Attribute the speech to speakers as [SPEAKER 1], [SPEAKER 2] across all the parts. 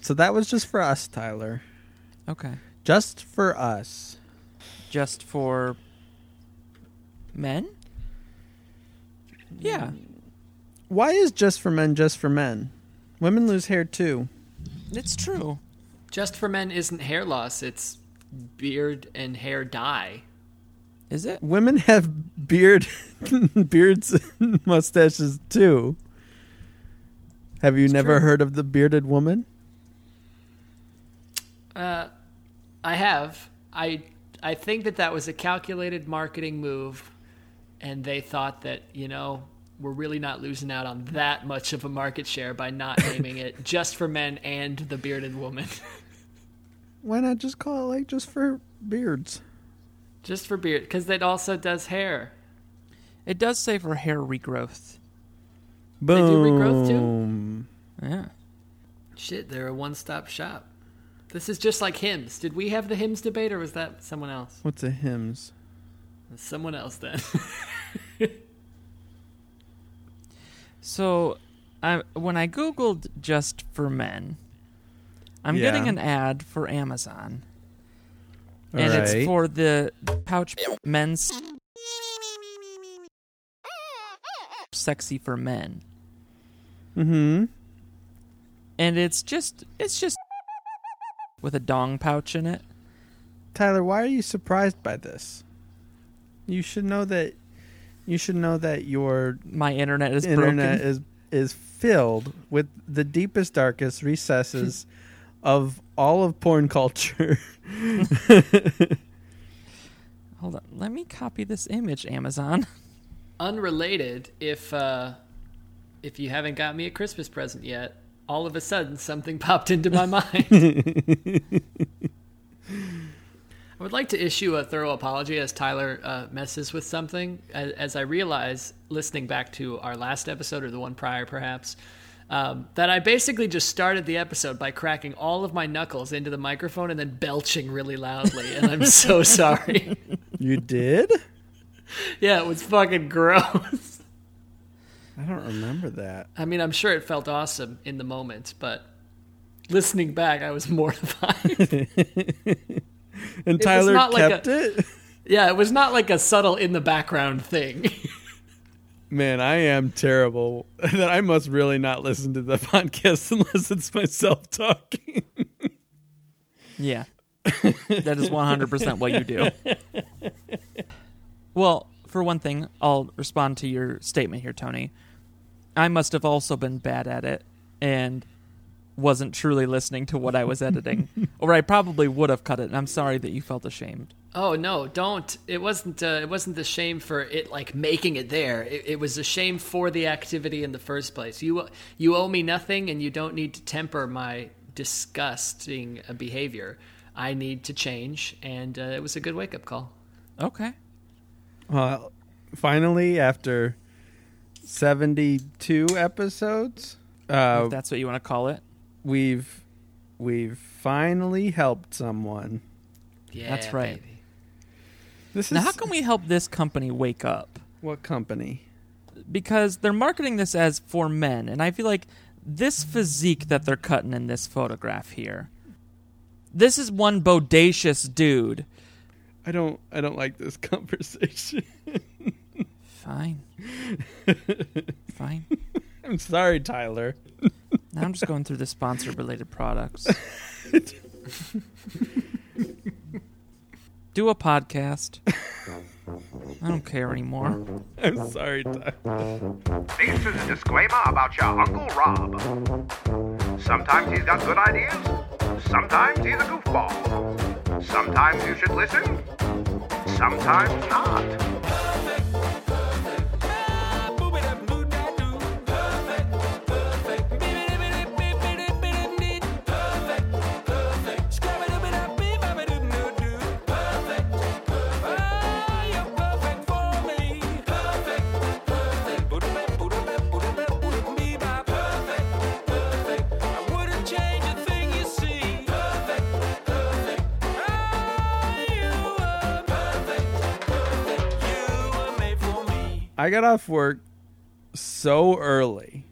[SPEAKER 1] So that was just for us, Tyler.
[SPEAKER 2] Okay.
[SPEAKER 1] Just for us.
[SPEAKER 2] Just for men? Yeah.
[SPEAKER 1] Why is just for men just for men? Women lose hair too.
[SPEAKER 2] It's true.
[SPEAKER 3] Just for men isn't hair loss, it's beard and hair dye.
[SPEAKER 2] Is it?
[SPEAKER 1] Women have beard beards and mustaches too. Have you never
[SPEAKER 2] true.
[SPEAKER 1] heard of the bearded woman?
[SPEAKER 3] Uh, I have. I I think that that was a calculated marketing move, and they thought that you know we're really not losing out on that much of a market share by not naming it just for men and the bearded woman,
[SPEAKER 1] Why not just call it like just for beards?
[SPEAKER 3] just for beard, because that also does hair.
[SPEAKER 2] It does say for hair regrowth.
[SPEAKER 1] Boom.
[SPEAKER 3] do regrowth too?
[SPEAKER 2] Yeah.
[SPEAKER 3] Shit, they're a one-stop shop. This is just like hymns. Did we have the hymns debate, or was that someone else?
[SPEAKER 1] What's a hymns?
[SPEAKER 3] Someone else then.
[SPEAKER 2] So, I when I googled just for men, I'm
[SPEAKER 1] Yeah.
[SPEAKER 2] getting an ad for Amazon, and
[SPEAKER 1] Alright.
[SPEAKER 2] it's for the pouch men's sexy for men,
[SPEAKER 1] Mm-hmm.
[SPEAKER 2] and it's just it's just with a dong pouch in it.
[SPEAKER 1] Tyler, why are you surprised by this? You should know that you should know that your
[SPEAKER 2] My internet is
[SPEAKER 1] internet
[SPEAKER 2] broken.
[SPEAKER 1] is is filled with the deepest, darkest recesses of all of porn culture.
[SPEAKER 2] Hold on, let me copy this image, Amazon.
[SPEAKER 3] unrelated if uh if you haven't got me a christmas present yet all of a sudden something popped into my mind i would like to issue a thorough apology as tyler uh, messes with something as, as i realize listening back to our last episode or the one prior perhaps um, that i basically just started the episode by cracking all of my knuckles into the microphone and then belching really loudly and i'm so sorry
[SPEAKER 1] you did?
[SPEAKER 3] yeah it was fucking gross
[SPEAKER 1] I don't remember that.
[SPEAKER 3] I mean, I'm sure it felt awesome in the moment, but listening back, I was mortified.
[SPEAKER 1] And
[SPEAKER 3] was
[SPEAKER 1] Tyler
[SPEAKER 3] not like
[SPEAKER 1] kept it.
[SPEAKER 3] yeah, it was not like a subtle in the background thing.
[SPEAKER 1] Man, I am terrible. That I must really not listen to the podcast unless it's myself talking.
[SPEAKER 2] Yeah. that is 100% what you do. Well, for one thing, I'll respond to your statement here, Tony. I must have also been bad at it and wasn't truly listening to what I was editing, or I probably would have cut it, and I'm sorry that you felt ashamed.
[SPEAKER 3] oh no, don't! It wasn't. Uh, it wasn't the shame for it like making it there. It, it was a shame for the activity in the first place. You you owe me nothing, and you don't need to temper my disgusting uh, behavior. I need to change, and uh, it was a good wake up call.
[SPEAKER 2] Okay.
[SPEAKER 1] Well, finally, after 72 episodes, uh,
[SPEAKER 2] if that's what you want to call it.
[SPEAKER 1] we've we've finally helped someone.
[SPEAKER 3] Yeah,
[SPEAKER 2] That's right.
[SPEAKER 3] baby.
[SPEAKER 1] This is
[SPEAKER 2] Now, how can we help this company wake up?
[SPEAKER 1] what company?
[SPEAKER 2] because they're marketing this as for men and i feel like this physique that they're cutting in this photograph here this is one bodacious dude
[SPEAKER 1] I don't I don't like this conversation.
[SPEAKER 2] fine fine
[SPEAKER 1] I'm sorry, Tyler.
[SPEAKER 2] now i'm just going through the sponsor related products do a podcast i don't care anymore
[SPEAKER 1] I'm sorry, Tyler.
[SPEAKER 4] This is a disclaimer about your Uncle Rob. Sometimes he's got good ideas, sometimes he's a goofball. Sometimes you should listen, sometimes not.
[SPEAKER 1] I got off work so early.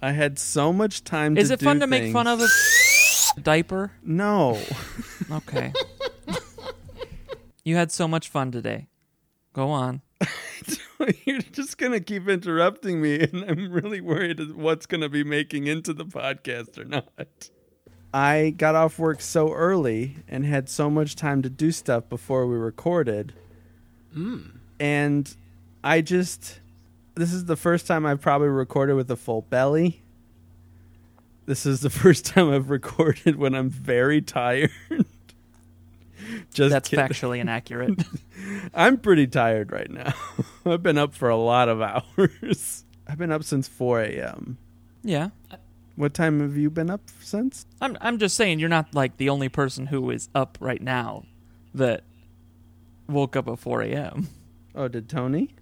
[SPEAKER 1] I had so much time
[SPEAKER 2] is
[SPEAKER 1] to
[SPEAKER 2] it fun
[SPEAKER 1] do
[SPEAKER 2] to make fun
[SPEAKER 1] things.
[SPEAKER 2] of a Diaper?
[SPEAKER 1] No.
[SPEAKER 2] Okay. you had so much fun today. Go on.
[SPEAKER 1] You're just going to keep interrupting me, and I'm really worried of what's going to be making into the podcast or not. I got off work so early and had so much time to do stuff before we recorded. Hmm. And I just, this is the first time I've probably recorded with a full belly. This is the first time I've recorded when I'm very tired. just
[SPEAKER 2] That's
[SPEAKER 1] kidding.
[SPEAKER 2] factually inaccurate.
[SPEAKER 1] I'm pretty tired right now. I've been up for a lot of hours. I've been up since 4 a.m.
[SPEAKER 2] yeah.
[SPEAKER 1] What time have you been up since?
[SPEAKER 2] I'm I'm just saying you're not like the only person who is up right now that woke up at 4 a.m.
[SPEAKER 1] Oh, did Tony?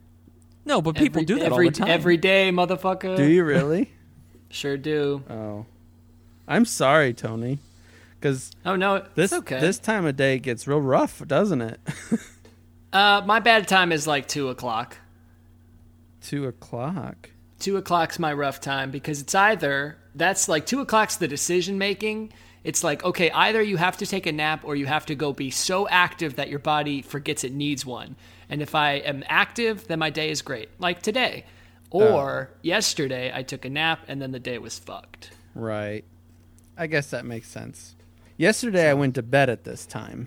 [SPEAKER 2] No, but people
[SPEAKER 3] Every-
[SPEAKER 2] do that
[SPEAKER 3] every,
[SPEAKER 2] all the time.
[SPEAKER 3] Every day, motherfucker.
[SPEAKER 1] Do you really?
[SPEAKER 3] Sure do.
[SPEAKER 1] oh, I'm sorry, Tony, because
[SPEAKER 3] Oh no,
[SPEAKER 1] this
[SPEAKER 3] it's okay.
[SPEAKER 1] this time of day gets real rough, doesn't it?
[SPEAKER 3] uh, my bad time is like two o'clock.
[SPEAKER 1] Two o'clock.
[SPEAKER 3] two o'clock's my rough time because it's either that's like two o'clock's the decision making it's like okay either you have to take a nap or you have to go be so active that your body forgets it needs one and if i am active then my day is great like today
[SPEAKER 1] Oh.
[SPEAKER 3] or yesterday i took a nap and then the day was fucked
[SPEAKER 1] Right. I guess that makes sense. Yesterday I went to bed at this time.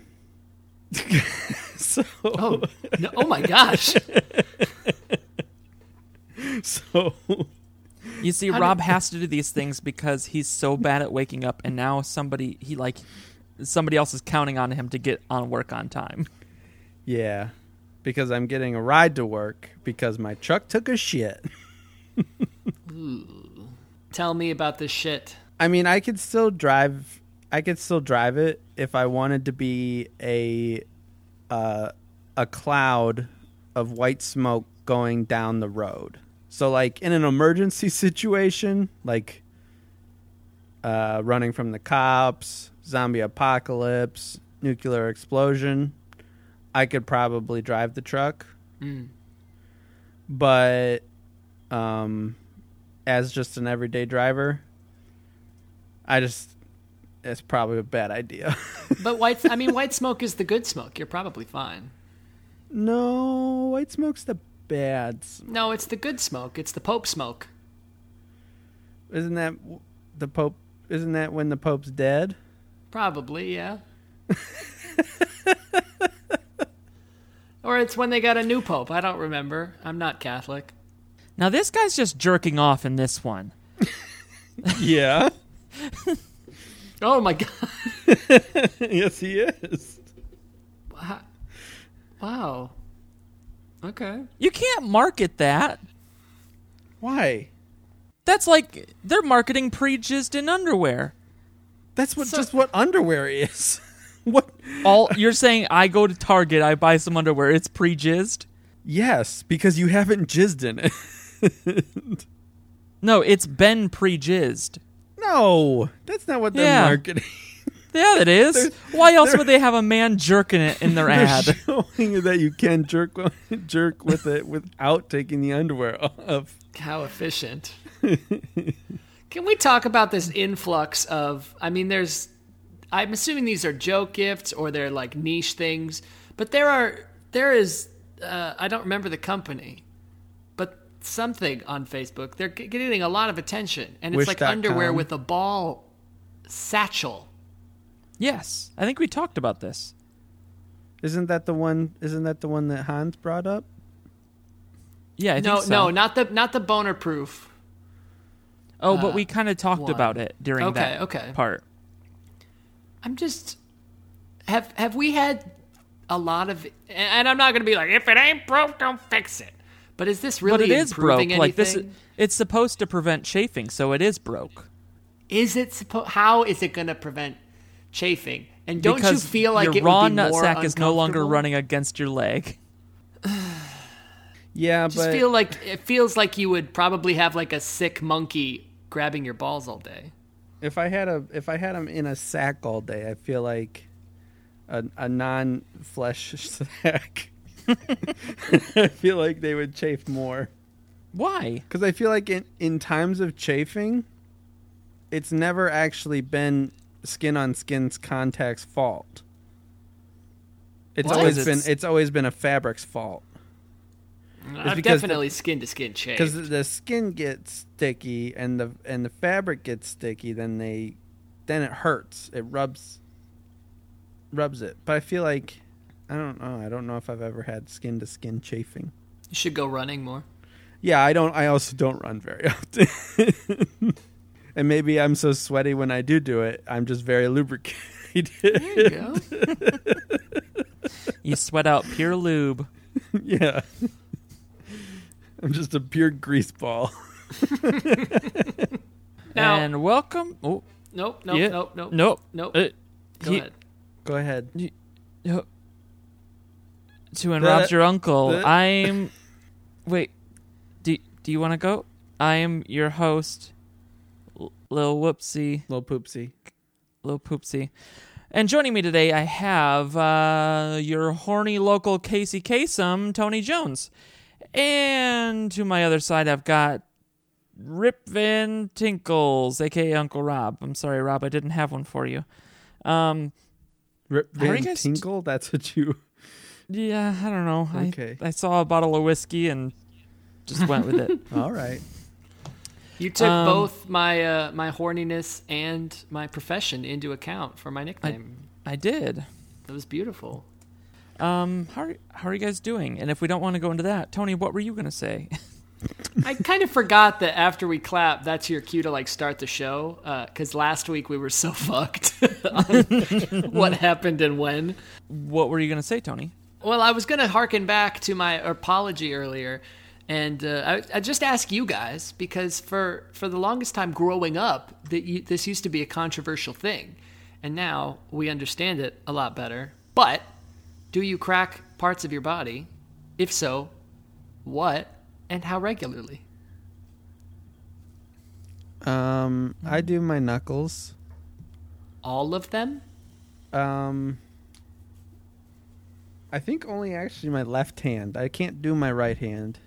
[SPEAKER 1] so
[SPEAKER 3] oh, no, oh my gosh
[SPEAKER 1] so
[SPEAKER 2] You see, Rob has to do these things because he's so bad at waking up, and now somebody he like somebody else is counting on him to get on work on time.
[SPEAKER 1] yeah, because I'm getting a ride to work because my truck took a shit.
[SPEAKER 3] tell me about this shit
[SPEAKER 1] I mean, I could still drive. I could still drive it if I wanted to be a uh, a cloud of white smoke going down the road. So, like in an emergency situation, like uh, running from the cops, zombie apocalypse, nuclear explosion, I could probably drive the truck. But um, as just an everyday driver, I just it's probably a bad idea.
[SPEAKER 3] but white i mean white smoke is the good smoke you're probably fine
[SPEAKER 1] no, white smoke's the bad. sm-
[SPEAKER 3] no it's the good smoke it's the pope smoke
[SPEAKER 1] Isn't that w- the pope? Isn't that when the pope's dead?
[SPEAKER 3] Probably, yeah. or it's when they got a new pope. I don't remember. I'm not Catholic.
[SPEAKER 2] Now this guy's just jerking off in this one.
[SPEAKER 1] Yeah.
[SPEAKER 3] Oh my god!
[SPEAKER 1] yes, he is.
[SPEAKER 3] Wow. Wow. Okay.
[SPEAKER 2] You can't market that.
[SPEAKER 1] Why?
[SPEAKER 2] That's like they're marketing pre-jizzed in underwear.
[SPEAKER 1] That's what just what underwear is. what?
[SPEAKER 2] All you're saying, I go to Target, I buy some underwear. It's pre-jizzed.
[SPEAKER 1] Yes, because you haven't jizzed in it.
[SPEAKER 2] No, it's been pre-jizzed.
[SPEAKER 1] No, that's not what they're
[SPEAKER 2] Yeah.
[SPEAKER 1] marketing.
[SPEAKER 2] Yeah, that is. Why else would they have a man jerking it in their
[SPEAKER 1] They're
[SPEAKER 2] ad?
[SPEAKER 1] showing you that you can jerk jerk with it without taking the underwear off.
[SPEAKER 3] How efficient. Can we talk about this influx of? I mean, there's. I'm assuming these are joke gifts or they're like niche things, but there are there is. Uh, I don't remember the company, but something on Facebook. They're g- getting a lot of attention, and it's like
[SPEAKER 1] Wish.com.
[SPEAKER 3] underwear with a ball satchel.
[SPEAKER 2] Yes, I think we talked about this.
[SPEAKER 1] Isn't that the one? Isn't that the one that Hans brought up?
[SPEAKER 2] Yeah, I
[SPEAKER 3] No,
[SPEAKER 2] think so.
[SPEAKER 3] no, not the not the boner proof.
[SPEAKER 2] Oh, but we kind of talked
[SPEAKER 3] uh, one.
[SPEAKER 2] about it during
[SPEAKER 3] Okay,
[SPEAKER 2] that
[SPEAKER 3] okay.
[SPEAKER 2] part.
[SPEAKER 3] I'm just have have we had a lot of and I'm not going to be like if it ain't broke don't fix it. But is this
[SPEAKER 2] But
[SPEAKER 3] really
[SPEAKER 2] it is broke.
[SPEAKER 3] improving
[SPEAKER 2] Like this,
[SPEAKER 3] anything?
[SPEAKER 2] it's supposed to prevent chafing, so it is broke.
[SPEAKER 3] Is it suppo- how is it going to prevent chafing? And don't
[SPEAKER 2] because
[SPEAKER 3] you feel like
[SPEAKER 2] your
[SPEAKER 3] it
[SPEAKER 2] raw
[SPEAKER 3] would be
[SPEAKER 2] nut
[SPEAKER 3] more
[SPEAKER 2] sack is no longer
[SPEAKER 3] uncomfortable?
[SPEAKER 2] running against your leg?
[SPEAKER 1] Yeah,
[SPEAKER 3] Just
[SPEAKER 1] but
[SPEAKER 3] feel like it feels like you would probably have like a sick monkey grabbing your balls all day.
[SPEAKER 1] if I had a if I had them in a sack all day, I feel like a, a non flesh sack. I feel like they would chafe more
[SPEAKER 2] Why?
[SPEAKER 1] because I feel like in in times of chafing, it's never actually been skin on skin's contact's fault. It's
[SPEAKER 3] What?
[SPEAKER 1] always
[SPEAKER 2] It's-
[SPEAKER 1] been it's always been a fabric's fault
[SPEAKER 3] I've
[SPEAKER 1] because the-
[SPEAKER 3] definitely skin to skin shaved.
[SPEAKER 1] because the skin gets sticky and the and the fabric gets sticky. Then they then it hurts. It rubs rubs it. But I feel like I don't know. I don't know if I've ever had skin to skin chafing.
[SPEAKER 3] You should go running more.
[SPEAKER 1] Yeah, I don't. I also don't run very often. and maybe I'm so sweaty when I do do it. I'm just very lubricated.
[SPEAKER 3] There you go.
[SPEAKER 2] You sweat out pure lube.
[SPEAKER 1] yeah, I'm just a pure grease ball.
[SPEAKER 3] Now-
[SPEAKER 2] and welcome. Oh,
[SPEAKER 3] Nope, nope,
[SPEAKER 2] yeah.
[SPEAKER 3] nope, nope,
[SPEAKER 2] Nope.
[SPEAKER 3] nope.
[SPEAKER 2] Uh,
[SPEAKER 3] go
[SPEAKER 2] ye-
[SPEAKER 3] ahead.
[SPEAKER 1] Go ahead.
[SPEAKER 2] Yo- To interrupt
[SPEAKER 1] The-
[SPEAKER 2] your uncle,
[SPEAKER 1] the-
[SPEAKER 2] I'm. Wait, do do you want to go? I am your host, L- Lil Whoopsie,
[SPEAKER 1] Little poopsie.
[SPEAKER 2] Lil Poopsie, and joining me today, I have uh, your horny local Casey Kasem, Tony Jones, and to my other side, I've got Rip Van Tinkles, aka Uncle Rob. I'm sorry, Rob, I didn't have one for you. Um,
[SPEAKER 1] Rip
[SPEAKER 2] How are you
[SPEAKER 1] Van
[SPEAKER 2] guys-
[SPEAKER 1] Tinkle. That's what you.
[SPEAKER 2] Yeah, I don't know.
[SPEAKER 1] Okay.
[SPEAKER 2] I, I saw a bottle of whiskey and just went with it.
[SPEAKER 1] All right.
[SPEAKER 3] You took
[SPEAKER 2] Um,
[SPEAKER 3] both my uh, my horniness and my profession into account for my nickname.
[SPEAKER 2] I did.
[SPEAKER 3] That was beautiful.
[SPEAKER 2] Um, how are, how are you guys doing? And if we don't want to go into that, Tony, what were you gonna say?
[SPEAKER 3] I kind of forgot that after we clap, that's your cue to like start the show. Because last week we were so fucked on what happened and when.
[SPEAKER 2] what were you gonna say, Tony?
[SPEAKER 3] Well, I was going to harken back to my apology earlier, and uh, I, I just ask you guys because for for the longest time growing up, that you, this used to be a controversial thing, and now we understand it a lot better. But do you crack parts of your body? If so, what and how regularly?
[SPEAKER 1] Um,
[SPEAKER 2] Mm-hmm.
[SPEAKER 1] I do my knuckles.
[SPEAKER 3] All of them?
[SPEAKER 1] Um, I think only actually my left hand. I can't do my right hand.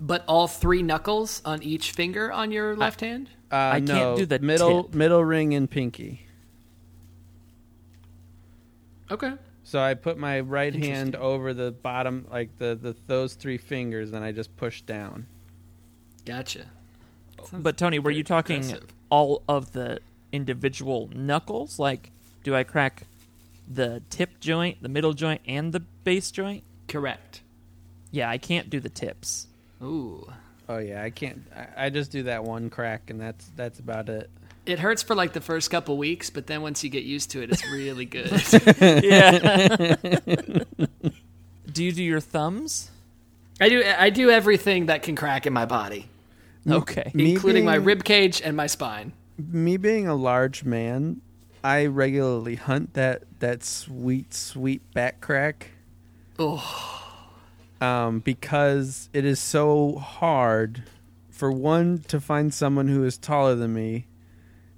[SPEAKER 3] But all three knuckles on each finger on your left hand?
[SPEAKER 1] Uh,
[SPEAKER 2] I can't
[SPEAKER 1] no,
[SPEAKER 2] do the
[SPEAKER 1] middle
[SPEAKER 2] tip.
[SPEAKER 1] middle ring and pinky.
[SPEAKER 3] Okay.
[SPEAKER 1] So I put my right hand
[SPEAKER 3] Interesting.
[SPEAKER 1] over the bottom, like the, the those three fingers, and I just push down.
[SPEAKER 3] Gotcha.
[SPEAKER 2] But Tony, were you talking
[SPEAKER 3] impressive.
[SPEAKER 2] all of the individual knuckles? Like, do I crack the tip joint, the middle joint, and the base joint?
[SPEAKER 3] Correct.
[SPEAKER 2] Yeah, I can't do the tips.
[SPEAKER 3] Ooh.
[SPEAKER 1] Oh yeah, I can't. I, I just do that one crack, and that's that's about it.
[SPEAKER 3] It hurts for like the first couple weeks, but then once you get used to it, it's really good.
[SPEAKER 2] Yeah. do you do your thumbs?
[SPEAKER 3] I do I do everything that can crack in my body,
[SPEAKER 2] Okay.
[SPEAKER 1] Me
[SPEAKER 3] including my
[SPEAKER 1] being-
[SPEAKER 3] rib cage and my spine.
[SPEAKER 1] Me being a large man, I regularly hunt that that sweet sweet back crack.
[SPEAKER 3] Oh,
[SPEAKER 1] um, because it is so hard for one to find someone who is taller than me,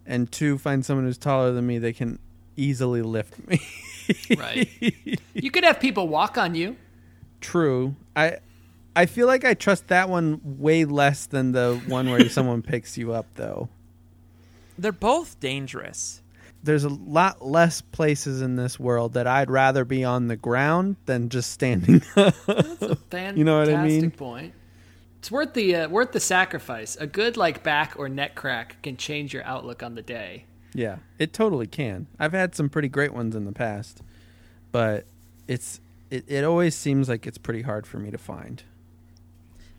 [SPEAKER 1] and two find someone who's taller than me. They can easily lift me.
[SPEAKER 3] right. you could have people walk on you.
[SPEAKER 1] True. I I feel like I trust that one way less than the one where someone picks you up, though.
[SPEAKER 2] They're both dangerous.
[SPEAKER 1] There's a lot less places in this world that I'd rather be on the ground than just standing up.
[SPEAKER 3] Fantastic
[SPEAKER 1] You know what I mean?
[SPEAKER 3] point. It's worth the uh, worth the sacrifice. A good like back or neck crack can change your outlook on the day.
[SPEAKER 1] Yeah, it totally can. I've had some pretty great ones in the past, but it's it, it always seems like it's pretty hard for me to find.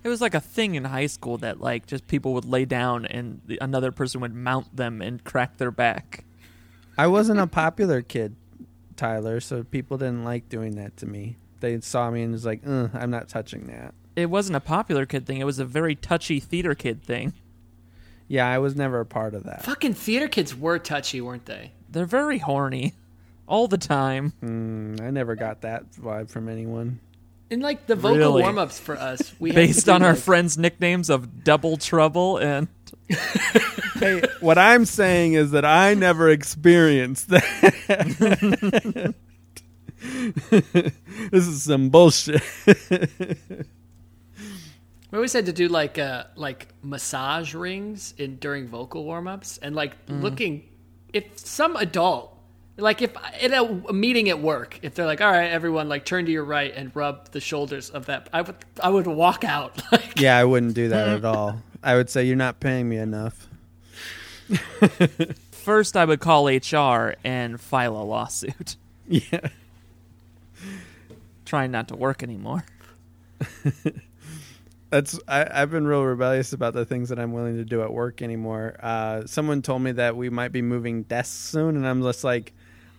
[SPEAKER 2] It was like a thing in high school that like just people would lay down and the, another person would mount them and crack their back.
[SPEAKER 1] I wasn't a popular kid, Tyler, so people didn't like doing that to me. They saw me and was like, "Ugh, "I'm not touching that."
[SPEAKER 2] It wasn't a popular kid thing. It was a very touchy theater kid thing.
[SPEAKER 1] Yeah, I was never a part of that.
[SPEAKER 3] Fucking theater kids were touchy, weren't they?
[SPEAKER 2] They're very horny all the time.
[SPEAKER 1] Mm, I never got that vibe from anyone.
[SPEAKER 3] In like the vocal
[SPEAKER 2] Really?
[SPEAKER 3] warm ups for us, we had to
[SPEAKER 2] Based
[SPEAKER 3] do,
[SPEAKER 2] on our
[SPEAKER 3] like-
[SPEAKER 2] friends' nicknames of Double Trouble and
[SPEAKER 1] Hey, what I'm saying is that I never experienced that. this is some bullshit.
[SPEAKER 3] We always had to do
[SPEAKER 1] Mm-hmm.
[SPEAKER 3] like uh like massage rings in during vocal warm ups and like looking if some adult like if in a, a meeting at work if they're like all right everyone like turn to your right and rub the shoulders of that i would i would walk out like
[SPEAKER 1] Yeah, I wouldn't do that at all. I would say you're not paying me enough.
[SPEAKER 2] First, I would call HR and file a lawsuit.
[SPEAKER 1] Yeah.
[SPEAKER 2] Trying not to work anymore.
[SPEAKER 1] That's I, I've been real rebellious about the things that I'm willing to do at work anymore. Uh, someone told me that we might be moving desks soon, and I'm just like,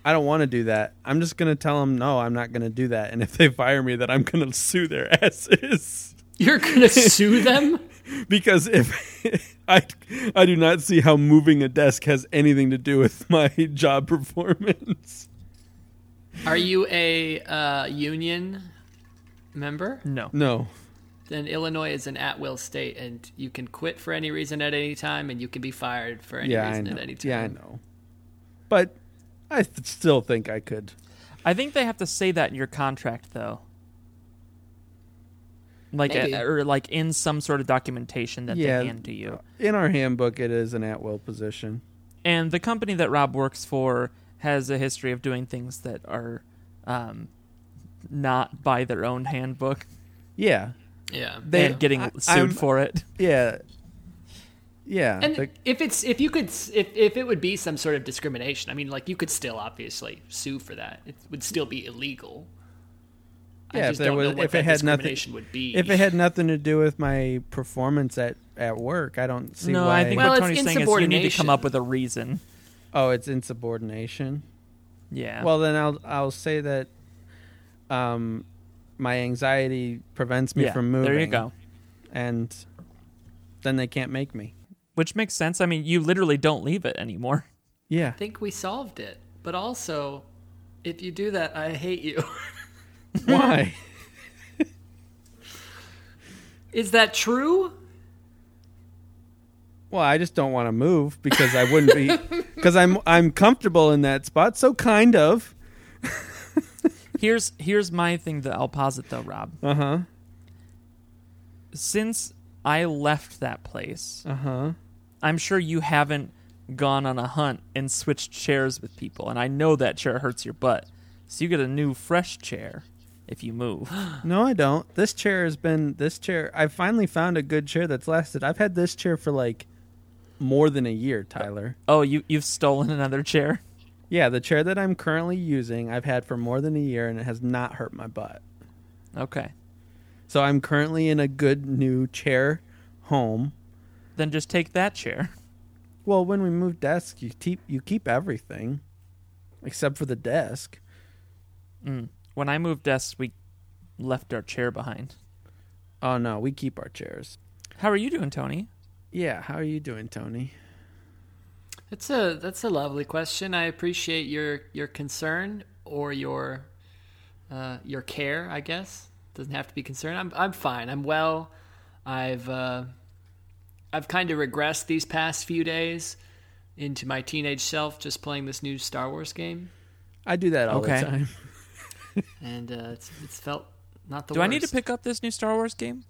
[SPEAKER 1] I don't want to do that. I'm just gonna tell them no, I'm not gonna do that. And if they fire me, that I'm gonna sue their asses
[SPEAKER 3] you're gonna sue them
[SPEAKER 1] because if I I do not see how moving a desk has anything to do with my job performance.
[SPEAKER 3] are you a uh, union member
[SPEAKER 2] No.
[SPEAKER 1] No.
[SPEAKER 3] then illinois is an at-will state and you can quit for any reason at any time and you can be fired for any
[SPEAKER 1] Yeah, I
[SPEAKER 3] reason
[SPEAKER 1] know.
[SPEAKER 3] at any time
[SPEAKER 1] Yeah, I know. But I th- still think I could.
[SPEAKER 2] I think they have to say that in your contract, though. Like, uh,
[SPEAKER 3] Maybe.
[SPEAKER 2] or like in some sort of documentation that
[SPEAKER 1] Yeah.
[SPEAKER 2] they hand to you.
[SPEAKER 1] In our handbook, it is an at will position.
[SPEAKER 2] And the company that Rob works for has a history of doing things that are um, not by their own handbook
[SPEAKER 1] Yeah.
[SPEAKER 3] yeah
[SPEAKER 1] They-
[SPEAKER 2] and getting
[SPEAKER 1] I-
[SPEAKER 2] sued
[SPEAKER 1] I'm-
[SPEAKER 2] for it.
[SPEAKER 1] Yeah. Yeah.
[SPEAKER 3] And
[SPEAKER 1] the-
[SPEAKER 3] if it's if you could s- if if it would be some sort of discrimination, I mean, like you could still obviously sue for that. It would still be illegal.
[SPEAKER 1] Yeah,
[SPEAKER 3] I
[SPEAKER 1] if
[SPEAKER 3] just
[SPEAKER 1] there
[SPEAKER 3] don't
[SPEAKER 1] was-
[SPEAKER 3] know what
[SPEAKER 1] if it
[SPEAKER 3] that
[SPEAKER 1] had nothing-
[SPEAKER 3] discrimination would be.
[SPEAKER 1] if it had nothing to do with my performance at, at work, I don't see
[SPEAKER 2] no,
[SPEAKER 1] why.
[SPEAKER 2] I think
[SPEAKER 3] Well,
[SPEAKER 2] what
[SPEAKER 3] it's
[SPEAKER 2] Tony's saying is you need to come
[SPEAKER 3] insubordination.
[SPEAKER 2] up with a reason.
[SPEAKER 1] oh, it's insubordination.
[SPEAKER 2] Yeah.
[SPEAKER 1] Well, then I'll I'll say that. Um, my anxiety prevents me
[SPEAKER 2] yeah,
[SPEAKER 1] from moving.
[SPEAKER 2] There you go.
[SPEAKER 1] And then they can't make me.
[SPEAKER 2] Which makes sense. I mean, you literally don't leave it anymore.
[SPEAKER 1] Yeah.
[SPEAKER 3] I think we solved it. But also, if you do that, I hate you.
[SPEAKER 1] Why?
[SPEAKER 3] is that true?
[SPEAKER 1] Well, I just don't want to move because I wouldn't be because I'm I'm comfortable in that spot. So kind of.
[SPEAKER 2] Here's here's my thing that I'll posit though, Rob.
[SPEAKER 1] Uh huh.
[SPEAKER 2] Since I left that place, uh-huh. I'm sure you haven't gone on a hunt and switched chairs with people, and I know that chair hurts your butt. So you get a new fresh chair if you move.
[SPEAKER 1] No, I don't. This chair has been this chair. I finally found a good chair that's lasted. I've had this chair for like more than a year, Tyler.
[SPEAKER 2] oh, you you've stolen another chair.
[SPEAKER 1] Yeah, the chair that I'm currently using, I've had for more than a year, and it has not hurt my butt.
[SPEAKER 2] Okay.
[SPEAKER 1] So I'm currently in a good new chair home.
[SPEAKER 2] Then just take that chair.
[SPEAKER 1] Well, when we move desks, you keep you keep everything except for the desk.
[SPEAKER 2] When I moved desks, we left our chair behind.
[SPEAKER 1] Oh no, we keep our chairs.
[SPEAKER 2] How are you doing, Tony?
[SPEAKER 1] Yeah, how are you doing, Tony?
[SPEAKER 3] That's a that's a lovely question. I appreciate your your concern or your uh, your care. I guess doesn't have to be concern. I'm I'm fine. I'm well. I've uh, I've kind of regressed these past few days into my teenage self, just playing this new Star Wars game,
[SPEAKER 1] I do that all
[SPEAKER 2] Okay.
[SPEAKER 1] the time.
[SPEAKER 3] and uh, it's it's felt not the.
[SPEAKER 2] Do I need to
[SPEAKER 3] worst.
[SPEAKER 2] pick up this new Star Wars game?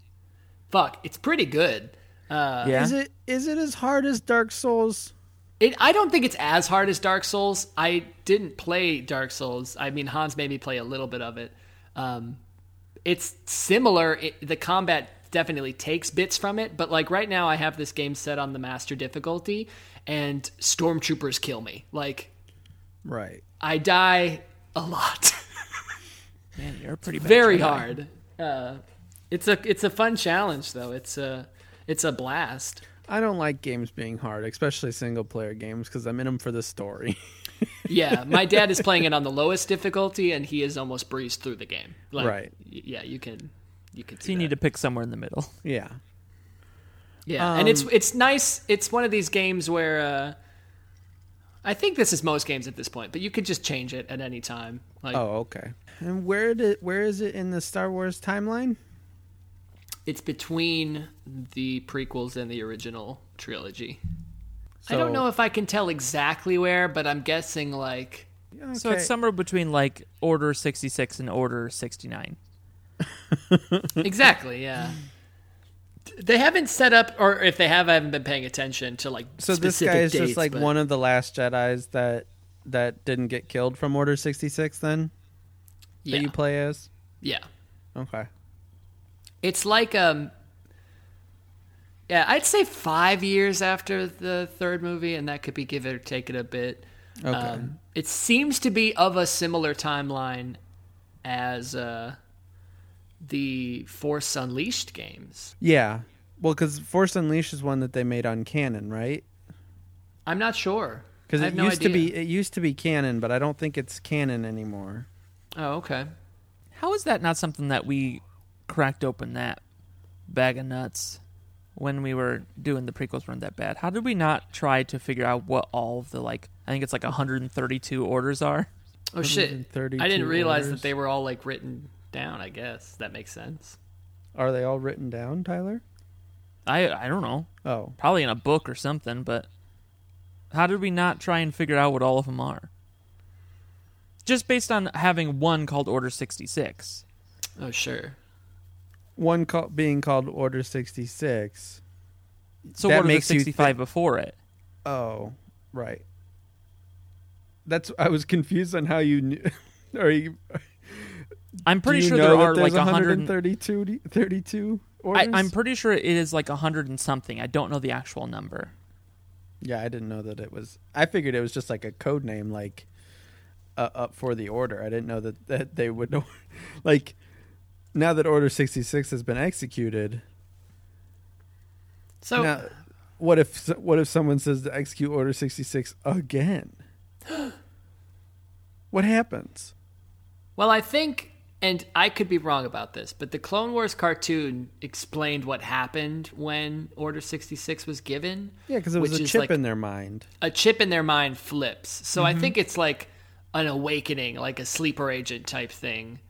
[SPEAKER 3] Fuck! It's pretty good. Uh,
[SPEAKER 2] Yeah.
[SPEAKER 1] Is it is it as hard as Dark Souls?
[SPEAKER 3] It, I don't think it's as hard as Dark Souls. I didn't play Dark Souls. I mean, Hans made me play a little bit of it. Um, it's similar. It, the combat definitely takes bits from it, but like right now, I have this game set on the master difficulty, and stormtroopers kill me. Like
[SPEAKER 1] Right.
[SPEAKER 3] I die a lot,
[SPEAKER 2] Man, you're a pretty bad
[SPEAKER 3] very
[SPEAKER 2] Jedi.
[SPEAKER 3] hard. Uh, it's a it's a fun challenge though. It's a it's a blast.
[SPEAKER 1] I don't like games being hard, especially single player games, because I'm in them for the story.
[SPEAKER 3] yeah, my dad is playing it on the lowest difficulty, and he has almost breezed through the game. Like,
[SPEAKER 1] Right.
[SPEAKER 3] y- Yeah, you can, you can.
[SPEAKER 2] So you need to pick somewhere in the middle.
[SPEAKER 1] yeah.
[SPEAKER 3] Yeah, and
[SPEAKER 1] um,
[SPEAKER 3] it's it's nice. It's one of these games where uh, I think this is most games at this point, but you could just change it at any time. Like
[SPEAKER 1] Oh, okay. And where did where is it in the Star Wars timeline?
[SPEAKER 3] it's between the prequels and the original trilogy. I
[SPEAKER 1] So-
[SPEAKER 3] don't know if I can tell exactly where, but I'm guessing like
[SPEAKER 2] So it's somewhere between like Order 66 and Order 69.
[SPEAKER 1] Hmm.
[SPEAKER 3] exactly. Yeah, They haven't set up, or if they have, I haven't been paying attention to like.
[SPEAKER 1] So this
[SPEAKER 3] specific
[SPEAKER 1] guy is
[SPEAKER 3] dates,
[SPEAKER 1] just like
[SPEAKER 3] but-
[SPEAKER 1] one of the last Jedi's that that didn't get killed from Order sixty six. Then
[SPEAKER 3] Yeah,
[SPEAKER 1] that you play as.
[SPEAKER 3] yeah.
[SPEAKER 1] Okay.
[SPEAKER 3] It's like um. Yeah, I'd say five years after the third movie, and that could be give or take it a bit.
[SPEAKER 1] Okay.
[SPEAKER 3] Um, it seems to be of a similar timeline as uh, the Force Unleashed games.
[SPEAKER 1] yeah. Well, because Force Unleashed is one that they made on canon, right?
[SPEAKER 3] I'm not sure
[SPEAKER 1] Because
[SPEAKER 3] I
[SPEAKER 1] it
[SPEAKER 3] have no
[SPEAKER 1] used to
[SPEAKER 3] idea.
[SPEAKER 1] be it used to be canon, but I don't think it's canon anymore.
[SPEAKER 3] Oh, okay.
[SPEAKER 2] How is that not something that we cracked open that bag of nuts when we were doing the prequels weren't that bad? How did we not try to figure out what all of the like I think it's like 132 orders are?
[SPEAKER 3] Oh shit! I
[SPEAKER 1] 132
[SPEAKER 3] didn't realize
[SPEAKER 1] orders.
[SPEAKER 3] that they were all like written down. I guess that makes sense.
[SPEAKER 1] Are they all written down, Tyler?
[SPEAKER 2] I I don't know.
[SPEAKER 1] Oh,
[SPEAKER 2] Probably in a book or something, but how did we not try and figure out what all of them are? Just based on having one called Order 66.
[SPEAKER 3] Oh sure.
[SPEAKER 1] one call, being called Order sixty six.
[SPEAKER 2] So
[SPEAKER 1] That
[SPEAKER 2] what are the
[SPEAKER 1] makes you
[SPEAKER 2] 65 before it?
[SPEAKER 1] Oh, right. That's I was confused on how you knew. Are you?
[SPEAKER 2] I'm pretty
[SPEAKER 1] do you
[SPEAKER 2] sure
[SPEAKER 1] know
[SPEAKER 2] there
[SPEAKER 1] that
[SPEAKER 2] are
[SPEAKER 1] there's
[SPEAKER 2] like 100 and-
[SPEAKER 1] 132 d- 32 orders.
[SPEAKER 2] I, I'm pretty sure it is like a hundred and something. I don't know the actual number.
[SPEAKER 1] yeah, I didn't know that it was. I figured it was just like a code name, like uh, up for the order. I didn't know that that they would know. Like now that Order sixty six has been executed,
[SPEAKER 3] So
[SPEAKER 1] now what if what if someone says to execute Order sixty six again? what happens?
[SPEAKER 3] well, I think, and I could be wrong about this, but the Clone Wars cartoon explained what happened when Order sixty six was given.
[SPEAKER 1] Yeah, because it was
[SPEAKER 3] which
[SPEAKER 1] a
[SPEAKER 3] is,
[SPEAKER 1] chip
[SPEAKER 3] like,
[SPEAKER 1] in Mm-hmm. their mind.
[SPEAKER 3] a chip in their mind flips. So I think it's like an awakening, like a sleeper agent type thing,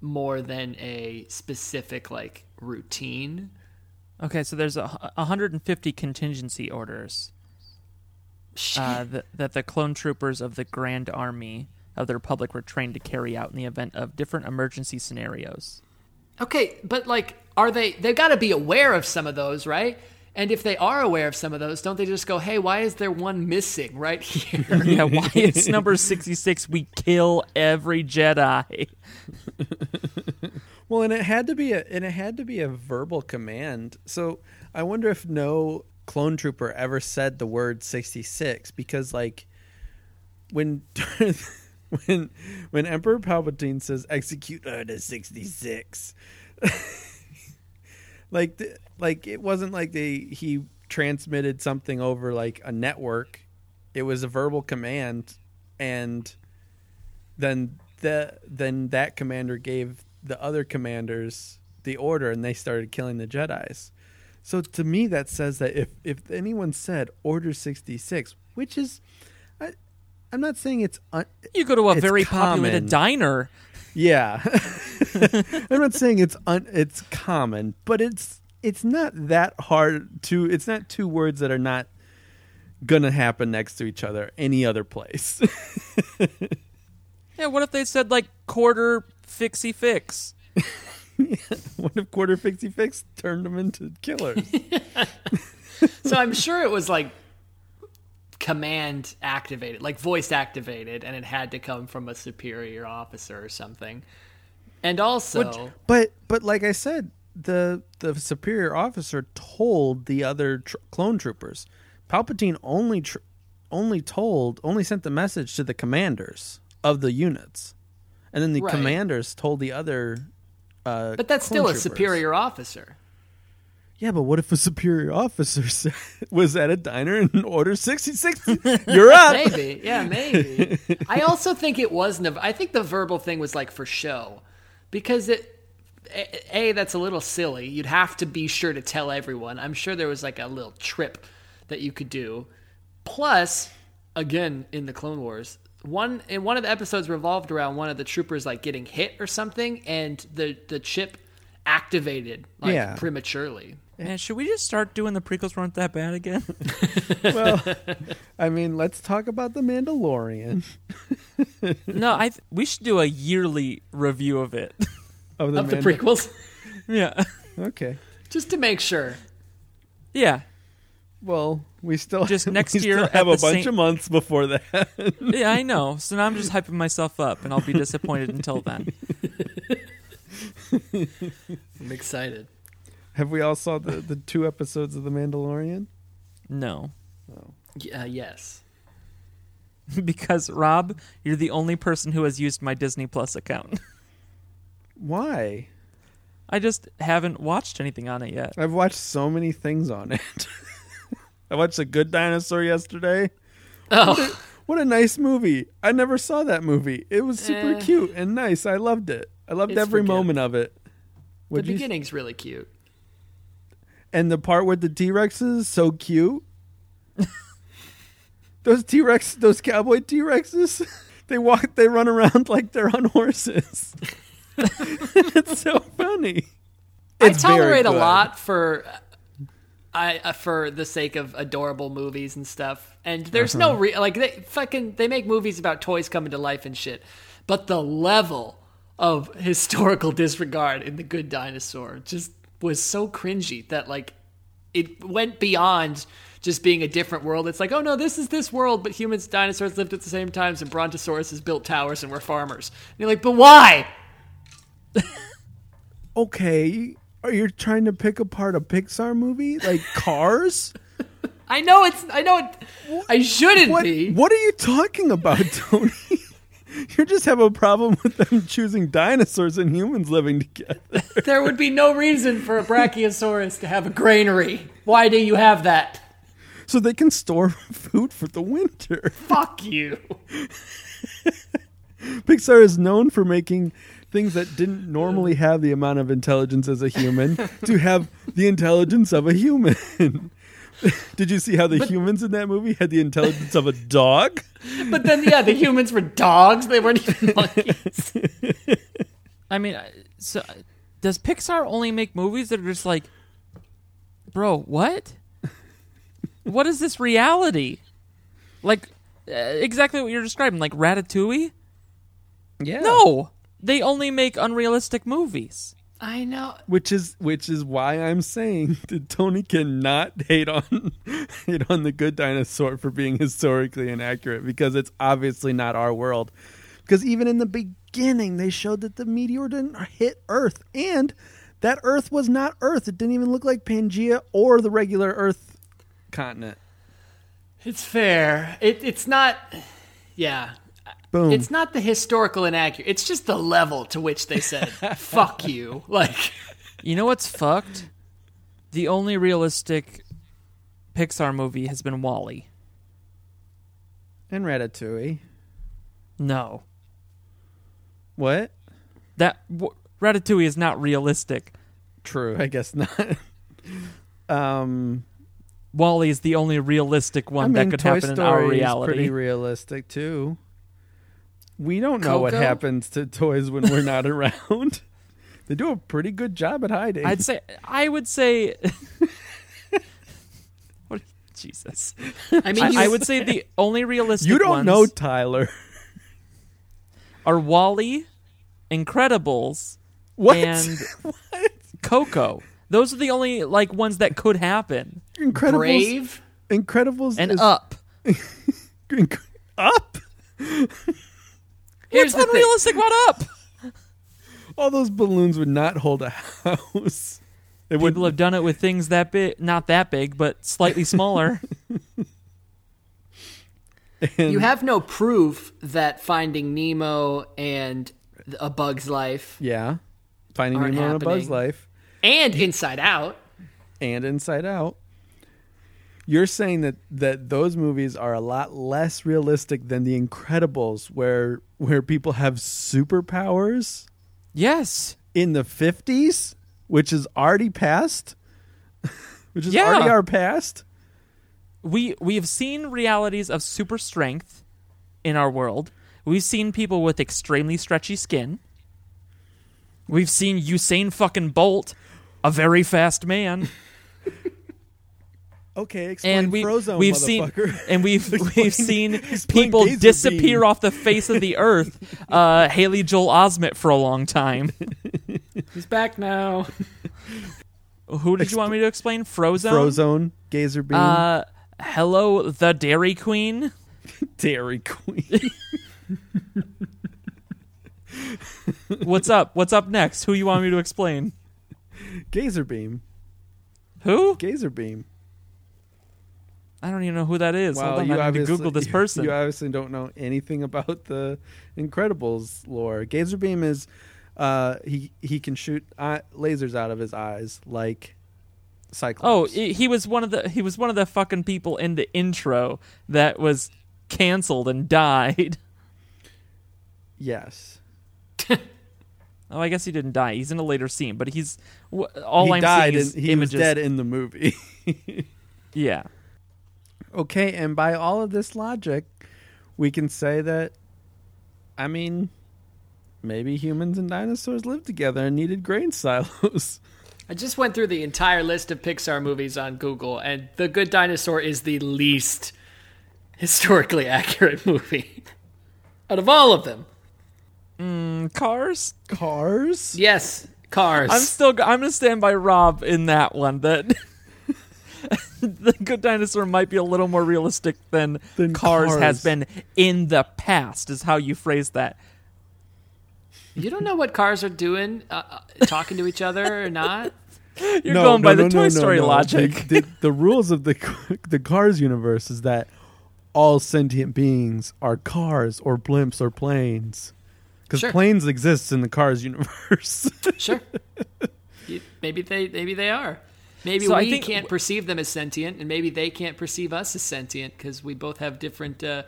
[SPEAKER 3] more than a specific like routine.
[SPEAKER 2] Okay, so there's a, hu- a hundred and fifty contingency orders uh, that, that the clone troopers of the Grand Army of the Republic were trained to carry out in the event of different emergency scenarios.
[SPEAKER 3] Okay, but like, are they? They've got to be aware of some of those, right? And if they are aware of some of those, don't they just go, "Hey, why is there one missing right here?"
[SPEAKER 2] yeah, why is number sixty six? We kill every Jedi.
[SPEAKER 1] Well, and it had to be a and it had to be a verbal command. So I wonder if no clone trooper ever said the word sixty six because like when when when Emperor Palpatine says execute order sixty six, like th- like it wasn't like they he transmitted something over like a network. It was a verbal command, and then the then that commander gave the other commanders the order and they started killing the jedis so to me that says that if if anyone said order 66 which is i i'm not saying it's un-
[SPEAKER 2] You go to a
[SPEAKER 1] It's
[SPEAKER 2] very
[SPEAKER 1] common.
[SPEAKER 2] populated diner.
[SPEAKER 1] yeah i'm not saying it's un- it's common but it's it's not that hard to it's not two words that are not gonna happen next to each other any other place
[SPEAKER 2] Yeah, what if they said like quarter fixie fix?
[SPEAKER 1] what if quarter fixie fix turned them into killers
[SPEAKER 3] so I'm sure it was like command activated, like voice activated, and it had to come from a superior officer or something. And also,
[SPEAKER 1] But but like I said, the the superior officer told the other tr- clone troopers. Palpatine only tr- only told only sent the message to the commanders of the units, and then the
[SPEAKER 3] Right.
[SPEAKER 1] commanders told the other. Uh,
[SPEAKER 3] but that's
[SPEAKER 1] clone
[SPEAKER 3] still a
[SPEAKER 1] troopers.
[SPEAKER 3] superior officer.
[SPEAKER 1] Yeah, but what if a superior officer said, was at a diner and order sixty six? You're up.
[SPEAKER 3] maybe yeah maybe i also think it was nev- i think the verbal thing was like for show because it a, a that's a little silly you'd have to be sure to tell everyone i'm sure there was like a little trip that you could do plus again in the clone wars one in one of the episodes revolved around one of the troopers like getting hit or something and the the chip activated like
[SPEAKER 1] Yeah.
[SPEAKER 3] prematurely
[SPEAKER 2] Man, should we just start doing the prequels weren't that bad again?
[SPEAKER 1] well, I mean, let's talk about the Mandalorian
[SPEAKER 2] No, I th- we should do a yearly review of it.
[SPEAKER 1] of the,
[SPEAKER 3] of the
[SPEAKER 1] Mandal-
[SPEAKER 3] prequels
[SPEAKER 2] yeah.
[SPEAKER 1] Okay.
[SPEAKER 3] just to make sure.
[SPEAKER 2] Yeah.
[SPEAKER 1] Well, we still
[SPEAKER 2] Just next
[SPEAKER 1] we
[SPEAKER 2] year
[SPEAKER 1] still
[SPEAKER 2] at
[SPEAKER 1] have a
[SPEAKER 2] the
[SPEAKER 1] bunch
[SPEAKER 2] same-
[SPEAKER 1] of months before that.
[SPEAKER 2] Yeah, I know. So now I'm just hyping myself up and I'll be disappointed until then.
[SPEAKER 3] I'm excited.
[SPEAKER 1] have we all saw the, the two episodes of The Mandalorian?
[SPEAKER 2] No.
[SPEAKER 3] Y- Uh, yes.
[SPEAKER 2] because Rob, you're the only person who has used my Disney Plus account.
[SPEAKER 1] Why?
[SPEAKER 2] I just haven't watched anything on it yet.
[SPEAKER 1] I've watched so many things on it. I watched A Good Dinosaur yesterday.
[SPEAKER 3] Oh,
[SPEAKER 1] What a nice movie. I never saw that movie. It was super
[SPEAKER 3] Eh.
[SPEAKER 1] cute and nice. I loved it. I loved
[SPEAKER 3] It's
[SPEAKER 1] every
[SPEAKER 3] forgiven.
[SPEAKER 1] moment of it.
[SPEAKER 3] the
[SPEAKER 1] Would you-
[SPEAKER 3] beginning's really cute.
[SPEAKER 1] and the part with the T Rexes, so cute. those T Rex, those cowboy T Rexes, they walk, they run around like they're on horses. it's so funny. It's
[SPEAKER 3] I
[SPEAKER 1] very
[SPEAKER 3] tolerate a
[SPEAKER 1] good.
[SPEAKER 3] lot for I uh, for the sake of adorable movies and stuff. And there's no
[SPEAKER 1] Uh-huh.
[SPEAKER 3] re- like they fucking they make movies about toys coming to life and shit. But the level of historical disregard in The Good Dinosaur just was so cringy that like it went beyond just being a different world. It's like, oh no, this is this world, but humans, dinosaurs lived at the same times, and brontosauruses built towers and were farmers. And you're like, but why?
[SPEAKER 1] Okay, are you trying to pick apart a Pixar movie like Cars?
[SPEAKER 3] I know it's. I know it. I shouldn't
[SPEAKER 1] What,
[SPEAKER 3] be.
[SPEAKER 1] what are you talking about, Tony? you just have a problem with them choosing dinosaurs and humans living together.
[SPEAKER 3] There would be no reason for a brachiosaurus to have a granary. Why do you have that?
[SPEAKER 1] So they can store food for the winter.
[SPEAKER 3] Fuck you.
[SPEAKER 1] Pixar is known for making things that didn't normally have the amount of intelligence as a human to have the intelligence of a human. Did you see how the humans in that movie had the intelligence of a dog?
[SPEAKER 3] But then, yeah, the humans were dogs. They weren't even monkeys.
[SPEAKER 2] I mean, I- so uh, does Pixar only make movies that are just like, bro, what? what is this reality? Like, uh, exactly what you're describing, like Ratatouille?
[SPEAKER 1] Yeah.
[SPEAKER 2] No! They only make unrealistic movies.
[SPEAKER 3] I know.
[SPEAKER 1] Which is which is why I'm saying that Tony cannot hate on hate on the good dinosaur for being historically inaccurate because it's obviously not our world. Because even in the beginning they showed that the meteor didn't hit Earth and that Earth was not Earth. It didn't even look like Pangea or the regular Earth continent.
[SPEAKER 3] It's fair. It, it's not. Yeah.
[SPEAKER 1] Boom.
[SPEAKER 3] It's not the historical inaccurate. It's just the level to which they said, fuck you. Like,
[SPEAKER 2] You know what's fucked? The only realistic Pixar movie has been Wally.
[SPEAKER 1] and Ratatouille.
[SPEAKER 2] No.
[SPEAKER 1] What?
[SPEAKER 2] That w- Ratatouille is not realistic.
[SPEAKER 1] True, I guess not. um
[SPEAKER 2] Wally is the only realistic one
[SPEAKER 1] I mean,
[SPEAKER 2] that could
[SPEAKER 1] Toy
[SPEAKER 2] happen in our
[SPEAKER 1] Story is
[SPEAKER 2] reality.
[SPEAKER 1] pretty realistic too. We don't know what
[SPEAKER 3] Coco?
[SPEAKER 1] happens to toys when we're not around. They do a pretty good job at hiding.
[SPEAKER 2] I'd say I would say What Jesus.
[SPEAKER 3] I mean, you,
[SPEAKER 2] I, I would say the only realistic
[SPEAKER 1] you don't
[SPEAKER 2] ones
[SPEAKER 1] know Tyler.
[SPEAKER 2] are Wally, Incredibles,
[SPEAKER 1] What?
[SPEAKER 2] and Coco. Those are the only like ones that could happen.
[SPEAKER 1] Incredibles.
[SPEAKER 3] brave.
[SPEAKER 1] Incredibles
[SPEAKER 2] And
[SPEAKER 1] is
[SPEAKER 2] up.
[SPEAKER 1] Inc- up.
[SPEAKER 3] Here's the
[SPEAKER 2] What's
[SPEAKER 3] thing.
[SPEAKER 2] unrealistic about up?
[SPEAKER 1] All those balloons would not hold a house. They would.
[SPEAKER 2] People have done it with things that big, not that big, but slightly smaller.
[SPEAKER 3] You have no proof that Finding Nemo and A Bug's Life
[SPEAKER 1] yeah. Finding
[SPEAKER 3] Aren't
[SPEAKER 1] Nemo and a Buzz
[SPEAKER 3] happening.
[SPEAKER 1] Life.
[SPEAKER 3] and Inside Out.
[SPEAKER 1] and Inside Out. You're saying that that those movies are a lot less realistic than The Incredibles, where where people have superpowers
[SPEAKER 2] yes.
[SPEAKER 1] in the fifties, which is already past, which is
[SPEAKER 2] Yeah.
[SPEAKER 1] already our past.
[SPEAKER 2] we we have seen realities of super strength in our world. We've seen people with extremely stretchy skin. We've seen Usain fucking Bolt, a very fast man,
[SPEAKER 1] Okay, explain
[SPEAKER 2] and we
[SPEAKER 1] Frozone,
[SPEAKER 2] we've seen
[SPEAKER 1] motherfucker.
[SPEAKER 2] and we've we've seen
[SPEAKER 1] explain
[SPEAKER 2] people
[SPEAKER 1] Gazer
[SPEAKER 2] disappear
[SPEAKER 1] Beam.
[SPEAKER 2] off the face of the earth. Uh, Haley Joel Osment for a long time.
[SPEAKER 3] He's back now.
[SPEAKER 2] Who did you want me to explain? Frozone.
[SPEAKER 1] Frozone, Gazer Beam,
[SPEAKER 2] Uh, hello, the Dairy Queen.
[SPEAKER 1] Dairy Queen.
[SPEAKER 2] What's up? What's up next? Who you want me to explain?
[SPEAKER 1] Gazer Beam.
[SPEAKER 2] Who?
[SPEAKER 1] Gazer Beam.
[SPEAKER 2] I don't even know who that is. Hold
[SPEAKER 1] Wow,
[SPEAKER 2] on,
[SPEAKER 1] you
[SPEAKER 2] I need to
[SPEAKER 1] obviously
[SPEAKER 2] Google this
[SPEAKER 1] you-
[SPEAKER 2] person.
[SPEAKER 1] You obviously don't know anything about the Incredibles lore. Gazer beam is uh, he he can shoot eye, lasers out of his eyes like
[SPEAKER 2] Oh,
[SPEAKER 1] Cyclops.
[SPEAKER 2] i- he was one of the he was one of the fucking people in the intro that was canceled and died.
[SPEAKER 1] yes,
[SPEAKER 2] Oh, I guess he didn't die. He's in a later scene, but he's wh- all
[SPEAKER 1] he
[SPEAKER 2] I'm
[SPEAKER 1] died
[SPEAKER 2] seeing is
[SPEAKER 1] and he
[SPEAKER 2] images.
[SPEAKER 1] was dead in the movie.
[SPEAKER 2] Yeah,
[SPEAKER 1] okay, and by all of this logic, we can say that I mean maybe humans and dinosaurs lived together and needed grain silos.
[SPEAKER 3] I just went through the entire list of Pixar movies on Google, and The Good Dinosaur is the least historically accurate movie out of all of them.
[SPEAKER 2] Mm, Cars.
[SPEAKER 1] Cars.
[SPEAKER 3] Yes, Cars.
[SPEAKER 2] I'm still. go- I'm gonna stand by Rob in that one. That the Good Dinosaur might be a little more realistic than,
[SPEAKER 1] Than
[SPEAKER 2] Cars,
[SPEAKER 1] Cars.
[SPEAKER 2] has been in the past. Is how you phrase that.
[SPEAKER 3] you don't know what cars are doing, uh, uh, talking to each other or not.
[SPEAKER 2] You're going by the Toy Story
[SPEAKER 1] no.
[SPEAKER 2] logic.
[SPEAKER 1] The, the, the rules of the the Cars universe is that all sentient beings are cars or blimps or planes, because
[SPEAKER 3] Sure.
[SPEAKER 1] planes exists in the Cars universe.
[SPEAKER 3] Sure. You- maybe they maybe they are. Maybe
[SPEAKER 2] So I
[SPEAKER 3] we
[SPEAKER 2] think-
[SPEAKER 3] can't perceive them as sentient, and maybe they can't perceive us as sentient because we both have different uh,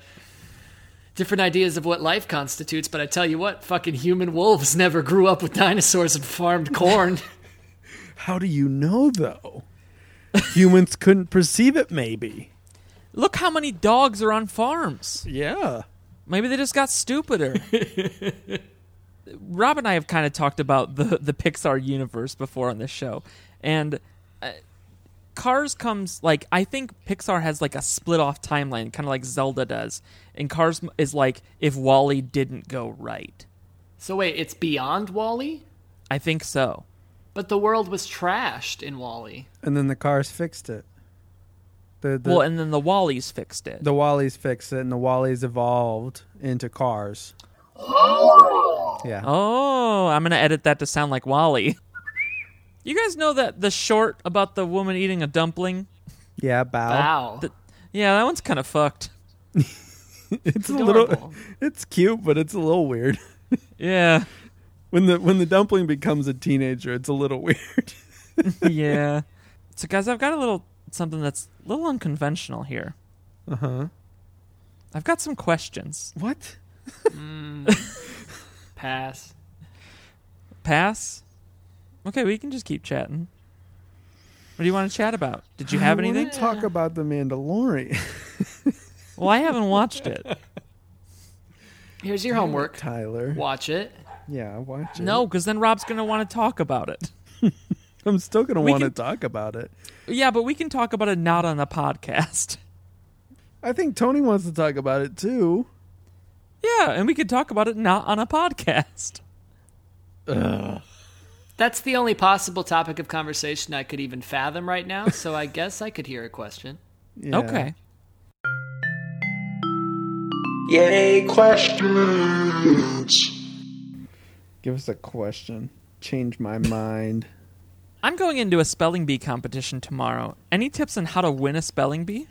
[SPEAKER 3] different ideas of what life constitutes. But I tell you what, fucking human wolves never grew up with dinosaurs and farmed corn.
[SPEAKER 1] How do you know though? Humans couldn't perceive it, maybe.
[SPEAKER 2] Look how many dogs are on farms.
[SPEAKER 1] Yeah.
[SPEAKER 2] Maybe they just got stupider. Rob and I have kind of talked about the the Pixar universe before on this show, and uh, Cars comes like I think Pixar has like a split off timeline, kind of like Zelda does, and Cars m- is like if Wally didn't go right.
[SPEAKER 3] so wait, it's beyond Wally,
[SPEAKER 2] I think so.
[SPEAKER 3] but the world was trashed in Wally.
[SPEAKER 1] And then the Cars fixed it. The the,
[SPEAKER 2] well, and then the Wallies fixed it.
[SPEAKER 1] the Wallies fixed it, and the Wallies evolved into cars. Yeah.
[SPEAKER 2] Oh, I'm gonna edit that to sound like Wally. You guys know that the short about the woman eating a dumpling?
[SPEAKER 1] Yeah. Bow.
[SPEAKER 3] Wow.
[SPEAKER 2] The- yeah, that one's kind of fucked.
[SPEAKER 1] It's a
[SPEAKER 3] adorable.
[SPEAKER 1] little. It's cute, but it's a little weird.
[SPEAKER 2] Yeah,
[SPEAKER 1] When the when the dumpling becomes a teenager, it's a little weird.
[SPEAKER 2] yeah. So, guys, I've got a little something that's a little unconventional here.
[SPEAKER 1] Uh huh.
[SPEAKER 2] I've got some questions.
[SPEAKER 1] What?
[SPEAKER 3] Pass.
[SPEAKER 2] Pass. Okay, we can just keep chatting. What do you want to chat about? Did you have anything?
[SPEAKER 1] Talk about the Mandalorian.
[SPEAKER 2] Well, I haven't watched it.
[SPEAKER 3] Here's your homework.
[SPEAKER 1] Tyler.
[SPEAKER 3] Watch it.
[SPEAKER 1] Yeah, watch it.
[SPEAKER 2] No, because then Rob's gonna want to talk about it.
[SPEAKER 1] I'm still gonna
[SPEAKER 2] We
[SPEAKER 1] want to
[SPEAKER 2] can-
[SPEAKER 1] talk about it.
[SPEAKER 2] Yeah, but we can talk about it not on the podcast.
[SPEAKER 1] I think Tony wants to talk about it too.
[SPEAKER 2] Yeah, and we could talk about it not on a podcast.
[SPEAKER 3] That's the only possible topic of conversation I could even fathom right now. So I guess I could hear a question.
[SPEAKER 1] Yeah.
[SPEAKER 2] Okay.
[SPEAKER 5] Yay, questions!
[SPEAKER 1] Give us a question. Change my mind.
[SPEAKER 2] I'm going into a spelling bee competition tomorrow. Any tips on how to win a spelling bee?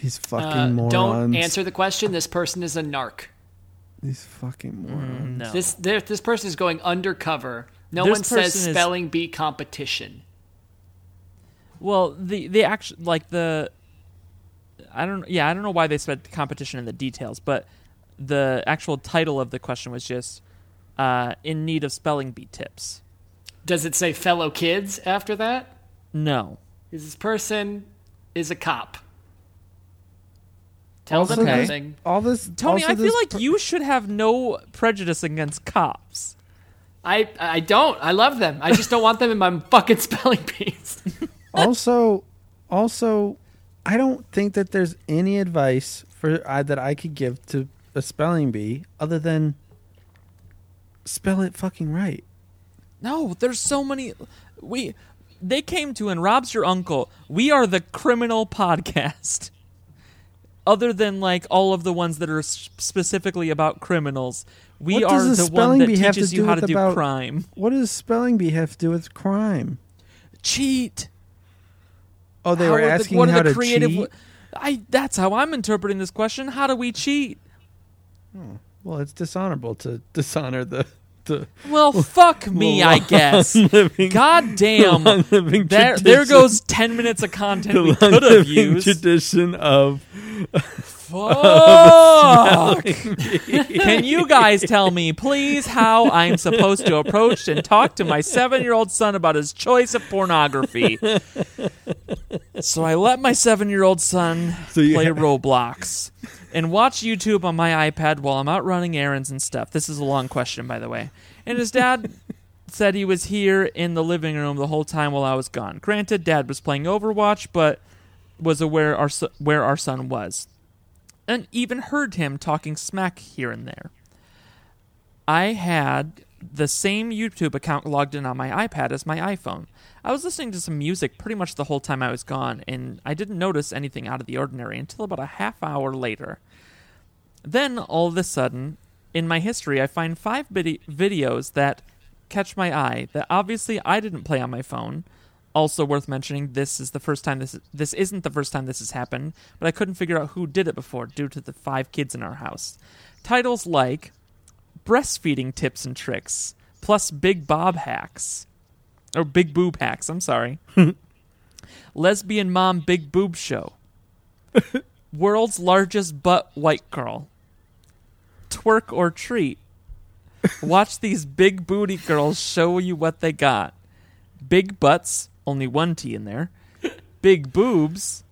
[SPEAKER 1] These fucking
[SPEAKER 3] Uh,
[SPEAKER 1] morons.
[SPEAKER 3] don't answer the question. This person is a narc.
[SPEAKER 1] These fucking
[SPEAKER 2] Mm-hmm.
[SPEAKER 1] morons.
[SPEAKER 2] No.
[SPEAKER 3] This there- this person is going undercover. No
[SPEAKER 2] This
[SPEAKER 3] one says
[SPEAKER 2] person is-
[SPEAKER 3] spelling bee competition.
[SPEAKER 2] Well, the the action like the I don't yeah, I don't know why they said competition in the details, but the actual title of the question was just uh, in need of spelling bee tips.
[SPEAKER 3] Does it say fellow kids after that?
[SPEAKER 2] No.
[SPEAKER 3] Is this person is a cop? Tell
[SPEAKER 1] Also,
[SPEAKER 3] them
[SPEAKER 2] Okay.
[SPEAKER 1] this-
[SPEAKER 3] nothing.
[SPEAKER 1] all this.
[SPEAKER 2] Tony,
[SPEAKER 1] also
[SPEAKER 2] I feel
[SPEAKER 1] this
[SPEAKER 2] like
[SPEAKER 1] per-
[SPEAKER 2] you should have no prejudice against cops.
[SPEAKER 3] I I don't. I love them. I just don't want them in my fucking spelling bees.
[SPEAKER 1] also, also, I don't think that there's any advice for I, that I could give to a spelling bee other than spell it fucking right.
[SPEAKER 2] No, there's so many we they came to and rob's your uncle we are the criminal podcast other than like all of the ones that are s- specifically about criminals we
[SPEAKER 1] What
[SPEAKER 2] are
[SPEAKER 1] does
[SPEAKER 2] the
[SPEAKER 1] the
[SPEAKER 2] one
[SPEAKER 1] spelling
[SPEAKER 2] that
[SPEAKER 1] bee have
[SPEAKER 2] teaches
[SPEAKER 1] to
[SPEAKER 2] you
[SPEAKER 1] do
[SPEAKER 2] how
[SPEAKER 1] with
[SPEAKER 2] to do
[SPEAKER 1] about-
[SPEAKER 2] crime
[SPEAKER 1] What does spelling bee have to do with crime?
[SPEAKER 2] cheat
[SPEAKER 1] Oh, they
[SPEAKER 2] How
[SPEAKER 1] were
[SPEAKER 2] are the-
[SPEAKER 1] asking
[SPEAKER 2] what are
[SPEAKER 1] how
[SPEAKER 2] the
[SPEAKER 1] to
[SPEAKER 2] creative
[SPEAKER 1] cheat.
[SPEAKER 2] w- i that's how i'm interpreting this question how do we cheat
[SPEAKER 1] well, it's dishonorable to dishonor the the
[SPEAKER 2] well fuck me i guess
[SPEAKER 1] living.
[SPEAKER 2] god damn
[SPEAKER 1] living
[SPEAKER 2] there, there goes 10 minutes of content we could have used
[SPEAKER 1] tradition of
[SPEAKER 2] Fuck! Can you guys tell me, please, how I'm supposed to approach and talk to my seven year old son about his choice of pornography? So I let my seven year old son
[SPEAKER 1] So you
[SPEAKER 2] play
[SPEAKER 1] ha-
[SPEAKER 2] Roblox and watch YouTube on my iPad while I'm out running errands and stuff. This is a long question, by the way. And his dad said he was here in the living room the whole time while I was gone. Granted, dad was playing Overwatch, but was aware our so- where our son was, and even heard him talking smack here and there. I had the same YouTube account logged in on my iPad as my iPhone. I was listening to some music pretty much the whole time I was gone, and I didn't notice anything out of the ordinary until about a half hour later. Then, all of a sudden, in my history, I find five vid- videos that catch my eye that obviously I didn't play on my phone. Also worth mentioning, this is the first time this this isn't the first time this has happened, but I couldn't figure out who did it before due to the five kids in our house. Titles like breastfeeding tips and tricks, plus Big Bob hacks. Or Big Boob hacks, I'm sorry. Lesbian Mom Big Boob Show. World's largest butt white girl. Twerk or treat. Watch these big booty girls show you what they got. Big butts, only one T in there. Big boobs.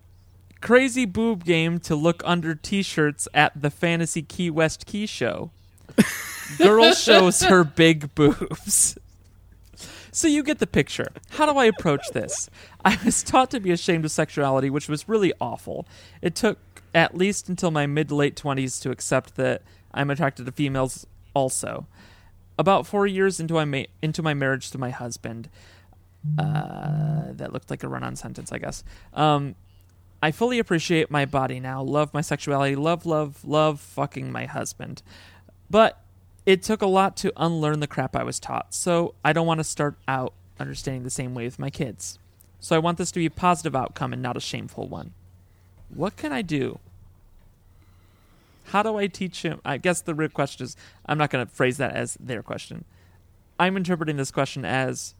[SPEAKER 2] Crazy boob game to look under t shirts at the Fantasy Key West Key Show girl shows her big boobs. So you get the picture. How do I approach this? I was taught to be ashamed of sexuality, which was really awful. It took at least until my mid to late 20s to accept that I'm attracted to females also. About 4 years into my ma- into my marriage to my husband, uh, that looked like a run-on sentence, I guess. Um, I fully appreciate my body now, love my sexuality, love, love, love fucking my husband. But it took a lot to unlearn the crap I was taught, so I don't want to start out understanding the same way with my kids. So I want this to be a positive outcome and not a shameful one. What can I do? How do I teach him? I guess the real question is I'm not going to phrase that as their question. I'm interpreting this question as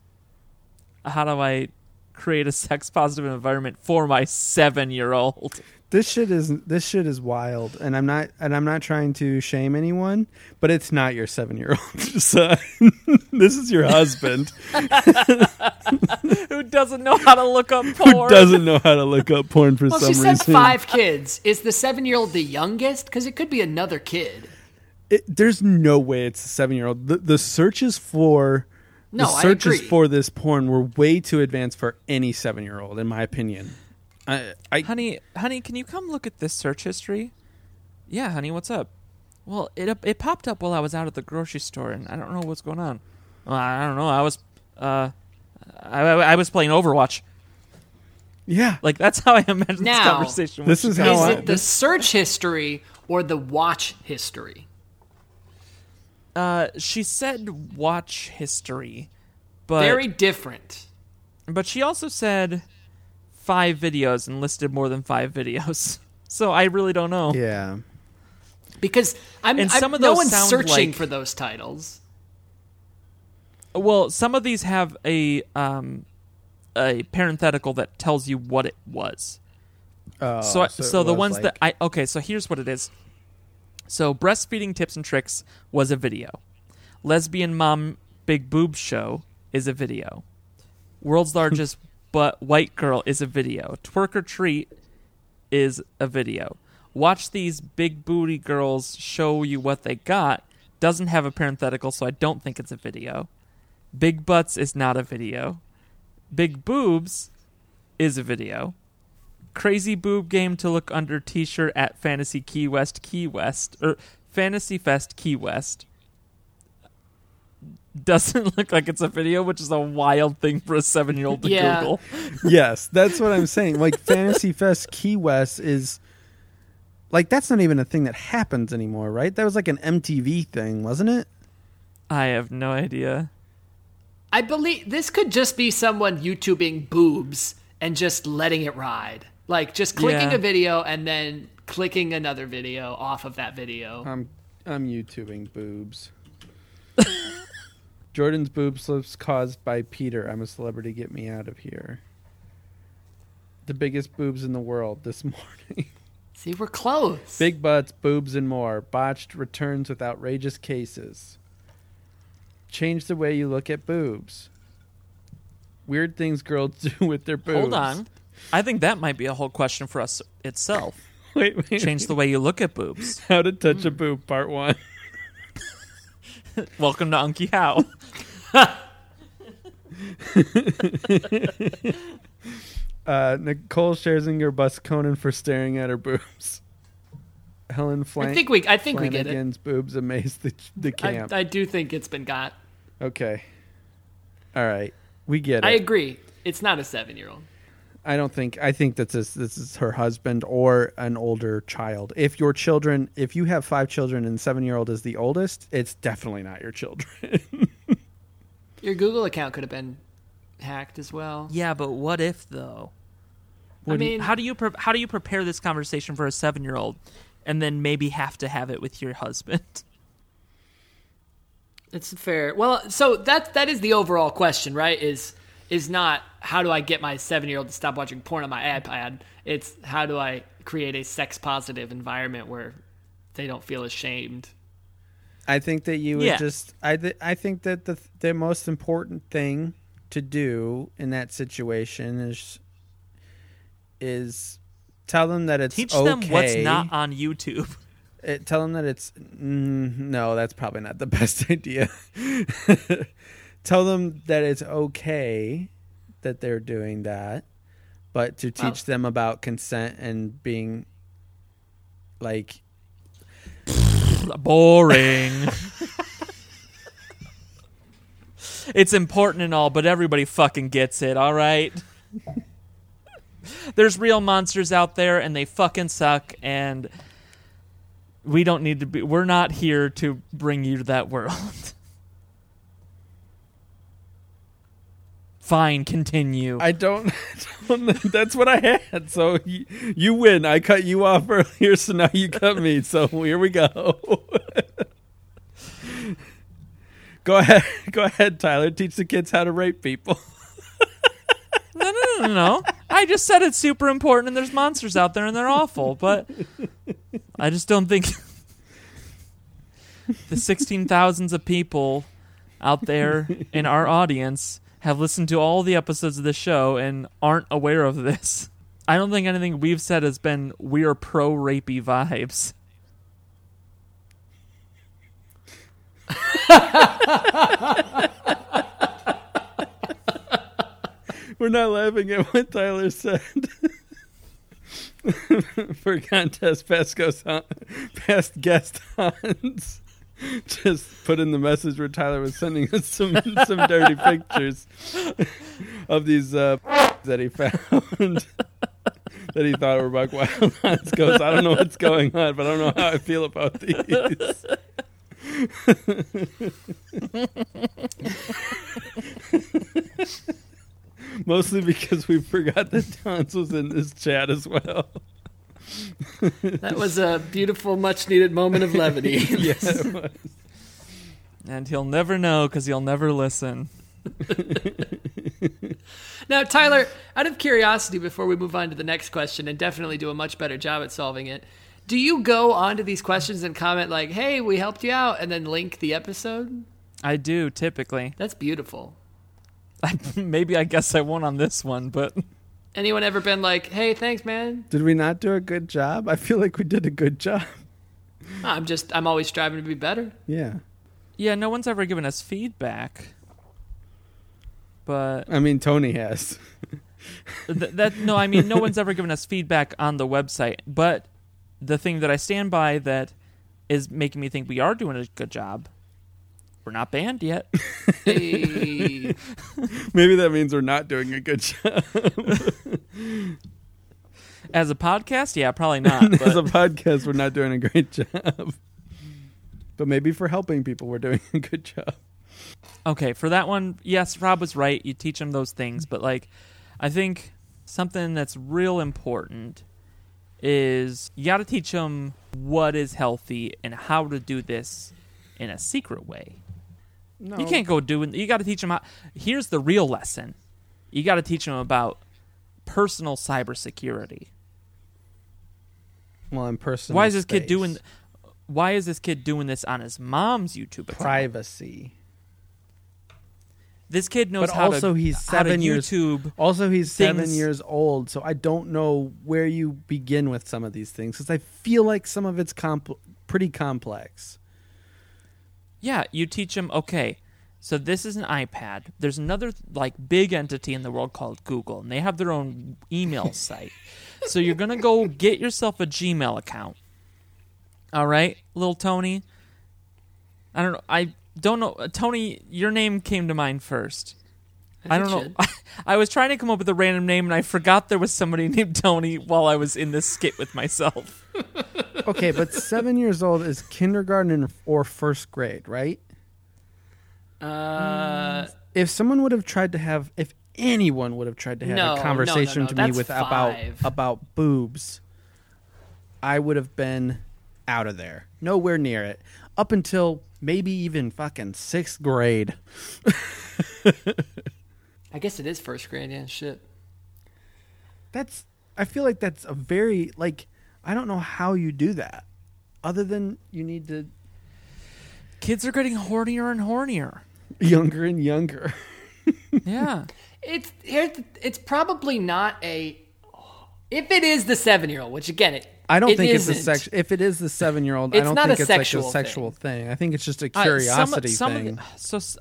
[SPEAKER 2] how do I create a sex positive environment for my seven year old?
[SPEAKER 1] this shit is this shit is wild, and I'm not and I'm not trying to shame anyone, but it's not your seven year old son. this is your husband
[SPEAKER 2] Who doesn't know how to look up
[SPEAKER 1] who
[SPEAKER 2] porn?
[SPEAKER 1] doesn't know how to look up porn for
[SPEAKER 3] Well,
[SPEAKER 1] some
[SPEAKER 3] she said
[SPEAKER 1] reason.
[SPEAKER 3] five kids. Is the seven-year-old the youngest? Because it could be another kid.
[SPEAKER 1] It, there's no way it's a seven year old. The, the searches for
[SPEAKER 3] No,
[SPEAKER 1] the
[SPEAKER 3] I
[SPEAKER 1] searches
[SPEAKER 3] agree.
[SPEAKER 1] for this porn were way too advanced for any seven year old, in my opinion. I, I
[SPEAKER 2] honey, honey, can you come look at this search history? Yeah, honey, what's up? Well, it it popped up while I was out at the grocery store, and I don't know what's going on. Well, I don't know. I was, uh, I, I, I was playing Overwatch.
[SPEAKER 1] yeah.
[SPEAKER 2] Like that's how I imagine this
[SPEAKER 3] Now,
[SPEAKER 2] conversation.
[SPEAKER 1] This
[SPEAKER 2] would
[SPEAKER 1] is
[SPEAKER 2] go.
[SPEAKER 1] how
[SPEAKER 3] Is
[SPEAKER 1] I-
[SPEAKER 3] it the search history or the watch history?
[SPEAKER 2] uh, she said watch history, but
[SPEAKER 3] Very different.
[SPEAKER 2] but she also said five videos and listed more than five videos. So I really don't know.
[SPEAKER 1] yeah.
[SPEAKER 3] Because I'm,
[SPEAKER 2] And
[SPEAKER 3] I'm-
[SPEAKER 2] some of
[SPEAKER 3] no
[SPEAKER 2] those
[SPEAKER 3] one's
[SPEAKER 2] sound
[SPEAKER 3] searching
[SPEAKER 2] like-
[SPEAKER 3] for those titles.
[SPEAKER 2] Well, some of these have a um, a parenthetical that tells you what it was.
[SPEAKER 1] Oh,
[SPEAKER 2] so, I- so,
[SPEAKER 1] it
[SPEAKER 2] the
[SPEAKER 1] was
[SPEAKER 2] ones
[SPEAKER 1] like-
[SPEAKER 2] that I okay, so here's what it is. So breastfeeding tips and tricks was a video. Lesbian mom big boob show is a video. World's largest but white girl is a video. Twerk or treat is a video. Watch these big booty girls show you what they got doesn't have a parenthetical, so I don't think it's a video. Big butts is not a video. Big boobs is a video crazy boob game to look under t-shirt at fantasy key er, west key west or fantasy fest key west doesn't look like it's a video, which is a wild thing for a seven year old to
[SPEAKER 3] Yeah.
[SPEAKER 2] Google.
[SPEAKER 1] yes, that's what I'm saying. Like Fantasy Fest Key West is like that's not even a thing that happens anymore, right? That was like an MTV thing, wasn't it?
[SPEAKER 2] I have no idea.
[SPEAKER 3] I believe this could just be someone YouTubing boobs and just letting it ride. Like just clicking
[SPEAKER 2] Yeah.
[SPEAKER 3] a video and then clicking another video off of that video.
[SPEAKER 1] I'm I'm YouTubing boobs. Jordan's boob slips caused by Peter. I'm a celebrity. Get me out of here. The biggest boobs in the world this morning.
[SPEAKER 3] See, we're close.
[SPEAKER 1] Big butts, boobs, and more. Botched returns with outrageous cases. Change the way you look at boobs. Weird things girls do with their boobs.
[SPEAKER 2] Hold on. I think that might be a whole question for us itself.
[SPEAKER 1] Wait, wait.
[SPEAKER 2] Change the way you look at boobs.
[SPEAKER 1] How to touch a
[SPEAKER 3] Hmm.
[SPEAKER 1] boob, part one.
[SPEAKER 2] Welcome to Unky How.
[SPEAKER 1] Uh, Nicole Scherzinger busts Conan for staring at her boobs. Helen Flan-
[SPEAKER 3] I think we. I think we get it.
[SPEAKER 1] Flanagan's boobs amaze the, the
[SPEAKER 3] I,
[SPEAKER 1] camp.
[SPEAKER 3] I do think it's been got.
[SPEAKER 1] okay. All right. We get it.
[SPEAKER 3] I agree. It's not a seven-year-old.
[SPEAKER 1] I don't think I think that this this is her husband or an older child. If your children, if you have five children and seven year old is the oldest, it's definitely not your children.
[SPEAKER 3] Your Google account could have been hacked as well.
[SPEAKER 2] yeah, but what if though?
[SPEAKER 3] I mean,
[SPEAKER 2] how do you pre- how do you prepare this conversation for a seven year old, and then maybe have to have it with your husband?
[SPEAKER 3] It's fair. Well, so that that is the overall question, right? Is is not how do I get my seven year old to stop watching porn on my iPad? It's how do I create a sex positive environment where they don't feel ashamed.
[SPEAKER 1] I think that you would
[SPEAKER 2] Yeah.
[SPEAKER 1] just I th- I think that the the most important thing to do in that situation is is tell them that it's
[SPEAKER 2] Teach
[SPEAKER 1] okay.
[SPEAKER 2] them what's not on YouTube.
[SPEAKER 1] it, tell them that it's mm, no that's probably not the best idea tell them that it's okay that they're doing that but to teach them about consent and being like
[SPEAKER 2] Boring. it's important and all, but everybody fucking gets it, all right? There's real monsters out there and they fucking suck and we don't need to be we're not here to bring you to that world. Fine, continue.
[SPEAKER 1] i don't, I don't- that's what i had so you, you win i cut you off earlier so now you cut me so here we go go ahead go ahead tyler teach the kids how to rape people
[SPEAKER 2] No, no, no, no, no. I just said it's super important and there's monsters out there and they're awful, but I just don't think the 16,000s of people out there in our audience have listened to all the episodes of the show and aren't aware of this. I don't think anything we've said has been we are pro rapey vibes.
[SPEAKER 1] We're not laughing at what Tyler said. For contest past goes on, past guest ons. Just put in the message where Tyler was sending us some some dirty pictures of these uh, that he found that he thought were buck wild ons goes. I don't know what's going on, but I don't know how I feel about these. Mostly because we forgot that Tons was in this chat as well.
[SPEAKER 3] That was a beautiful, much needed moment of levity.
[SPEAKER 1] Yeah, it was.
[SPEAKER 2] And he'll never know because he'll never listen.
[SPEAKER 3] now, Tyler, out of curiosity, before we move on to the next question and definitely do a much better job at solving it, do you go onto these questions and comment like, "Hey, we helped you out," and then link the episode?
[SPEAKER 2] I do typically.
[SPEAKER 3] That's beautiful.
[SPEAKER 2] Maybe I guess I won't on this one, but
[SPEAKER 3] Anyone ever been like, "Hey, thanks, man.
[SPEAKER 1] Did we not do a good job? I feel like we did a good job.
[SPEAKER 3] I'm just I'm always striving to be better."
[SPEAKER 1] Yeah.
[SPEAKER 2] Yeah, no one's ever given us feedback. But
[SPEAKER 1] I mean, Tony has.
[SPEAKER 2] th- that no, I mean no one's ever given us feedback on the website. But the thing that I stand by that is making me think we are doing a good job we're not banned yet.
[SPEAKER 3] Hey.
[SPEAKER 1] Maybe that means we're not doing a good job.
[SPEAKER 2] As a podcast, yeah, probably not.
[SPEAKER 1] As
[SPEAKER 2] But
[SPEAKER 1] a podcast, we're not doing a great job. But maybe for helping people, we're doing a good job.
[SPEAKER 2] okay, for that one, yes, Rob was right. You teach them those things, but like, I think something that's real important is you got to teach them what is healthy and how to do this in a secret way.
[SPEAKER 1] No.
[SPEAKER 2] You can't go doing. You got to teach them. How, here's the real lesson. You got to teach them about personal cybersecurity.
[SPEAKER 1] Well, in person.
[SPEAKER 2] Why is this kid doing? Why is this kid doing this on his mom's YouTube account?
[SPEAKER 1] privacy?
[SPEAKER 2] This kid knows
[SPEAKER 1] But
[SPEAKER 2] how
[SPEAKER 1] also,
[SPEAKER 2] to.
[SPEAKER 1] he's
[SPEAKER 2] how to
[SPEAKER 1] seven years.
[SPEAKER 2] YouTube.
[SPEAKER 1] Also, he's seven
[SPEAKER 2] things-
[SPEAKER 1] years old, so I don't know where you begin with some of these things because I feel like some of it's comp- pretty complex.
[SPEAKER 2] Yeah, you teach them. Okay, so this is an iPad. There's another like big entity in the world called Google, and they have their own email site. so you're gonna go get yourself a Gmail account. All right, little Tony. I don't know. I don't know. Uh, Tony, your name came to mind first. I
[SPEAKER 3] think
[SPEAKER 2] don't know.
[SPEAKER 3] it
[SPEAKER 2] I, was trying to come up with a random name, and I forgot there was somebody named Tony while I was in this skit with myself.
[SPEAKER 1] Okay, but seven years old is kindergarten or first grade, right?
[SPEAKER 3] Uh,
[SPEAKER 1] if someone would have tried to have if anyone would have tried to have
[SPEAKER 3] No, no,
[SPEAKER 1] a
[SPEAKER 3] no,
[SPEAKER 1] conversation
[SPEAKER 3] no,
[SPEAKER 1] to me
[SPEAKER 3] that's
[SPEAKER 1] with about
[SPEAKER 3] five.
[SPEAKER 1] about boobs i would have been out of there nowhere near it up until maybe even fucking sixth grade
[SPEAKER 3] I guess it is first grade. Yeah, shit.
[SPEAKER 1] that's i feel like that's a very like i don't know how you do that other than you need to
[SPEAKER 2] Kids are getting hornier and hornier.
[SPEAKER 1] younger and younger
[SPEAKER 2] Yeah.
[SPEAKER 3] It's here's the, it's probably not a. If it is the seven year old, which again, it
[SPEAKER 1] i don't
[SPEAKER 3] it
[SPEAKER 1] think it's a
[SPEAKER 3] isn't.
[SPEAKER 1] sex if it is the seven year old i
[SPEAKER 3] It's
[SPEAKER 1] don't
[SPEAKER 3] not
[SPEAKER 1] think
[SPEAKER 3] a
[SPEAKER 1] it's like
[SPEAKER 3] sexual
[SPEAKER 1] a sexual thing. i think it's just a curiosity thing
[SPEAKER 2] Of the, so, s-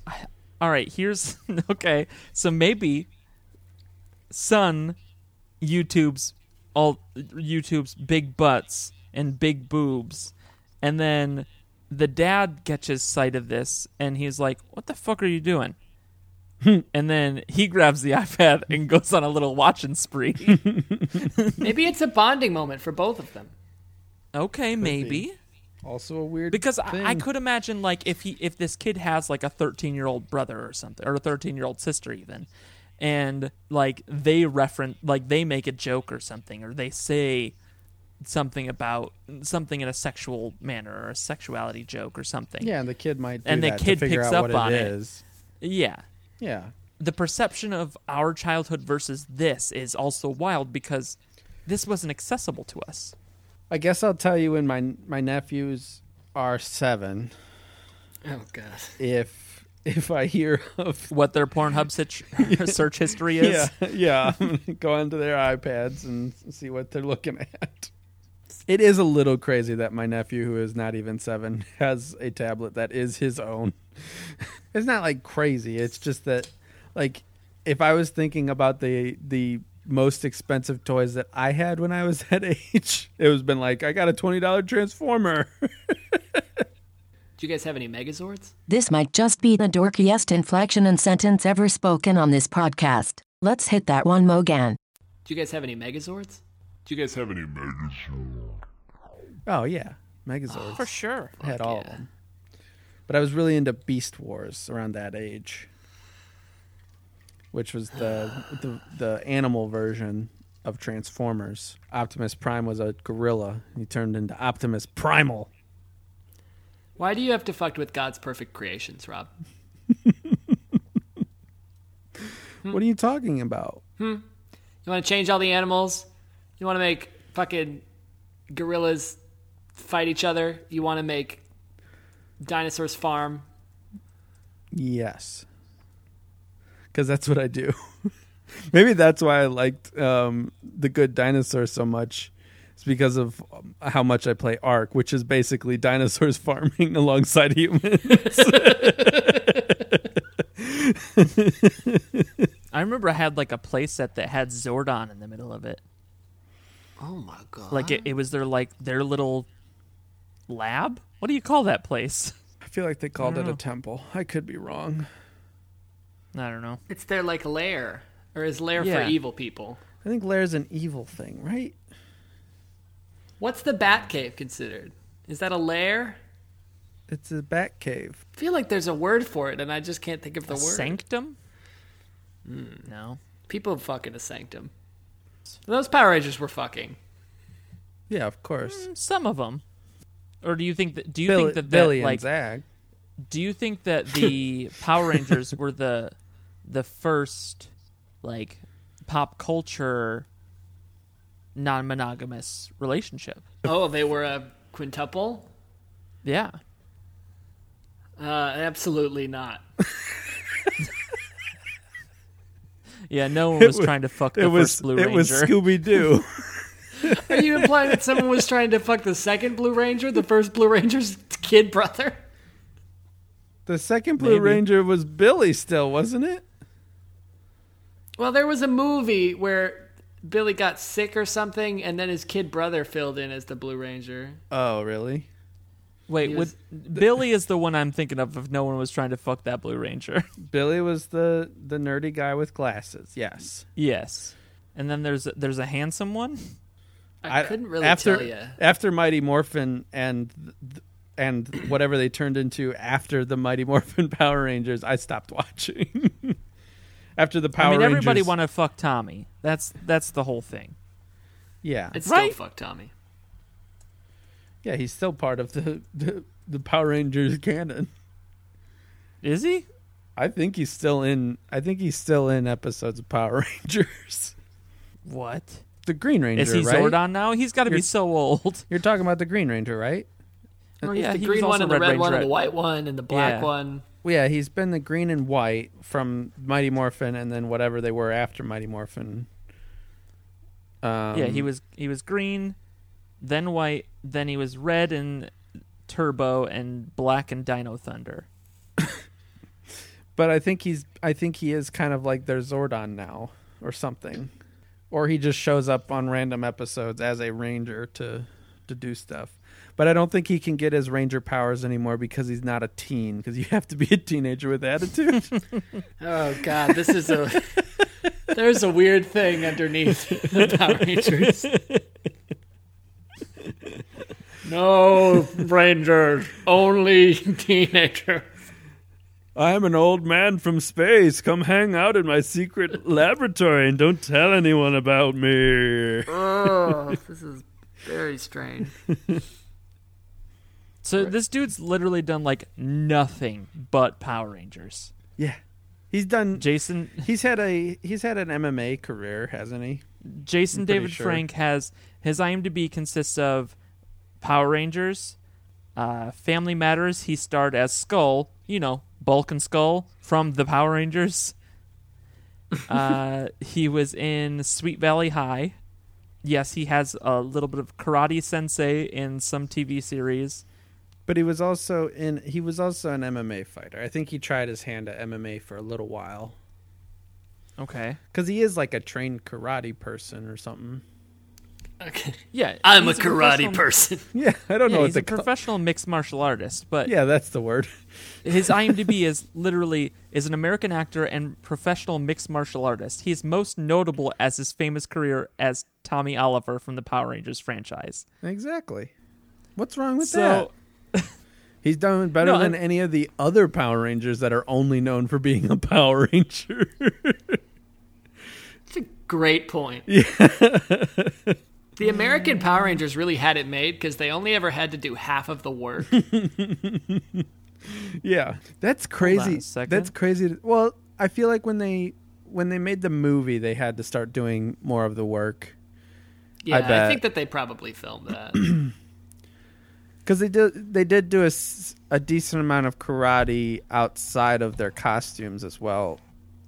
[SPEAKER 2] all right, here's okay. So maybe son YouTube's all YouTube's big butts and big boobs, and then the dad catches sight of this and he's like, "What the fuck are you doing?" and then he grabs the iPad and goes on a little watching spree.
[SPEAKER 3] Maybe it's a bonding moment for both of them.
[SPEAKER 2] okay, maybe.
[SPEAKER 1] also a weird
[SPEAKER 2] because I, I
[SPEAKER 1] thing.
[SPEAKER 2] could imagine like if he if this kid has like a 13 year old brother or something or a 13 year old sister even and like they reference like they make a joke or something or they say something about something in a sexual manner or a sexuality joke or something
[SPEAKER 1] Yeah, and the kid might do
[SPEAKER 2] And the
[SPEAKER 1] that
[SPEAKER 2] kid
[SPEAKER 1] to figure
[SPEAKER 2] picks
[SPEAKER 1] out
[SPEAKER 2] up
[SPEAKER 1] what
[SPEAKER 2] on
[SPEAKER 1] it
[SPEAKER 2] it.
[SPEAKER 1] is.
[SPEAKER 2] yeah
[SPEAKER 1] Yeah.
[SPEAKER 2] the perception of our childhood versus this is also wild because this wasn't accessible to us
[SPEAKER 1] I guess I'll tell you when my my nephews are 7
[SPEAKER 3] Oh god.
[SPEAKER 1] if if I hear of
[SPEAKER 2] what their Pornhub search, search history is
[SPEAKER 1] yeah, yeah, I'm gonna go onto their iPads and see what they're looking at. It is a little crazy that my nephew who is not even 7 has a tablet that is his own. It's not like crazy, it's just that like if I was thinking about the the most expensive toys that I had when I was that age, it was been like I got a $20 transformer.
[SPEAKER 3] Do you guys have any Megazords?
[SPEAKER 6] This might just be the dorkiest inflection and sentence ever spoken on this podcast. Let's hit that one mogan.
[SPEAKER 3] Do you guys have any Megazords? Do you guys have any?
[SPEAKER 1] Oh yeah, Megazords
[SPEAKER 2] for sure
[SPEAKER 1] had all of them. But I was really into Beast Wars around that age, which was the the, the animal version of Transformers. Optimus Prime was a gorilla. and He turned into Optimus Primal.
[SPEAKER 3] Why do you have to fuck with God's perfect creations, Rob?
[SPEAKER 2] Hmm.
[SPEAKER 1] What are you talking about?
[SPEAKER 3] You want to change all the animals? You want to make fucking gorillas fight each other? You want to make dinosaurs farm?
[SPEAKER 1] Yes. Because that's what I do. Maybe that's why I liked um, The Good Dinosaur so much. It's because of um, how much I play Ark, which is basically dinosaurs farming alongside humans.
[SPEAKER 2] I remember I had like a playset that had Zordon in the middle of it.
[SPEAKER 3] Oh my god!
[SPEAKER 2] Like it, it was their like their little lab. What do you call that place?
[SPEAKER 1] I feel like they called it
[SPEAKER 2] don't
[SPEAKER 1] a
[SPEAKER 2] know.
[SPEAKER 1] temple. I could be wrong.
[SPEAKER 2] I don't know.
[SPEAKER 3] It's their like lair, or is lair
[SPEAKER 2] Yeah.
[SPEAKER 3] for evil people?
[SPEAKER 1] I think Lair's an evil thing, right?
[SPEAKER 3] What's the bat cave considered? Is that a lair?
[SPEAKER 1] It's a bat cave.
[SPEAKER 3] I feel like there's a word for it, and I just can't think of the
[SPEAKER 2] A
[SPEAKER 3] word. Hmm.
[SPEAKER 2] sanctum? No.
[SPEAKER 3] People fucking a sanctum. Those Power Rangers were fucking.
[SPEAKER 1] Yeah, of course.
[SPEAKER 2] Some of them. Or do you think that? Do you
[SPEAKER 1] Billy,
[SPEAKER 2] Mm, think that, that
[SPEAKER 1] Billy and
[SPEAKER 2] like?
[SPEAKER 1] Zag.
[SPEAKER 2] Do you think that the Power Rangers were the the first like pop culture non monogamous relationship?
[SPEAKER 3] Oh, they were a quintuple?
[SPEAKER 2] Yeah.
[SPEAKER 3] Uh, absolutely not.
[SPEAKER 2] Yeah, no one was trying to fuck the
[SPEAKER 1] It was
[SPEAKER 2] first Blue
[SPEAKER 1] it
[SPEAKER 2] Ranger.
[SPEAKER 1] was Scooby Doo.
[SPEAKER 3] Are you implying that someone was trying to fuck the second Blue Ranger, the first Blue Ranger's kid brother?
[SPEAKER 1] the second Blue Ranger was Billy, still wasn't it?
[SPEAKER 3] Well, there was a movie where Billy got sick or something, and then his kid brother filled in as the Blue Ranger.
[SPEAKER 1] Oh, really?
[SPEAKER 2] Wait,
[SPEAKER 3] He was-
[SPEAKER 2] would, Billy is the one I'm thinking of. If no one was trying to fuck that Blue Ranger,
[SPEAKER 1] Billy was the the nerdy guy with glasses. Yes,
[SPEAKER 2] yes. And then there's there's a handsome one.
[SPEAKER 3] I, couldn't really
[SPEAKER 1] after,
[SPEAKER 3] tell you.
[SPEAKER 1] After Mighty Morphin and th- and whatever they turned into after the Mighty Morphin Power Rangers, I stopped watching. after the Power
[SPEAKER 2] I mean,
[SPEAKER 1] Rangers,
[SPEAKER 2] everybody want to fuck Tommy. That's that's the whole thing.
[SPEAKER 1] yeah,
[SPEAKER 3] It's
[SPEAKER 2] Right?
[SPEAKER 3] still fuck Tommy.
[SPEAKER 1] yeah, he's still part of the, the the Power Rangers canon.
[SPEAKER 2] Is he?
[SPEAKER 1] I think he's still in. I think he's still in episodes of Power Rangers.
[SPEAKER 2] What?
[SPEAKER 1] the Green Ranger,
[SPEAKER 2] Is he
[SPEAKER 1] right?
[SPEAKER 2] Zordon now? He's got to be
[SPEAKER 1] You're-
[SPEAKER 2] so old.
[SPEAKER 1] You're talking about the Green Ranger, right?
[SPEAKER 3] Or
[SPEAKER 2] Oh, yeah,
[SPEAKER 3] the
[SPEAKER 2] he was
[SPEAKER 3] green one
[SPEAKER 2] also
[SPEAKER 3] and the
[SPEAKER 2] Red
[SPEAKER 3] red one and
[SPEAKER 2] Rangerette.
[SPEAKER 3] the white one and the black
[SPEAKER 2] Yeah.
[SPEAKER 3] one.
[SPEAKER 1] Well, yeah, he's been the green and white from Mighty Morphin, and then whatever they were after Mighty Morphin. Um,
[SPEAKER 2] yeah, he was he was green, then white, then he was red and turbo and black and Dino Thunder.
[SPEAKER 1] But I think he's. I think he is kind of like their Zordon now, or something, or he just shows up on random episodes as a ranger to to do stuff. But I don't think he can get his ranger powers anymore because he's not a teen. Because you have to be a teenager with attitude.
[SPEAKER 3] Oh God, this is a. There's a weird thing underneath the Power Rangers. No Rangers, only teenager.
[SPEAKER 1] I'm an old man from space. Come hang out in my secret laboratory and don't tell anyone about me.
[SPEAKER 3] Oh, this is very strange.
[SPEAKER 2] So this dude's literally done like nothing but Power Rangers.
[SPEAKER 1] Yeah, he's done.
[SPEAKER 2] Jason
[SPEAKER 1] He's had a he's had an MMA career, hasn't he?
[SPEAKER 2] Jason
[SPEAKER 1] pretty
[SPEAKER 2] David
[SPEAKER 1] sure.
[SPEAKER 2] Frank has his IMDb consists of Power Rangers, uh, Family Matters. He starred as Skull, you know, Bulk and Skull from the Power Rangers. Uh, he was in Sweet Valley High. Yes, he has a little bit of karate sensei in some TV series.
[SPEAKER 1] But he was also in he was also an MMA fighter. I think he tried his hand at MMA for a little while
[SPEAKER 2] Okay.
[SPEAKER 1] because he is like a trained karate person or something.
[SPEAKER 3] Okay,
[SPEAKER 2] Yeah,
[SPEAKER 3] I'm
[SPEAKER 2] he's
[SPEAKER 3] a karate
[SPEAKER 2] professional-
[SPEAKER 3] person.
[SPEAKER 1] Yeah, I don't
[SPEAKER 2] Yeah,
[SPEAKER 1] know what
[SPEAKER 2] he's
[SPEAKER 1] they
[SPEAKER 2] a
[SPEAKER 1] call.
[SPEAKER 2] professional mixed martial artist, but
[SPEAKER 1] yeah, that's the word.
[SPEAKER 2] His IMDb is literally is an American actor and professional mixed martial artist. He is most notable as his famous career as Tommy Oliver from the Power Rangers franchise.
[SPEAKER 1] Exactly. What's wrong with
[SPEAKER 2] So-
[SPEAKER 1] that? He's done better
[SPEAKER 2] No,
[SPEAKER 1] than
[SPEAKER 2] I-
[SPEAKER 1] any of the other Power Rangers that are only known for being a Power Ranger.
[SPEAKER 3] That's a great point. the American Power Rangers really had it made because they only ever had to do half of the work.
[SPEAKER 1] yeah, that's
[SPEAKER 2] on
[SPEAKER 1] crazy.
[SPEAKER 2] a second.
[SPEAKER 1] That's crazy. to- well, I feel like when they when they made the movie, they had to start doing more of the work
[SPEAKER 3] Yeah, I
[SPEAKER 1] bet.
[SPEAKER 3] think that they probably filmed that.
[SPEAKER 1] because they did they did do a, s- a decent amount of karate outside of their costumes as well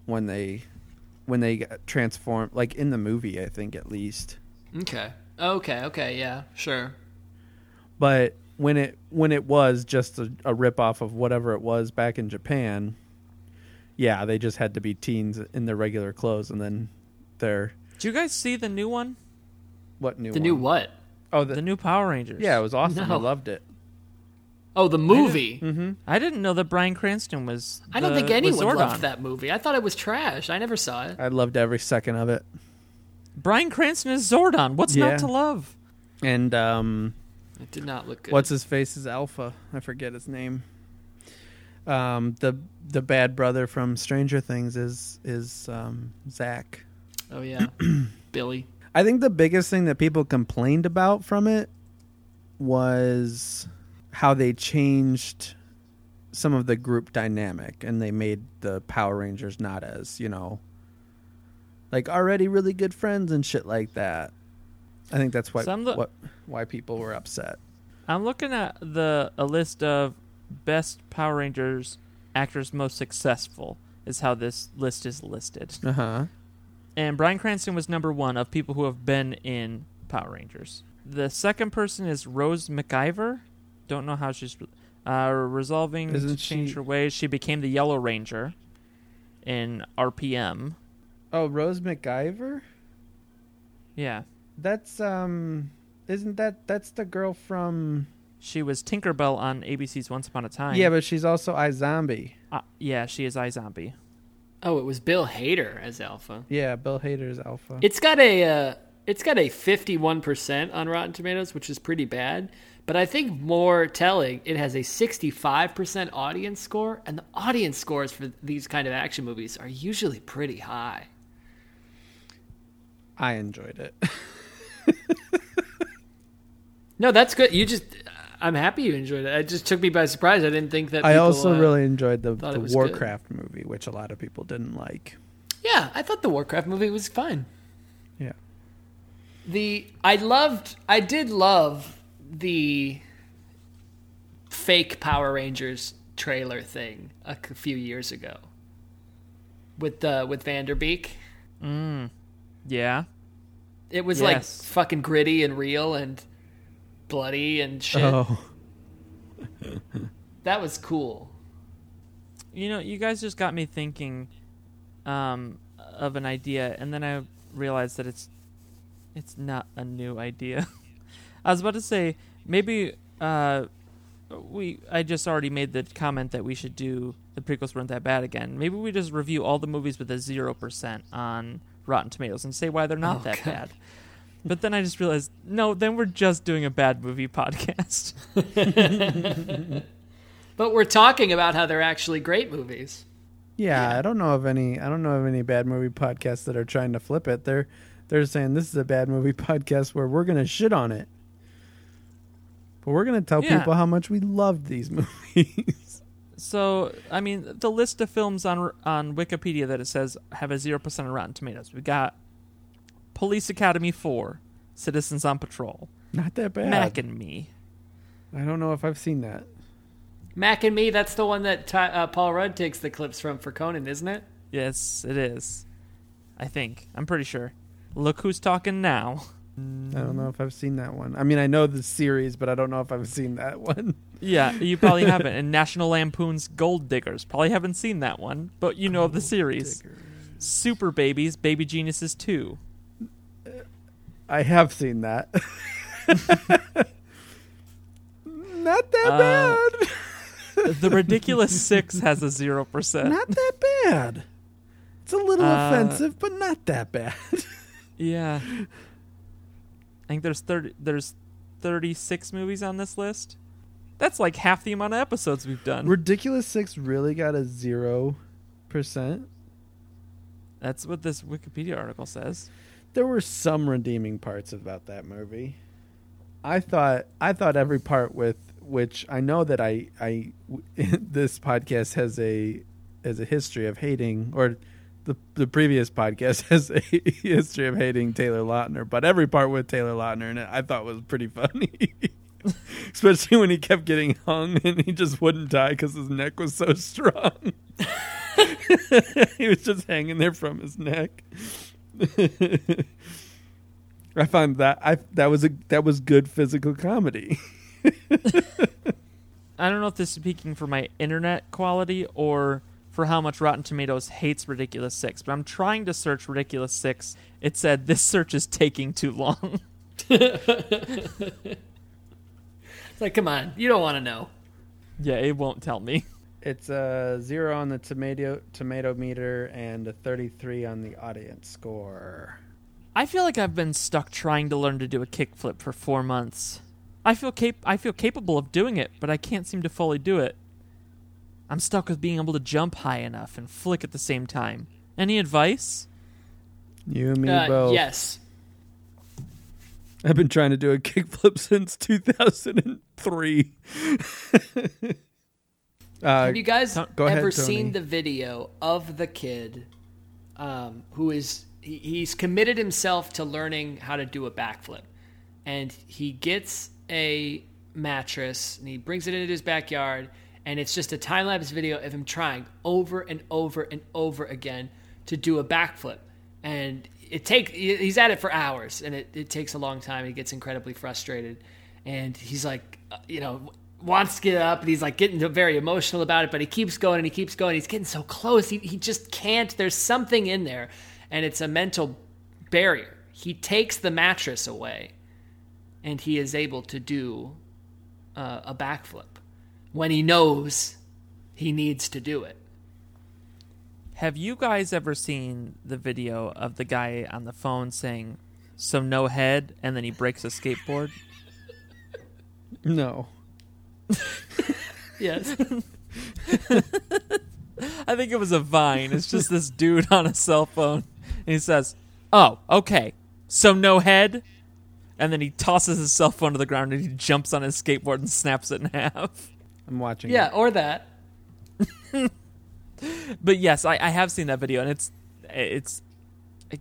[SPEAKER 1] when they when they got transformed like in the movie I think at least.
[SPEAKER 3] Okay. Okay. Okay. Yeah. Sure.
[SPEAKER 1] but when it when it was just a, a rip off of whatever it was back in Japan, yeah, they just had to be teens in their regular clothes, and then their
[SPEAKER 2] Do you guys see the new one?
[SPEAKER 1] what new
[SPEAKER 3] The
[SPEAKER 1] one?
[SPEAKER 3] new what?
[SPEAKER 1] oh the,
[SPEAKER 2] The new Power Rangers.
[SPEAKER 1] yeah it was awesome I
[SPEAKER 3] No.
[SPEAKER 1] loved it
[SPEAKER 3] Oh, the movie.
[SPEAKER 2] I didn't know that Brian Cranston was.
[SPEAKER 3] I don't
[SPEAKER 2] Mm-hmm. the-
[SPEAKER 3] think
[SPEAKER 2] was
[SPEAKER 3] anyone
[SPEAKER 2] Zordon.
[SPEAKER 3] loved that movie. I thought it was trash. I never saw it.
[SPEAKER 1] I loved every second of it.
[SPEAKER 2] Brian Cranston is Zordon. What's
[SPEAKER 1] Yeah.
[SPEAKER 2] not to love?
[SPEAKER 1] And um,
[SPEAKER 3] It did not look good.
[SPEAKER 1] what's his face is Alpha. I forget his name. Um, the the bad brother from Stranger Things is is um, Zach.
[SPEAKER 3] Oh yeah, Billy.
[SPEAKER 1] I think the biggest thing that people complained about from it was how they changed some of the group dynamic and they made the Power Rangers not as, you know, like already really good friends and shit like that. I think that's why
[SPEAKER 2] Some of the-
[SPEAKER 1] what why people were upset.
[SPEAKER 2] I'm looking at the a list of best Power Rangers actors most successful is how this list is listed.
[SPEAKER 1] Uh-huh.
[SPEAKER 2] And Brian Cranston was number one of people who have been in Power Rangers. The second person is Rose McIver. Don't know how she's uh, resolving to
[SPEAKER 1] Isn't
[SPEAKER 2] change
[SPEAKER 1] she-
[SPEAKER 2] her ways. She became the Yellow Ranger in RPM.
[SPEAKER 1] Oh, Rose McIver?
[SPEAKER 2] Yeah.
[SPEAKER 1] That's um isn't that that's the girl from
[SPEAKER 2] She was Tinkerbell on ABC's Once Upon a Time.
[SPEAKER 1] Yeah, but she's also iZombie.
[SPEAKER 2] Uh, yeah, she is iZombie.
[SPEAKER 3] Oh, it was Bill Hader as Alpha.
[SPEAKER 1] Yeah, Bill Hader's Alpha.
[SPEAKER 3] It's got a uh, it's got a fifty one percent on Rotten Tomatoes, which is pretty bad. But I think more telling, it has a sixty five percent audience score, and the audience scores for these kind of action movies are usually pretty high.
[SPEAKER 1] I enjoyed it.
[SPEAKER 3] No, that's good. You just, I'm happy you enjoyed it. It just took me by surprise. I didn't think that.
[SPEAKER 1] I
[SPEAKER 3] people,
[SPEAKER 1] also
[SPEAKER 3] uh,
[SPEAKER 1] really enjoyed the,
[SPEAKER 3] thought
[SPEAKER 1] the
[SPEAKER 3] it was
[SPEAKER 1] Warcraft movie, which a lot of people didn't like.
[SPEAKER 3] Yeah, I thought the Warcraft movie was fine.
[SPEAKER 1] Yeah.
[SPEAKER 3] the I loved I did love the fake Power Rangers trailer thing a c- few years ago with uh, with Vanderbeek.
[SPEAKER 2] Yeah.
[SPEAKER 3] It was like
[SPEAKER 2] Yes.
[SPEAKER 3] fucking gritty and real and bloody and shit.
[SPEAKER 1] Oh,
[SPEAKER 3] That was cool.
[SPEAKER 2] You know, you guys just got me thinking um, of an idea, and then I realized that it's it's not a new idea. I was about to say maybe uh, we. I just already made the comment that we should do the prequels weren't that bad again. Maybe we just review all the movies with a zero percent on Rotten Tomatoes and say why they're not that bad. But then I just realized, no, then we're just doing a bad movie podcast.
[SPEAKER 3] But we're talking about how they're actually great movies.
[SPEAKER 1] yeah, I don't know of any. I don't know of any bad movie podcasts that are trying to flip it. They're they're saying this is a bad movie podcast where we're gonna shit on it, but we're gonna tell
[SPEAKER 2] Yeah.
[SPEAKER 1] people how much we loved these movies.
[SPEAKER 2] So, I mean, the list of films on on Wikipedia that it says have a 0% on Rotten Tomatoes. We got Police Academy 4, Citizens on Patrol,
[SPEAKER 1] Not that bad.
[SPEAKER 2] Mac and Me.
[SPEAKER 1] I don't know if I've seen that.
[SPEAKER 3] Mac and Me, that's the one that Ty, uh, Paul Rudd takes the clips from for Conan, isn't it?
[SPEAKER 2] Yes, it is. I think. I'm pretty sure. Look who's talking now.
[SPEAKER 1] I don't know if I've seen that one. I mean, I know the series, but I don't know if I've seen that one.
[SPEAKER 2] Yeah, you probably haven't. And National Lampoon's Gold Diggers. Probably haven't seen that one, but you know of the series. Super Babies, Baby Geniuses 2.
[SPEAKER 1] I have seen that. Not that
[SPEAKER 2] Uh,
[SPEAKER 1] bad.
[SPEAKER 2] The Ridiculous Six has a 0%.
[SPEAKER 1] not that bad. It's a little
[SPEAKER 2] Uh,
[SPEAKER 1] offensive, but not that bad.
[SPEAKER 2] Yeah. I think there's thirty there's thirty six movies on this list. That's like half the amount of episodes we've done.
[SPEAKER 1] Ridiculous Six really got a zero percent.
[SPEAKER 2] That's what this Wikipedia article says.
[SPEAKER 1] There were some redeeming parts about that movie. I thought I thought every part with which I know that I I this podcast has a has a history of hating or the the previous podcast has a history of hating Taylor Lautner, but every part with Taylor Lautner in it I thought was pretty funny. Especially when he kept getting hung and he just wouldn't die because his neck was so strong. he was just hanging there from his neck. I found that I that was a that was good physical comedy.
[SPEAKER 2] I don't know if this is speaking for my internet quality or for how much Rotten Tomatoes hates Ridiculous Six, but I'm trying to search Ridiculous Six. It said this search is taking too long.
[SPEAKER 3] It's like, come on, you don't want to know.
[SPEAKER 2] Yeah, it won't tell me.
[SPEAKER 1] It's a zero on the tomato tomato meter and a 33 on the audience score.
[SPEAKER 2] I feel like I've been stuck trying to learn to do a kickflip for four months. I feel cap- I feel capable of doing it, but I can't seem to fully do it. I'm stuck with being able to jump high enough and flick at the same time. Any advice?
[SPEAKER 1] You and me
[SPEAKER 3] Uh,
[SPEAKER 1] both.
[SPEAKER 3] yes.
[SPEAKER 1] I've been trying to do a kickflip since 2003. uh,
[SPEAKER 3] Have you guys
[SPEAKER 1] go ahead,
[SPEAKER 3] ever
[SPEAKER 1] Tony.
[SPEAKER 3] seen the video of the kid um, who is he, he's committed himself to learning how to do a backflip, and he gets a mattress and he brings it into his backyard, and it's just a time lapse video of him trying over and over and over again to do a backflip, and it take he- he's at it for hours, and it, it takes a long time. He gets incredibly frustrated, and he's like, uh, you know, wants to get up and he's like getting very emotional about it, but he keeps going and he keeps going. He's getting so close. He, he just can't. There's something in there, and it's a mental barrier. He takes the mattress away and he is able to do uh, a backflip when he knows he needs to do it.
[SPEAKER 2] Have you guys ever seen the video of the guy on the phone saying, "So no head," and then he breaks a skateboard?
[SPEAKER 1] no.
[SPEAKER 3] Yes.
[SPEAKER 2] I think it was a vine. It's just this dude on a cell phone. And he says, Oh, okay. So no head? And then he tosses his cell phone to the ground and he jumps on his skateboard and snaps it in half.
[SPEAKER 1] I'm watching.
[SPEAKER 3] yeah, or that.
[SPEAKER 2] But yes, I, I have seen that video and it's it's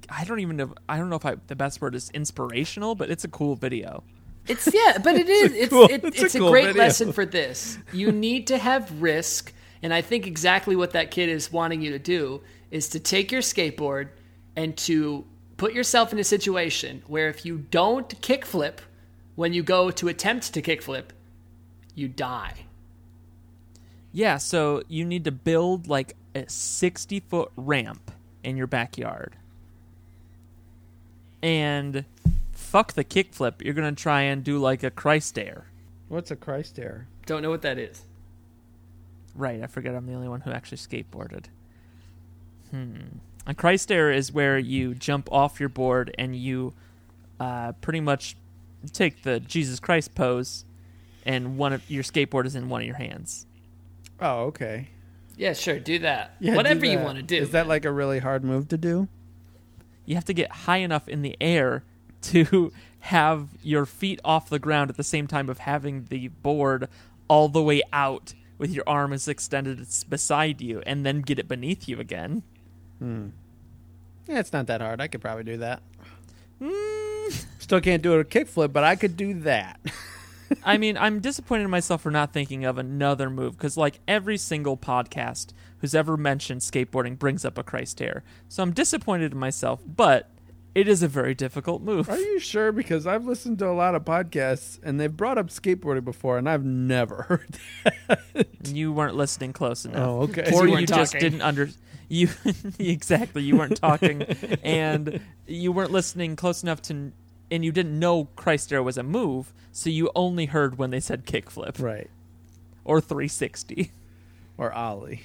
[SPEAKER 2] I don't even know I don't know if I, the best word is inspirational, but it's a cool video.
[SPEAKER 3] It's yeah, but it is. It's
[SPEAKER 1] cool-
[SPEAKER 3] it,
[SPEAKER 1] it's
[SPEAKER 3] it's,
[SPEAKER 1] a
[SPEAKER 3] a,
[SPEAKER 1] cool
[SPEAKER 3] great
[SPEAKER 1] video.
[SPEAKER 3] lesson for this. You need to have risk, and I think exactly what that kid is wanting you to do is to take your skateboard and to put yourself in a situation where if you don't kickflip when you go to attempt to kickflip, you die.
[SPEAKER 2] Yeah, so you need to build like a 60 foot ramp in your backyard. And fuck the kickflip. You're going to try and do like a Christ air.
[SPEAKER 1] What's a Christ error?
[SPEAKER 3] Don't know what that is.
[SPEAKER 2] Right, I forget I'm the only one who actually skateboarded. Hmm. A Christ air is where you jump off your board and you uh, pretty much take the Jesus Christ pose, and one of your skateboard is in one of your hands.
[SPEAKER 1] Oh, okay.
[SPEAKER 3] Yeah, sure, do that.
[SPEAKER 1] Yeah, do
[SPEAKER 3] Whatever you
[SPEAKER 1] that.
[SPEAKER 3] want to do.
[SPEAKER 1] Is that like a really hard move to do?
[SPEAKER 2] You have to get high enough in the air to have your feet off the ground at the same time of having the board all the way out with your arm as extended it's beside you, and then get it beneath you again.
[SPEAKER 1] Yeah, it's not that hard. I could probably do that.
[SPEAKER 3] Mm.
[SPEAKER 1] Still can't do a kickflip, but I could do that.
[SPEAKER 2] I mean, I'm disappointed in myself for not thinking of another move because, like, every single podcast who's ever mentioned skateboarding brings up a Christ hair. So I'm disappointed in myself, but it is a very difficult move.
[SPEAKER 1] Are you sure? Because I've listened to a lot of podcasts and they've brought up skateboarding before, and I've never heard that.
[SPEAKER 2] You weren't listening close enough.
[SPEAKER 1] Oh, okay.
[SPEAKER 2] Or
[SPEAKER 3] you
[SPEAKER 2] you,
[SPEAKER 3] weren't
[SPEAKER 2] just
[SPEAKER 3] talking.
[SPEAKER 2] didn't under you exactly. You weren't talking, and you weren't listening close enough to, and you didn't know Christ air was a move, so you only heard when they said kickflip
[SPEAKER 1] right.
[SPEAKER 2] or 360
[SPEAKER 1] Or Ollie.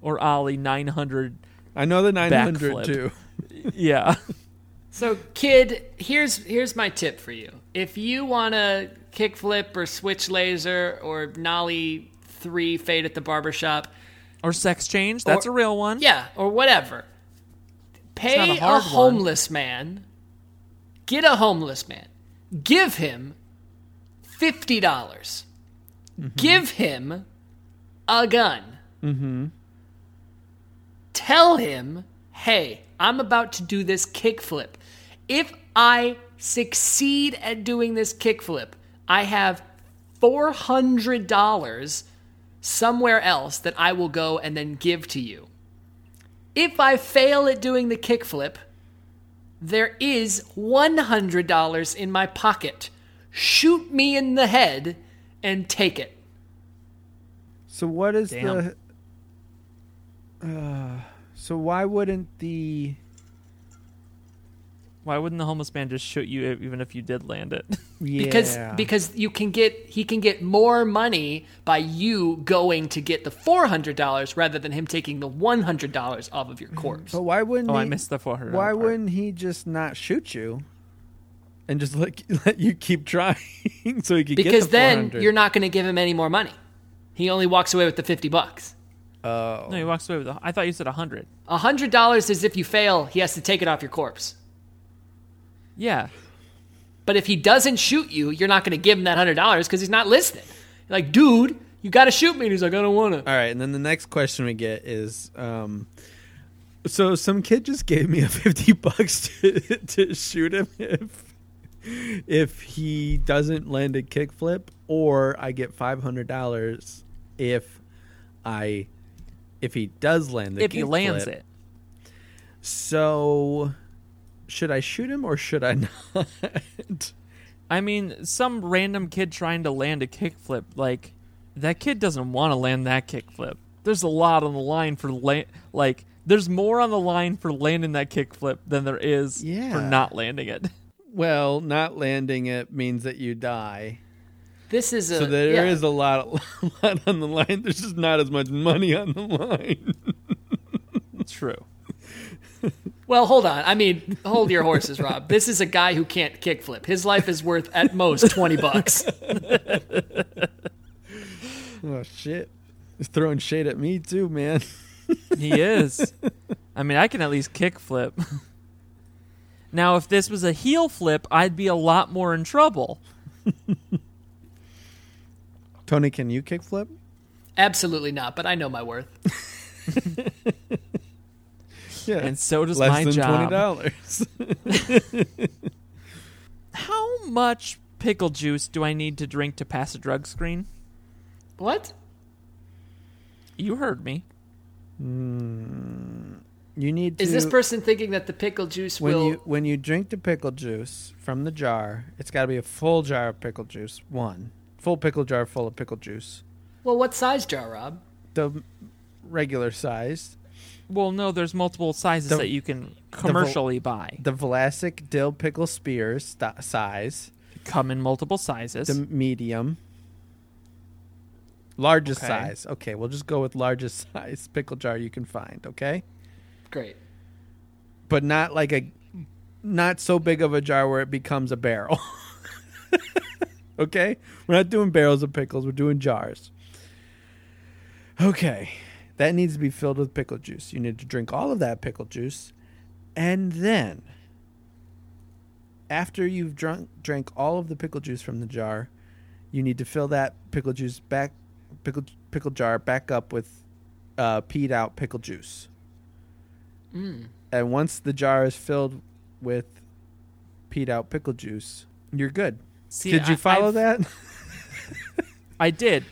[SPEAKER 2] or ollie 900.
[SPEAKER 1] I know the 900
[SPEAKER 2] Backflip.
[SPEAKER 1] too.
[SPEAKER 2] Yeah.
[SPEAKER 3] So, kid, here's here's my tip for you. If you want to kickflip or switch laser or nollie three fade at the barbershop,
[SPEAKER 2] or sex change. That's
[SPEAKER 3] Or-
[SPEAKER 2] a real one.
[SPEAKER 3] yeah, or whatever,
[SPEAKER 2] not a
[SPEAKER 3] pay a,
[SPEAKER 2] hard one.
[SPEAKER 3] homeless man. Get a homeless man. Give him fifty dollars.
[SPEAKER 2] Mm-hmm.
[SPEAKER 3] Give him a gun. Mm-hmm. Tell him, hey, I'm about to do this kickflip. If I succeed at doing this kickflip, I have $400 somewhere else that I will go and then give to you. If I fail at doing the kickflip, there is $100 in my pocket. Shoot me in the head and take it.
[SPEAKER 1] So what is uh,
[SPEAKER 2] Damn.
[SPEAKER 1] the? Uh, so why wouldn't the
[SPEAKER 2] Why wouldn't the homeless man just shoot you e, even if you did land it?
[SPEAKER 3] because
[SPEAKER 1] Yeah.
[SPEAKER 3] because you can get he can get more money by you going to get the four hundred dollars rather than him taking the one hundred dollars off of your corpse.
[SPEAKER 1] But why wouldn't
[SPEAKER 2] Oh, I
[SPEAKER 1] he-
[SPEAKER 2] missed the 400
[SPEAKER 1] Why
[SPEAKER 2] part.
[SPEAKER 1] wouldn't he just not shoot you, and just let let you keep trying so he could get
[SPEAKER 3] because
[SPEAKER 1] the
[SPEAKER 3] then
[SPEAKER 1] 400?
[SPEAKER 3] you're not going to give him any more money. He only walks away with the fifty bucks.
[SPEAKER 2] No,
[SPEAKER 1] Oh.
[SPEAKER 2] he walks away with. A, I thought you said a hundred.
[SPEAKER 3] A hundred dollars is if you fail, he has to take it off your corpse.
[SPEAKER 2] Yeah,
[SPEAKER 3] But if he doesn't shoot you, you're not going to give him that hundred dollars because he's not listening. You're like, dude, you got to shoot me. And he's like, I don't want to.
[SPEAKER 1] All right, and then the next question we get is, um, so some kid just gave me a fifty bucks to, to shoot him if if he doesn't land a kickflip, or I get five hundred dollars if I if he does land the
[SPEAKER 2] if he lands
[SPEAKER 1] kickflip.
[SPEAKER 2] it.
[SPEAKER 1] So should I shoot him or should I not?
[SPEAKER 2] I mean, some random kid trying to land a kickflip, like that kid doesn't want to land that kickflip. There's a lot on the line for la- like there's more on the line for landing that kickflip than there is for
[SPEAKER 1] Yeah.
[SPEAKER 2] not landing it.
[SPEAKER 1] well, not landing it means that you die.
[SPEAKER 3] This is a
[SPEAKER 1] So there is
[SPEAKER 3] yeah.
[SPEAKER 1] a lot, a lot on the line. There's just not as much money on the line.
[SPEAKER 2] True.
[SPEAKER 3] Well, hold on. I mean, hold your horses, Rob. This is a guy who can't kickflip. His life is worth at most twenty bucks.
[SPEAKER 1] Oh shit! He's throwing shade at me too, man.
[SPEAKER 2] He is. I mean, I can at least kickflip. now, if this was a heel flip, I'd be a lot more in trouble.
[SPEAKER 1] Tony, can you kickflip?
[SPEAKER 3] Absolutely not. But I know my worth.
[SPEAKER 1] Yeah,
[SPEAKER 2] And so does
[SPEAKER 1] less
[SPEAKER 2] my
[SPEAKER 1] than
[SPEAKER 2] job.
[SPEAKER 1] twenty dollars.
[SPEAKER 2] How much pickle juice do I need to drink to pass a drug screen?
[SPEAKER 3] What?
[SPEAKER 2] You heard me.
[SPEAKER 1] you need to.
[SPEAKER 3] Is this person thinking that the pickle juice
[SPEAKER 1] when
[SPEAKER 3] will?
[SPEAKER 1] you when you drink the pickle juice from the jar? It's got to be a full jar of pickle juice. One full pickle jar full of pickle juice.
[SPEAKER 3] Well, what size jar, Rob?
[SPEAKER 1] The regular size.
[SPEAKER 2] Well, no, there's multiple sizes
[SPEAKER 1] The-
[SPEAKER 2] that you can
[SPEAKER 1] vol-
[SPEAKER 2] commercially buy.
[SPEAKER 1] The Vlasic dill pickle spears st- size.
[SPEAKER 2] Come in multiple sizes.
[SPEAKER 1] the medium largest
[SPEAKER 2] Okay.
[SPEAKER 1] size okay we'll just go with largest size pickle jar you can find okay
[SPEAKER 3] Great.
[SPEAKER 1] but not like a not so big of a jar where it becomes a barrel okay we're not doing barrels of pickles we're doing jars okay that needs to be filled with pickle juice you need to drink all of that pickle juice and then after you've drunk drank all of the pickle juice from the jar you need to fill that pickle juice back pickle pickle jar back up with uh, peed out pickle juice
[SPEAKER 2] Mm.
[SPEAKER 1] and once the jar is filled with peed out pickle juice, you're good.
[SPEAKER 2] See,
[SPEAKER 1] Did you
[SPEAKER 2] I-
[SPEAKER 1] follow
[SPEAKER 2] I've-
[SPEAKER 1] that?
[SPEAKER 2] I did.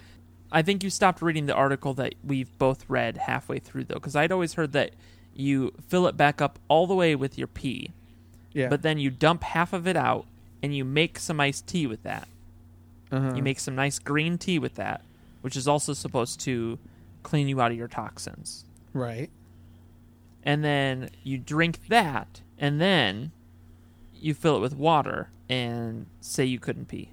[SPEAKER 2] I think you stopped reading the article that we've both read halfway through, though, because I'd always heard that you fill it back up all the way with your pee,
[SPEAKER 1] yeah.
[SPEAKER 2] but then you dump half of it out and you make some iced tea with that.
[SPEAKER 1] Uh-huh.
[SPEAKER 2] You make some nice green tea with that, which is also supposed to clean you out of your toxins.
[SPEAKER 1] right.
[SPEAKER 2] and then you drink that, and then you fill it with water and say you couldn't pee.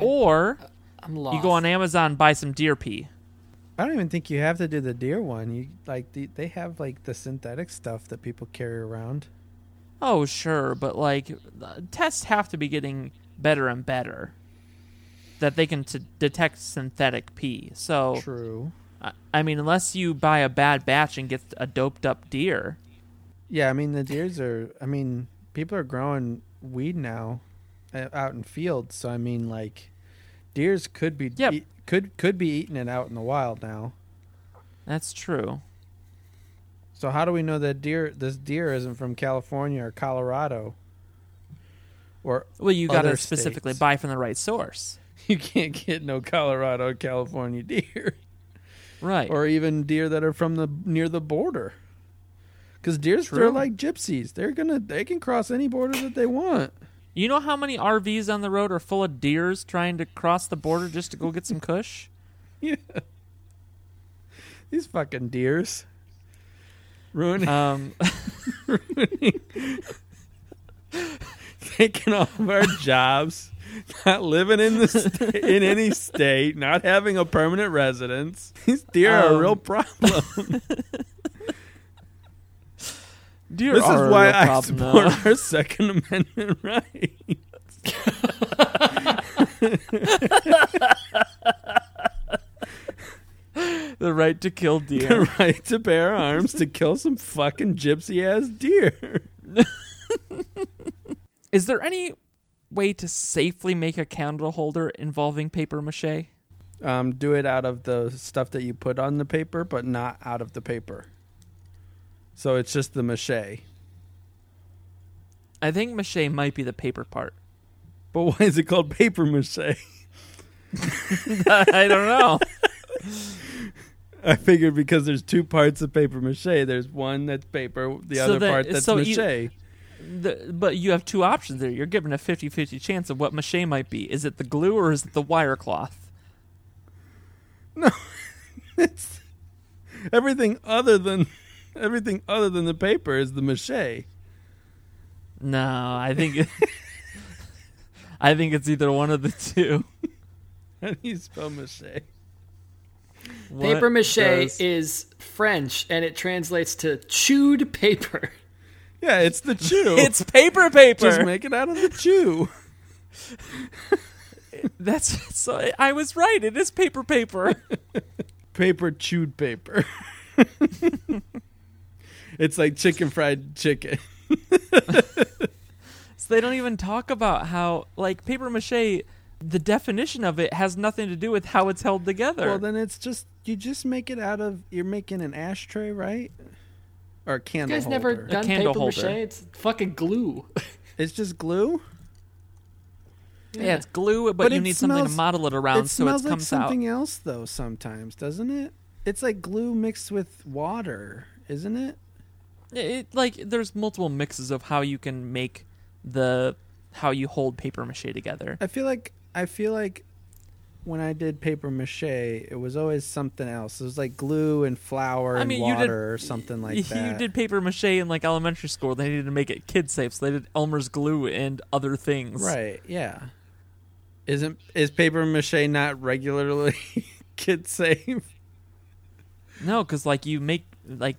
[SPEAKER 2] or
[SPEAKER 3] I'm lost.
[SPEAKER 2] you go on Amazon buy some deer pee.
[SPEAKER 1] I don't even think you have to do the deer one. You like the, they have like the synthetic stuff that people carry around.
[SPEAKER 2] Oh sure, but like the tests have to be getting better and better that they can t- detect synthetic pee. So
[SPEAKER 1] True.
[SPEAKER 2] I, I mean, unless you buy a bad batch and get a doped up deer,
[SPEAKER 1] Yeah, I mean the deers are. I mean people are growing weed now uh, out in fields. So I mean like deers could be
[SPEAKER 2] Yep.
[SPEAKER 1] eat- could could be eating it out in the wild now.
[SPEAKER 2] that's true.
[SPEAKER 1] So how do we know that deer this deer isn't from California or Colorado? Or
[SPEAKER 2] Well, you got to
[SPEAKER 1] other
[SPEAKER 2] specifically
[SPEAKER 1] states?
[SPEAKER 2] buy from the right source.
[SPEAKER 1] you can't get no Colorado or California deer
[SPEAKER 2] Right.
[SPEAKER 1] or even deer that are from the near the border. Cuz deers
[SPEAKER 2] True.
[SPEAKER 1] they're like gypsies. They're going to they can cross any border that they want.
[SPEAKER 2] You know how many RVs on the road are full of deers trying to cross the border just to go get some kush?
[SPEAKER 1] These fucking deers. Ruining,
[SPEAKER 2] Um,
[SPEAKER 1] taking all of our jobs, not living in the sta- in any state, not having a permanent residence. These deer are a
[SPEAKER 2] Um,
[SPEAKER 1] real problem.
[SPEAKER 2] deer
[SPEAKER 1] This
[SPEAKER 2] are
[SPEAKER 1] is
[SPEAKER 2] a
[SPEAKER 1] why
[SPEAKER 2] real
[SPEAKER 1] I
[SPEAKER 2] problem,
[SPEAKER 1] support
[SPEAKER 2] though.
[SPEAKER 1] our Second Amendment right.
[SPEAKER 2] the right to kill deer.
[SPEAKER 1] the right to bear arms to kill some fucking gypsy ass deer.
[SPEAKER 2] Is there any way to safely make a candle holder involving paper mache?
[SPEAKER 1] Um, do it out of the stuff that you put on the paper, but not out of the paper. So it's just the mache.
[SPEAKER 2] I think mache might be the paper part.
[SPEAKER 1] But why is it called paper mache?
[SPEAKER 2] I don't know.
[SPEAKER 1] I figured because there's two parts of paper mache. There's one that's paper, the
[SPEAKER 2] So
[SPEAKER 1] other
[SPEAKER 2] that-
[SPEAKER 1] part that's
[SPEAKER 2] so
[SPEAKER 1] mache.
[SPEAKER 2] you- The- but you have two options there. You're given a 50 50 chance of what mache might be. Is it the glue or is it the wire cloth?
[SPEAKER 1] it's everything other than everything other than the paper is the mache.
[SPEAKER 2] No, I think it, I think it's either one of the two.
[SPEAKER 1] How do you spell mache?
[SPEAKER 2] What
[SPEAKER 3] Paper mache
[SPEAKER 2] does-
[SPEAKER 3] is French and it translates to chewed paper.
[SPEAKER 1] Yeah, it's the chew.
[SPEAKER 2] It's paper paper.
[SPEAKER 1] just make it out of the chew.
[SPEAKER 2] That's so. I was right. It is paper paper.
[SPEAKER 1] paper chewed paper. it's like chicken fried chicken.
[SPEAKER 2] So they don't even talk about how like paper mache. The definition of it has nothing to do with how it's held together.
[SPEAKER 1] Well, then it's just you just make it out of you're making an ashtray, right? Or a
[SPEAKER 3] You
[SPEAKER 1] candle.
[SPEAKER 3] guys never
[SPEAKER 1] holder.
[SPEAKER 3] done
[SPEAKER 2] candle
[SPEAKER 3] paper mache?
[SPEAKER 2] holder.
[SPEAKER 3] It's fucking glue.
[SPEAKER 1] It's just glue.
[SPEAKER 2] yeah. it's glue, but,
[SPEAKER 1] But
[SPEAKER 2] you
[SPEAKER 1] it
[SPEAKER 2] need something
[SPEAKER 1] smells-
[SPEAKER 2] to model it around
[SPEAKER 1] it
[SPEAKER 2] so
[SPEAKER 1] smells
[SPEAKER 2] it
[SPEAKER 1] like
[SPEAKER 2] comes
[SPEAKER 1] something
[SPEAKER 2] out.
[SPEAKER 1] else though sometimes, doesn't it? It's like glue mixed with water, isn't it?
[SPEAKER 2] It, it- like there's multiple mixes of how you can make the how you hold paper mache together.
[SPEAKER 1] I feel like I feel like when I did paper mache, it was always something else. It was like glue and flour and
[SPEAKER 2] I mean,
[SPEAKER 1] water
[SPEAKER 2] you did,
[SPEAKER 1] or something like
[SPEAKER 2] you
[SPEAKER 1] that.
[SPEAKER 2] did paper mache in like elementary school. They needed to make it kid safe, so they did Elmer's glue and other things.
[SPEAKER 1] Right. Yeah. Isn't is paper mache not regularly kid safe?
[SPEAKER 2] No, because like you make like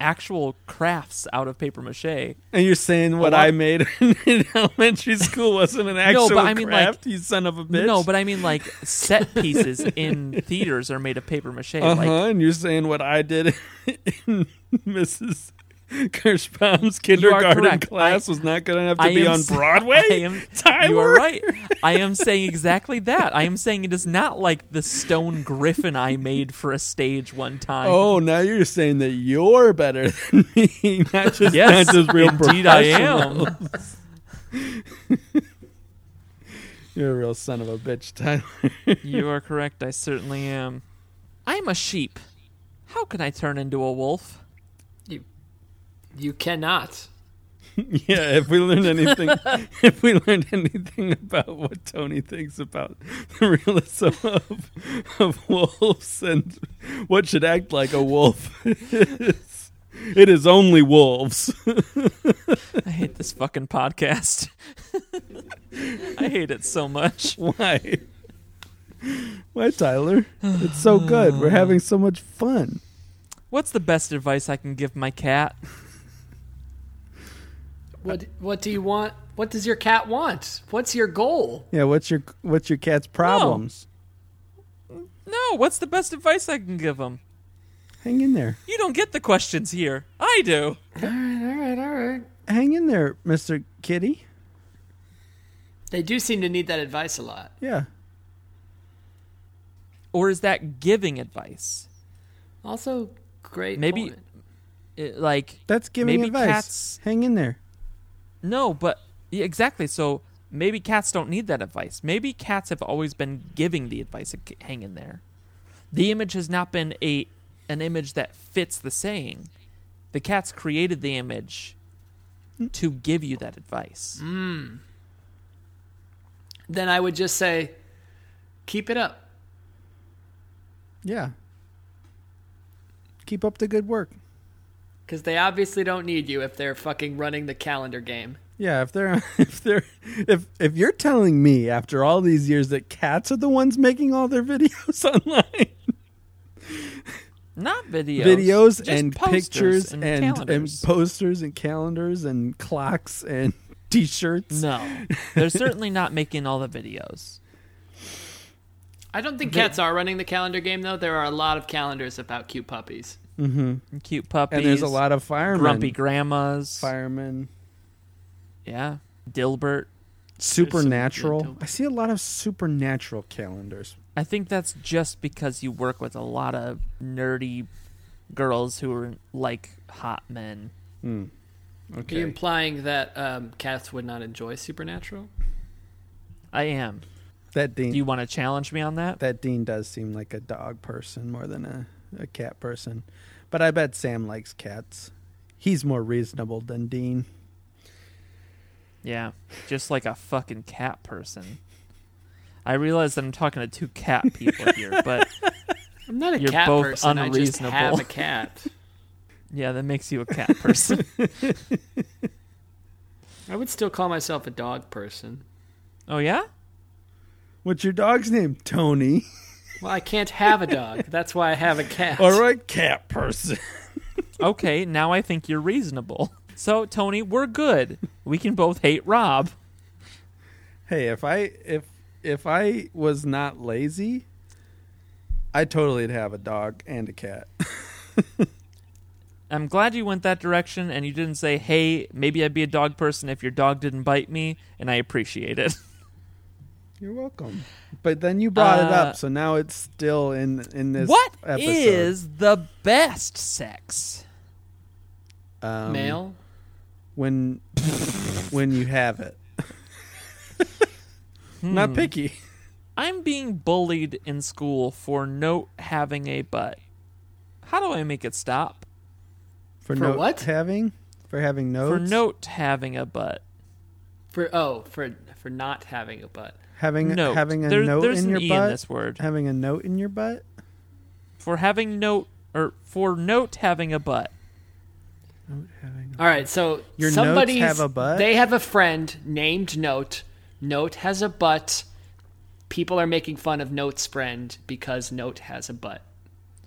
[SPEAKER 2] actual crafts out of paper mache.
[SPEAKER 1] And you're saying what
[SPEAKER 2] lot-
[SPEAKER 1] I made in elementary school wasn't an actual
[SPEAKER 2] but I mean, like-
[SPEAKER 1] craft, you son of a bitch.
[SPEAKER 2] No, but I mean like set pieces in theaters are made of paper mache.
[SPEAKER 1] uh huh.
[SPEAKER 2] Like
[SPEAKER 1] and you're saying what I did in Mrs. Kirschbaum's
[SPEAKER 2] are
[SPEAKER 1] kindergarten
[SPEAKER 2] correct.
[SPEAKER 1] class was not good enough to
[SPEAKER 2] I
[SPEAKER 1] be
[SPEAKER 2] am
[SPEAKER 1] on
[SPEAKER 2] s-
[SPEAKER 1] Broadway.
[SPEAKER 2] I am You
[SPEAKER 1] Tyler?
[SPEAKER 2] are right. I am saying exactly that. I am saying it is not like the stone griffin I made for a stage one time.
[SPEAKER 1] Oh, now you're saying that you're better than me, not just
[SPEAKER 2] Yes,
[SPEAKER 1] not just real
[SPEAKER 2] indeed I
[SPEAKER 1] professional.
[SPEAKER 2] am.
[SPEAKER 1] You're a real son of a bitch, Tyler.
[SPEAKER 2] You are correct. I certainly am. I'm a sheep. How can I turn into a wolf?
[SPEAKER 3] You, you cannot.
[SPEAKER 1] Yeah, if we learned anything, if we learned anything about what Tony thinks about the realism of, of wolves and what should act like a wolf, is, it is only wolves.
[SPEAKER 2] I hate this fucking podcast. I hate it so much.
[SPEAKER 1] Why? Why, Tyler? It's so good. We're having so much fun.
[SPEAKER 2] What's the best advice I can give my cat?
[SPEAKER 3] What What do you want? What does your cat want? What's your goal?
[SPEAKER 1] Yeah, what's your what's your cat's problems?
[SPEAKER 2] No, what's the best advice I can give him?
[SPEAKER 1] Hang in there.
[SPEAKER 2] You don't get the questions here. I do.
[SPEAKER 3] All right, all right.
[SPEAKER 1] Hang in there, Mr. Kitty.
[SPEAKER 3] They do seem to need that advice a lot.
[SPEAKER 1] Yeah.
[SPEAKER 2] Or is that giving advice?
[SPEAKER 3] Also, great.
[SPEAKER 2] Maybe-
[SPEAKER 3] point.
[SPEAKER 2] It- like
[SPEAKER 1] That's giving
[SPEAKER 2] Maybe
[SPEAKER 1] advice.
[SPEAKER 2] cats-
[SPEAKER 1] Hang in there.
[SPEAKER 2] no, but yeah, exactly. So maybe cats don't need that advice. Maybe cats have always been giving the advice. of, Hang in there. The image has not been a an image that fits the saying. The cats created the image
[SPEAKER 1] Mm.
[SPEAKER 2] to give you that advice.
[SPEAKER 3] then I would just say, keep it up.
[SPEAKER 1] Yeah. Keep up the good work.
[SPEAKER 3] because they obviously don't need you if they're fucking running the calendar game.
[SPEAKER 1] Yeah, if they're if they're if if you're telling me after all these years that cats are the ones making all their videos online,
[SPEAKER 2] Not videos.
[SPEAKER 1] videos
[SPEAKER 2] just
[SPEAKER 1] and
[SPEAKER 2] posters
[SPEAKER 1] pictures
[SPEAKER 2] and,
[SPEAKER 1] and and,
[SPEAKER 2] calendars.
[SPEAKER 1] posters and calendars and clocks and t-shirts.
[SPEAKER 2] no, they're certainly not making all the videos.
[SPEAKER 3] I don't think cats are running the calendar game though. There are a lot of calendars about cute puppies.
[SPEAKER 2] And cute puppies.
[SPEAKER 1] And there's a lot of firemen.
[SPEAKER 2] grumpy grandmas.
[SPEAKER 1] firemen.
[SPEAKER 2] Yeah, Dilbert.
[SPEAKER 1] Supernatural.
[SPEAKER 3] dope-
[SPEAKER 1] I see a lot of supernatural calendars.
[SPEAKER 2] I think that's just because you work with a lot of nerdy girls who are like hot men.
[SPEAKER 3] Are
[SPEAKER 1] Okay.
[SPEAKER 3] you implying that um, cats would not enjoy Supernatural?
[SPEAKER 2] I am.
[SPEAKER 1] that Dean
[SPEAKER 2] Do you want to challenge me on that?
[SPEAKER 1] that Dean does seem like a dog person more than a, a cat person. But I bet Sam likes cats. He's more reasonable than Dean.
[SPEAKER 2] Yeah, just like a fucking cat person. I realize that I'm talking to two cat people here, but
[SPEAKER 3] I'm not a
[SPEAKER 2] You're
[SPEAKER 3] cat
[SPEAKER 2] both
[SPEAKER 3] person. I just have
[SPEAKER 2] unreasonable.
[SPEAKER 3] a cat.
[SPEAKER 2] yeah, that makes you a cat person.
[SPEAKER 3] I would still call myself a dog person.
[SPEAKER 2] oh yeah,
[SPEAKER 1] What's your dog's name? Tony.
[SPEAKER 3] Well, I can't have a dog. That's why I have a cat.
[SPEAKER 1] All right, cat person.
[SPEAKER 2] okay. Now I think you're reasonable. So Tony, we're good. We can both hate Rob.
[SPEAKER 1] Hey, if I if if I was not lazy, I totally'd have a dog and a cat.
[SPEAKER 2] I'm glad you went that direction and you didn't say, hey, maybe I'd be a dog person if your dog didn't bite me, and I appreciate it.
[SPEAKER 1] You're welcome. But then you brought it
[SPEAKER 2] Uh,
[SPEAKER 1] up, so now it's still in in this.
[SPEAKER 2] What is
[SPEAKER 1] episode.
[SPEAKER 2] the best sex?
[SPEAKER 1] um,
[SPEAKER 3] Male.
[SPEAKER 1] when when you have it? Not picky.
[SPEAKER 2] I'm being bullied in school for no having a butt. How do I make it stop?
[SPEAKER 1] For,
[SPEAKER 3] For
[SPEAKER 1] note
[SPEAKER 3] what?
[SPEAKER 1] Having for having notes.
[SPEAKER 2] For note having a butt.
[SPEAKER 3] For oh, for for not having a butt.
[SPEAKER 1] having
[SPEAKER 2] Note.
[SPEAKER 1] having a
[SPEAKER 2] There-
[SPEAKER 1] note in
[SPEAKER 2] there's an
[SPEAKER 1] your
[SPEAKER 2] E in
[SPEAKER 1] butt.
[SPEAKER 2] this word.
[SPEAKER 1] Having a note in your butt.
[SPEAKER 2] For having note or for note having a butt.
[SPEAKER 3] All right, so
[SPEAKER 1] Your notes
[SPEAKER 3] somebody's
[SPEAKER 1] have a butt?
[SPEAKER 3] they have a friend named Note. Note has a butt. People are making fun of Note's friend because Note has a butt.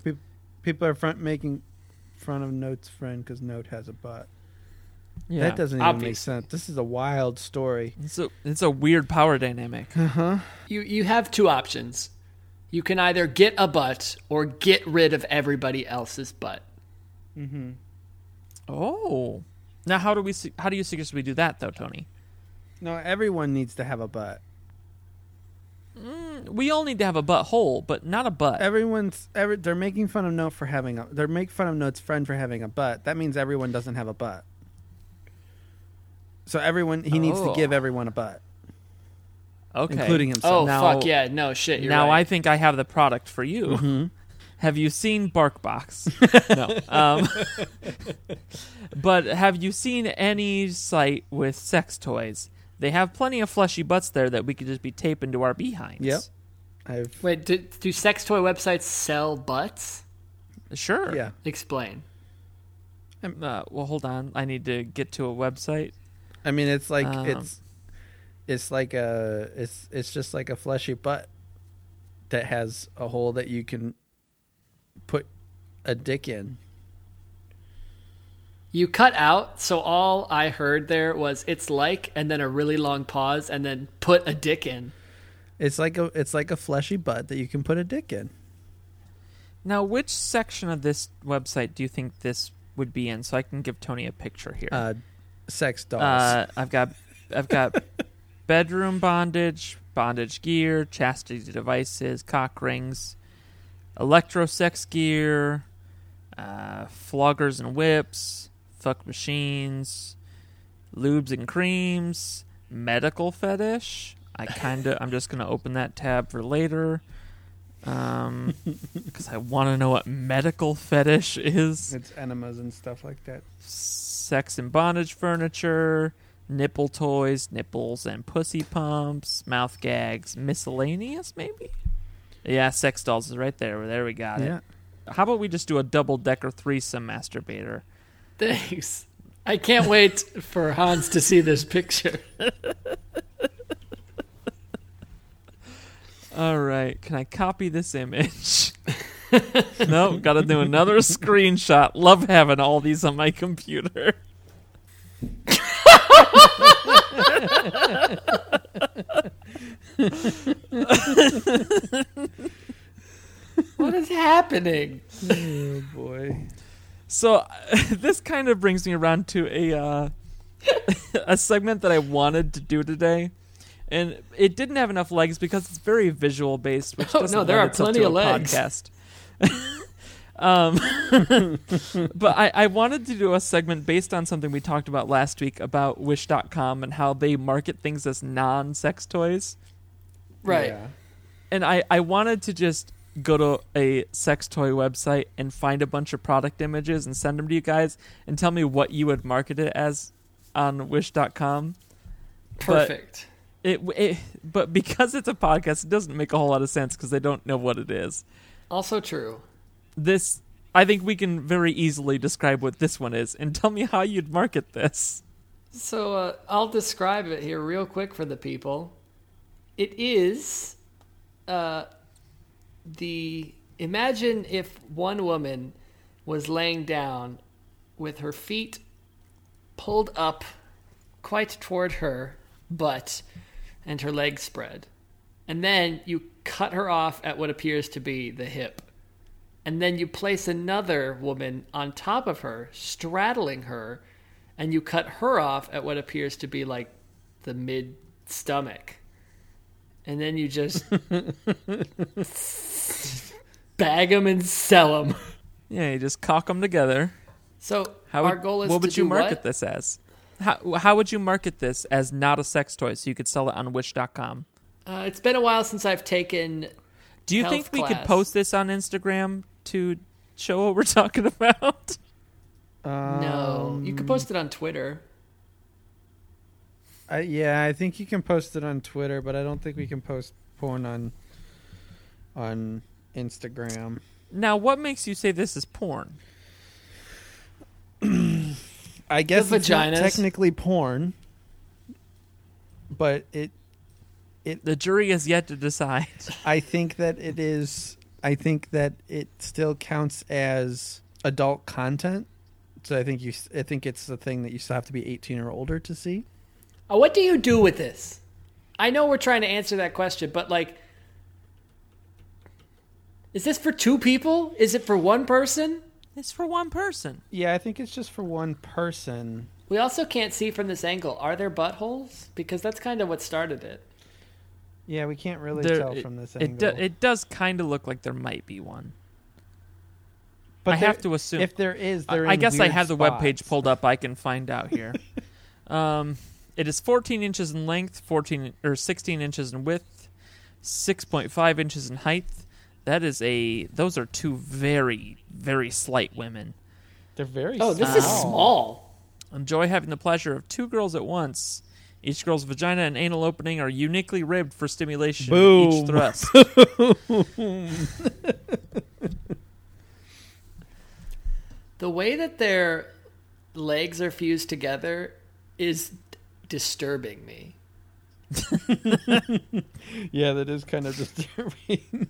[SPEAKER 1] Pe- People are front making front of notes friend because note has a butt.
[SPEAKER 2] Yeah.
[SPEAKER 1] that doesn't even make
[SPEAKER 3] obviously.
[SPEAKER 1] sense. This is a wild story.
[SPEAKER 2] It's a, it's a weird power dynamic.
[SPEAKER 3] You you have two options. You can either get a butt or get rid of everybody else's butt.
[SPEAKER 2] oh. Now, how do we? su- How do you suggest we do that, though, Tony?
[SPEAKER 1] No, everyone needs to have a butt.
[SPEAKER 2] We all need to have a butthole, but not a butt.
[SPEAKER 1] Everyone's every, they're making fun of note for having a they're making fun of note's friend for having a butt. That means everyone doesn't have a butt. So everyone he needs to
[SPEAKER 2] Oh.
[SPEAKER 1] give everyone a butt,
[SPEAKER 2] okay.
[SPEAKER 1] including himself.
[SPEAKER 3] Oh
[SPEAKER 2] now-
[SPEAKER 3] fuck yeah, no shit. You're
[SPEAKER 2] now
[SPEAKER 3] right.
[SPEAKER 2] I think I have the product for you.
[SPEAKER 1] Mm-hmm.
[SPEAKER 2] Have you seen BarkBox? no. Um, but have you seen any site with sex toys? They have plenty of fleshy butts there that we could just be taping to our behinds.
[SPEAKER 1] Yep. I've
[SPEAKER 3] Wait, do, do sex toy websites sell butts?
[SPEAKER 2] Sure.
[SPEAKER 1] yeah.
[SPEAKER 3] Explain.
[SPEAKER 2] Uh, well, hold on. I need to get to a website.
[SPEAKER 1] I mean it's like
[SPEAKER 2] Um.
[SPEAKER 1] it's it's like a it's it's just like a fleshy butt that has a hole that you can put a dick in.
[SPEAKER 3] You cut out, so all I heard there was it's like, and then a really long pause, and then put a dick in.
[SPEAKER 1] It's like a it's like a fleshy butt that you can put a dick in.
[SPEAKER 2] Now, which section of this website do you think this would be in? So I can give Tony a picture here.
[SPEAKER 1] Uh sex dolls.
[SPEAKER 2] Uh, I've got I've got bedroom bondage, bondage gear, chastity devices, cock rings, electro sex gear, uh, floggers and whips, fuck machines, lubes and creams, medical fetish. I kind of I'm just gonna open that tab for later. Um, because I want to know what medical fetish is
[SPEAKER 1] it's enemas and stuff like that.
[SPEAKER 2] sex and bondage furniture, nipple toys, nipples and pussy pumps, mouth gags, miscellaneous maybe? Yeah, sex dolls is right there. There we got
[SPEAKER 1] Yeah.
[SPEAKER 2] it. How about we just do a double decker threesome masturbator?
[SPEAKER 3] Thanks. I can't wait for Hans to see this picture.
[SPEAKER 2] All right, can I copy this image? no, gotta do another screenshot. Love having all these on my computer.
[SPEAKER 3] what is happening?
[SPEAKER 1] Oh boy.
[SPEAKER 2] So this kind of brings me around to a uh, a segment that I wanted to do today, and it didn't have enough legs because it's very visual based. Which
[SPEAKER 3] Oh,
[SPEAKER 2] doesn't
[SPEAKER 3] no, there
[SPEAKER 2] lend
[SPEAKER 3] are
[SPEAKER 2] itself
[SPEAKER 3] plenty
[SPEAKER 2] to a
[SPEAKER 3] of legs.
[SPEAKER 2] Podcast. um, but I, I wanted to do a segment based on something we talked about last week about Wish.com and how they market things as non-sex toys
[SPEAKER 3] Right.
[SPEAKER 1] Yeah.
[SPEAKER 2] and I, I wanted to just go to a sex toy website and find a bunch of product images and send them to you guys and tell me what you would market it as on wish.com
[SPEAKER 3] Perfect.
[SPEAKER 2] it, it but because it's a podcast it doesn't make a whole lot of sense because they don't know what it is
[SPEAKER 3] also true.
[SPEAKER 2] this i think we can very easily describe what this one is and tell me how you'd market this
[SPEAKER 3] So uh, I'll describe it here real quick for the people. It is uh, the imagine if one woman was laying down with her feet pulled up quite toward her butt and her legs spread. And then you cut her off at what appears to be the hip. And then you place another woman on top of her, straddling her, and you cut her off at what appears to be like the mid stomach. And then you just bag them and sell them.
[SPEAKER 2] yeah you just cock them together
[SPEAKER 3] So
[SPEAKER 2] how would,
[SPEAKER 3] our goal is
[SPEAKER 2] what
[SPEAKER 3] to
[SPEAKER 2] would you
[SPEAKER 3] do
[SPEAKER 2] market
[SPEAKER 3] what?
[SPEAKER 2] this as how, how would you market this as not a sex toy so you could sell it on wish.com
[SPEAKER 3] Uh, it's been a while since I've taken.
[SPEAKER 2] Do you
[SPEAKER 3] health
[SPEAKER 2] think we could
[SPEAKER 3] class.
[SPEAKER 2] post this on Instagram to show what we're talking about?
[SPEAKER 1] Uh,
[SPEAKER 3] no, you
[SPEAKER 2] Um,
[SPEAKER 3] could post it on Twitter.
[SPEAKER 1] I, yeah, I think you can post it on Twitter, but I don't think we can post porn on on Instagram.
[SPEAKER 2] Now, what makes you say this is porn?
[SPEAKER 1] I guess it's not
[SPEAKER 3] vaginas.
[SPEAKER 1] technically porn, but it.
[SPEAKER 2] The jury has yet to decide.
[SPEAKER 1] I think that it is. I think that it still counts as adult content. So I think you. s- I think it's the thing that you still have to be eighteen or older to see.
[SPEAKER 3] Uh, What do you do with this? I know we're trying to answer that question, but like, is this for two people? Is it for one person?
[SPEAKER 2] It's for one person.
[SPEAKER 1] Yeah, I think it's just for one person.
[SPEAKER 3] We also can't see from this angle. Are there buttholes? Because that's kind of what started it.
[SPEAKER 1] Yeah, we can't really
[SPEAKER 2] There-
[SPEAKER 1] tell
[SPEAKER 2] it,
[SPEAKER 1] from this
[SPEAKER 2] it,
[SPEAKER 1] angle.
[SPEAKER 2] do- it does kind of look like there might be one.
[SPEAKER 1] but
[SPEAKER 2] I
[SPEAKER 1] there-
[SPEAKER 2] have to assume-
[SPEAKER 1] if there is,
[SPEAKER 2] I-
[SPEAKER 1] they're
[SPEAKER 2] I
[SPEAKER 1] in
[SPEAKER 2] guess I
[SPEAKER 1] weird
[SPEAKER 2] have the
[SPEAKER 1] spots.
[SPEAKER 2] webpage pulled up. I can find out here. um, it is 14 inches in length, 14 or 16 inches in width, 6.5 inches in height. That is a. Those are two very, very slight women.
[SPEAKER 1] They're very.
[SPEAKER 3] Oh, this is small.
[SPEAKER 2] Enjoy having the pleasure of two girls at once. Each girl's vagina and anal opening are uniquely ribbed for stimulation. with
[SPEAKER 1] Boom.
[SPEAKER 2] Each thrust.
[SPEAKER 3] The way that their legs are fused together is disturbing me.
[SPEAKER 1] Yeah, that is kind of disturbing.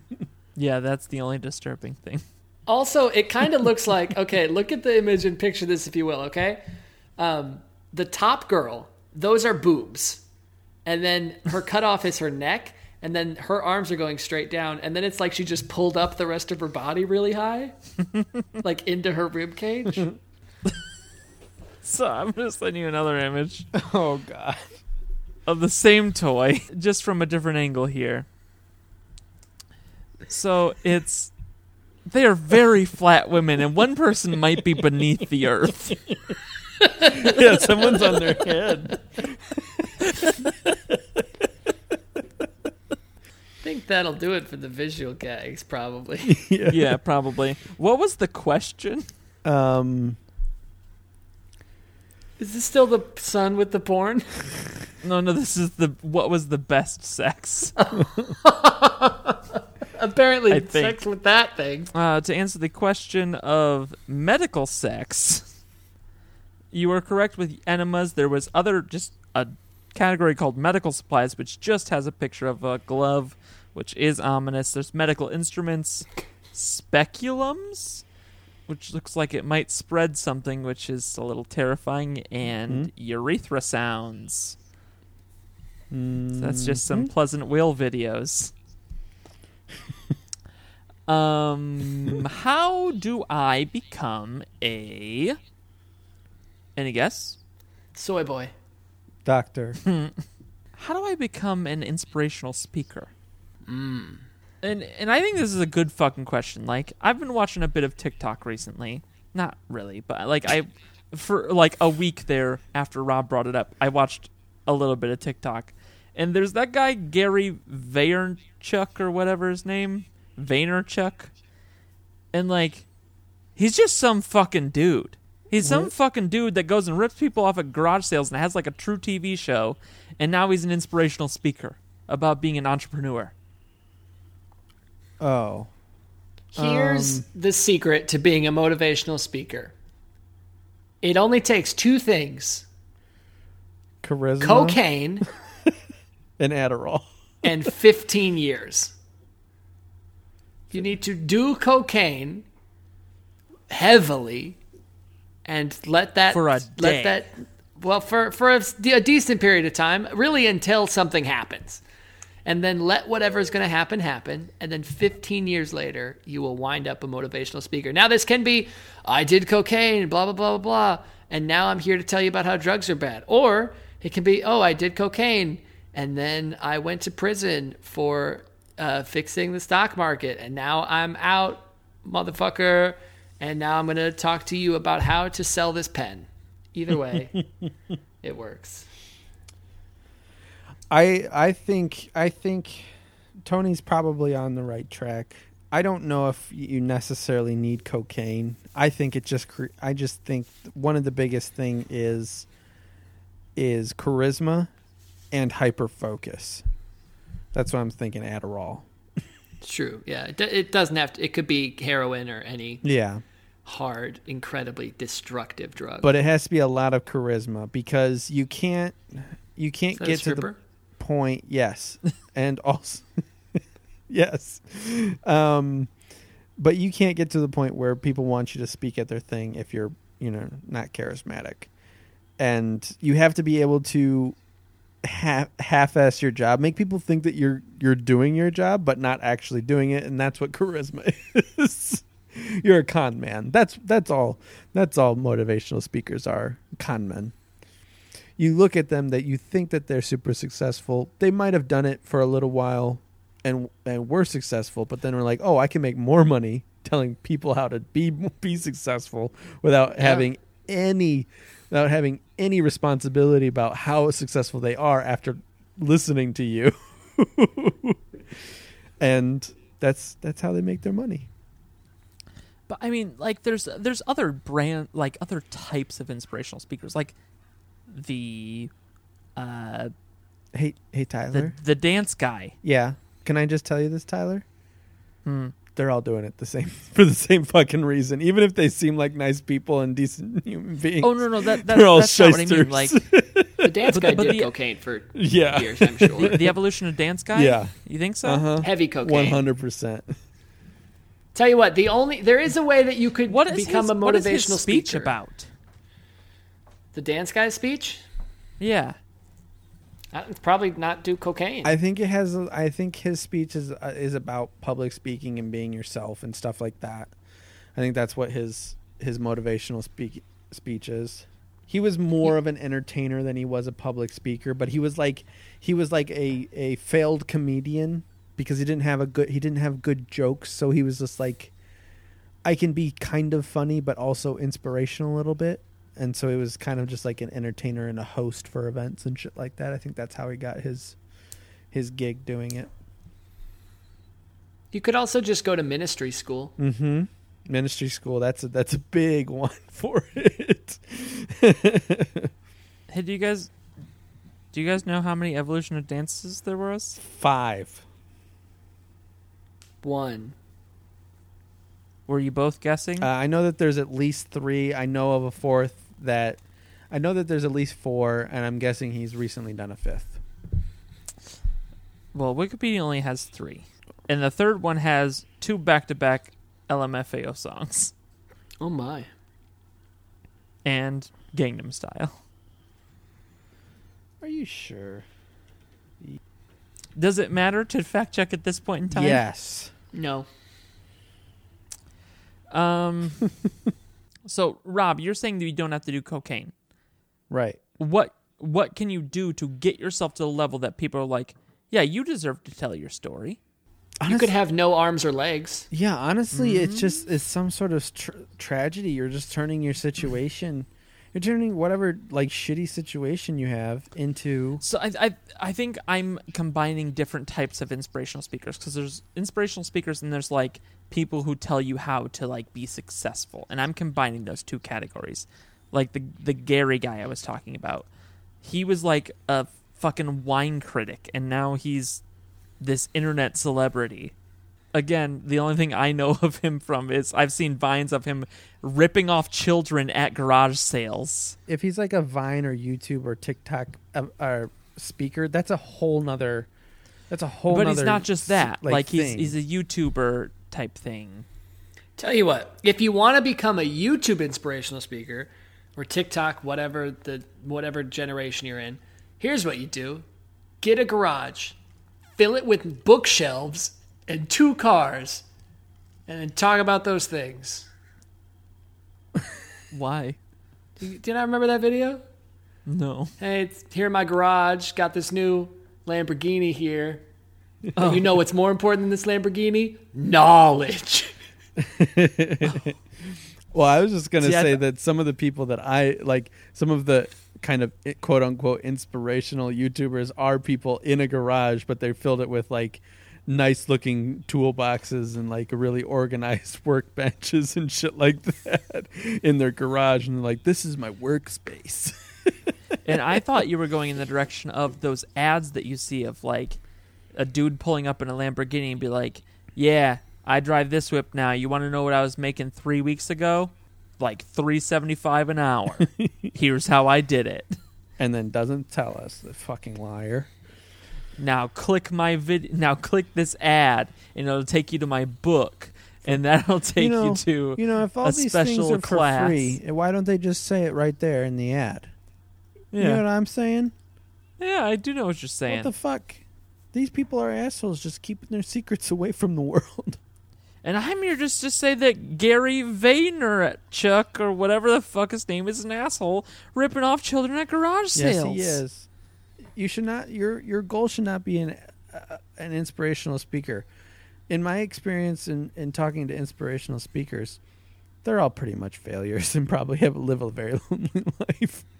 [SPEAKER 2] yeah, that's the only disturbing thing.
[SPEAKER 3] Also, it kind of looks like okay. Look at the image and picture this, if you will. Okay, um, the top girl; those are boobs, and then her cutoff is her neck, and then her arms are going straight down, and then it's like she just pulled up the rest of her body really high, like into her rib cage.
[SPEAKER 2] So I'm gonna send you another image
[SPEAKER 1] oh God.
[SPEAKER 2] of the same toy, just from a different angle here. So it's they are very flat women, and one person might be beneath the earth.
[SPEAKER 1] Yeah, someone's on their head.
[SPEAKER 3] I think that'll do it for the visual gags, probably.
[SPEAKER 2] yeah, probably. What was the question?
[SPEAKER 1] Um.
[SPEAKER 3] Is this still the son with the porn?
[SPEAKER 2] No, no, this is the what was the best sex?
[SPEAKER 3] Apparently,
[SPEAKER 2] I
[SPEAKER 3] it's sex
[SPEAKER 2] think.
[SPEAKER 3] with that thing.
[SPEAKER 2] uh, to answer the question of medical sex, you are correct with enemas. There was other just a category called medical supplies, which just has a picture of a glove, which is ominous. There's medical instruments, speculums, which looks like it might spread something, which is a little terrifying, and urethra sounds. So that's just some pleasant whale videos. um, how do I become a? Any guess?
[SPEAKER 3] Soy boy.
[SPEAKER 1] Doctor.
[SPEAKER 2] how do I become an inspirational speaker? Mm. And and I think this is a good fucking question. Like I've been watching a bit of TikTok recently. Not really, but like I for like a week there after Rob brought it up, I watched a little bit of TikTok. And there's that guy Gary Vaynerchuk or whatever his name, Vaynerchuk. And like he's just some fucking dude. He's some fucking dude that goes and rips people off at garage sales and has like a true TV show, and now he's an inspirational speaker about being an entrepreneur.
[SPEAKER 1] Oh.
[SPEAKER 3] Here's
[SPEAKER 2] Um,
[SPEAKER 3] the secret to being a motivational speaker. It only takes two things:
[SPEAKER 1] Charisma.
[SPEAKER 3] cocaine
[SPEAKER 1] And Adderall.
[SPEAKER 3] and 15 years. You need to do cocaine heavily and let that
[SPEAKER 2] For a day.
[SPEAKER 3] let that well for for a, s- a decent period of time, really until something happens. And then let whatever's going to happen happen. And then 15 years later, you will wind up a motivational speaker. Now, this can be I did cocaine, blah, blah, blah, blah, blah. And now I'm here to tell you about how drugs are bad. Or it can be, oh, I did cocaine. And then I went to prison for uh, fixing the stock market. And now I'm out, motherfucker. And now I'm going to talk to you about how to sell this pen. Either way, it works.
[SPEAKER 1] I I think I think Tony's probably on the right track. I don't know if you necessarily need cocaine. I think it just cre- I just think one of the biggest thing is is charisma and hyper focus. That's what I'm thinking Adderall.
[SPEAKER 3] It's true. Yeah. It, do- it doesn't have to, it could be heroin or any
[SPEAKER 1] Yeah.
[SPEAKER 3] hard, incredibly destructive drug.
[SPEAKER 1] But it has to be a lot of charisma because you can't you can't
[SPEAKER 3] Is that a
[SPEAKER 1] get to the
[SPEAKER 3] stripper?
[SPEAKER 1] point. Yes, and also yes, um, but you can't get to the point where people want you to speak at their thing if you're you know not charismatic, and you have to be able to half half-ass your job, make people think that you're you're doing your job but not actually doing it, and that's what charisma is. You're a con man. That's that's all. That's all motivational speakers are con men you look at them that you think that they're super successful. They might have done it for a little while and and were successful, but then we're like, "Oh, I can make more money telling people how to be be successful without having any without having any responsibility about how successful they are after listening to you." and that's that's how they make their money.
[SPEAKER 2] But I mean, like there's there's other brand like other types of inspirational speakers, like the uh
[SPEAKER 1] Hey, hey
[SPEAKER 2] the
[SPEAKER 1] Tyler.
[SPEAKER 2] the dance guy.
[SPEAKER 1] Yeah. Can I just tell you this, Tyler?
[SPEAKER 2] Hmm.
[SPEAKER 1] They're all doing it the same for the same fucking reason. Even if they seem like nice people and decent human beings.
[SPEAKER 2] Oh no no that, that
[SPEAKER 1] They're all
[SPEAKER 2] that's not what I mean.
[SPEAKER 1] shysters.
[SPEAKER 2] Like
[SPEAKER 3] the dance guy
[SPEAKER 2] but
[SPEAKER 3] did
[SPEAKER 2] the-
[SPEAKER 3] cocaine for
[SPEAKER 1] Yeah.
[SPEAKER 3] years, I'm sure.
[SPEAKER 2] the evolution of dance guy.
[SPEAKER 1] Yeah.
[SPEAKER 2] you think so?
[SPEAKER 3] Heavy cocaine.
[SPEAKER 1] One hundred percent.
[SPEAKER 3] Tell you what, the only there is a way that you could
[SPEAKER 2] What is
[SPEAKER 3] become
[SPEAKER 2] his,
[SPEAKER 3] a motivational
[SPEAKER 2] what is his speech
[SPEAKER 3] speaker.
[SPEAKER 2] about?
[SPEAKER 3] the dance guy's speech.
[SPEAKER 2] Yeah,
[SPEAKER 3] Uh, it's probably not do cocaine.
[SPEAKER 1] I think it has. a- I think his speech is uh, is about public speaking and being yourself and stuff like that. I think that's what his his motivational speak speech is. He was more of an entertainer than he was a public speaker, but he was like he was like a a failed comedian because he didn't have a good he didn't have good jokes, so he was just like I can be kind of funny but also inspirational a little bit. And so he was kind of just like an entertainer and a host for events and shit like that. I think that's how he got his his gig doing it.
[SPEAKER 3] you could also just go to ministry school.
[SPEAKER 2] Mm.
[SPEAKER 1] Ministry school, that's a that's a big one for it.
[SPEAKER 2] Hey, do you guys do you guys know how many evolution of dances there was?
[SPEAKER 1] Five.
[SPEAKER 3] One.
[SPEAKER 2] Were you both guessing?
[SPEAKER 1] Uh, I know that there's at least three. I know of a fourth that I know that there's at least four, and I'm guessing he's recently done a fifth.
[SPEAKER 2] Well, Wikipedia only has three, and the third one has two back-to-back LMFAO songs
[SPEAKER 3] Oh my.
[SPEAKER 2] and Gangnam Style.
[SPEAKER 1] Are you sure?
[SPEAKER 2] Does it matter to fact check at this point in time?
[SPEAKER 1] Yes.
[SPEAKER 3] No.
[SPEAKER 2] Um. so, Rob, you're saying that you don't have to do cocaine.
[SPEAKER 1] Right.
[SPEAKER 2] What What can you do to get yourself to the level that people are like, "Yeah, you deserve to tell your story."
[SPEAKER 3] You could have no arms or legs.
[SPEAKER 1] Yeah, honestly, it's just it's some sort of tr- tragedy. You're just turning your situation, you're turning whatever like shitty situation you have into.
[SPEAKER 2] So I, I I think I'm combining different types of inspirational speakers because there's inspirational speakers and there's like people who tell you how to like be successful, and I'm combining those two categories. Like the the Gary guy I was talking about, he was like a fucking wine critic, and now he's this internet celebrity. Again, the only thing I know of him from is I've seen vines of him ripping off children at garage sales.
[SPEAKER 1] If he's like a Vine or YouTube or TikTok uh, or speaker, that's a whole nother. That's a whole.
[SPEAKER 2] but he's
[SPEAKER 1] nother
[SPEAKER 2] not just
[SPEAKER 1] s-
[SPEAKER 2] that. Like, he's
[SPEAKER 1] thing.
[SPEAKER 2] he's a YouTuber type thing.
[SPEAKER 3] Tell you what, if you want to become a YouTube inspirational speaker or TikTok, whatever the whatever generation you're in, here's what you do: get a garage, fill it with bookshelves and two cars, and then talk about those things.
[SPEAKER 2] Why?
[SPEAKER 3] Do you, do you not remember that video?
[SPEAKER 2] No.
[SPEAKER 3] Hey, it's here in my garage. Got this new Lamborghini here. And You know what's more important than this Lamborghini? Knowledge.
[SPEAKER 1] Well, I was just gonna
[SPEAKER 2] See, I
[SPEAKER 1] say
[SPEAKER 2] th-
[SPEAKER 1] that some of the people that I like, some of the kind of i- quote unquote inspirational YouTubers are people in a garage, but they filled it with like nice looking toolboxes and like really organized workbenches and shit like that in their garage, and like this is my workspace.
[SPEAKER 2] and I thought you were going in the direction of those ads that you see of like a dude pulling up in a Lamborghini and be like, "Yeah, I drive this whip now. You want to know what I was making 3 weeks ago? Like 375 an hour. Here's how I did it."
[SPEAKER 1] and then doesn't tell us the fucking liar.
[SPEAKER 2] Now click my vid now click this ad and it'll take you to my book and that'll take you, to
[SPEAKER 1] you know if all
[SPEAKER 2] a
[SPEAKER 1] these
[SPEAKER 2] special
[SPEAKER 1] things are
[SPEAKER 2] class.
[SPEAKER 1] for free, why don't they just say it right there in the ad? You know
[SPEAKER 2] Yeah.
[SPEAKER 1] what I'm saying?
[SPEAKER 2] yeah, I do know what you're saying.
[SPEAKER 1] What the fuck? These people are assholes just keeping their secrets away from the world.
[SPEAKER 2] And I'm here just to say that Gary Vaynerchuk or whatever the fuck his name is an asshole ripping off children at garage sales.
[SPEAKER 1] he is. You should not your your goal should not be an uh, an inspirational speaker. In my experience in in talking to inspirational speakers, they're all pretty much failures and probably have live a very lonely life.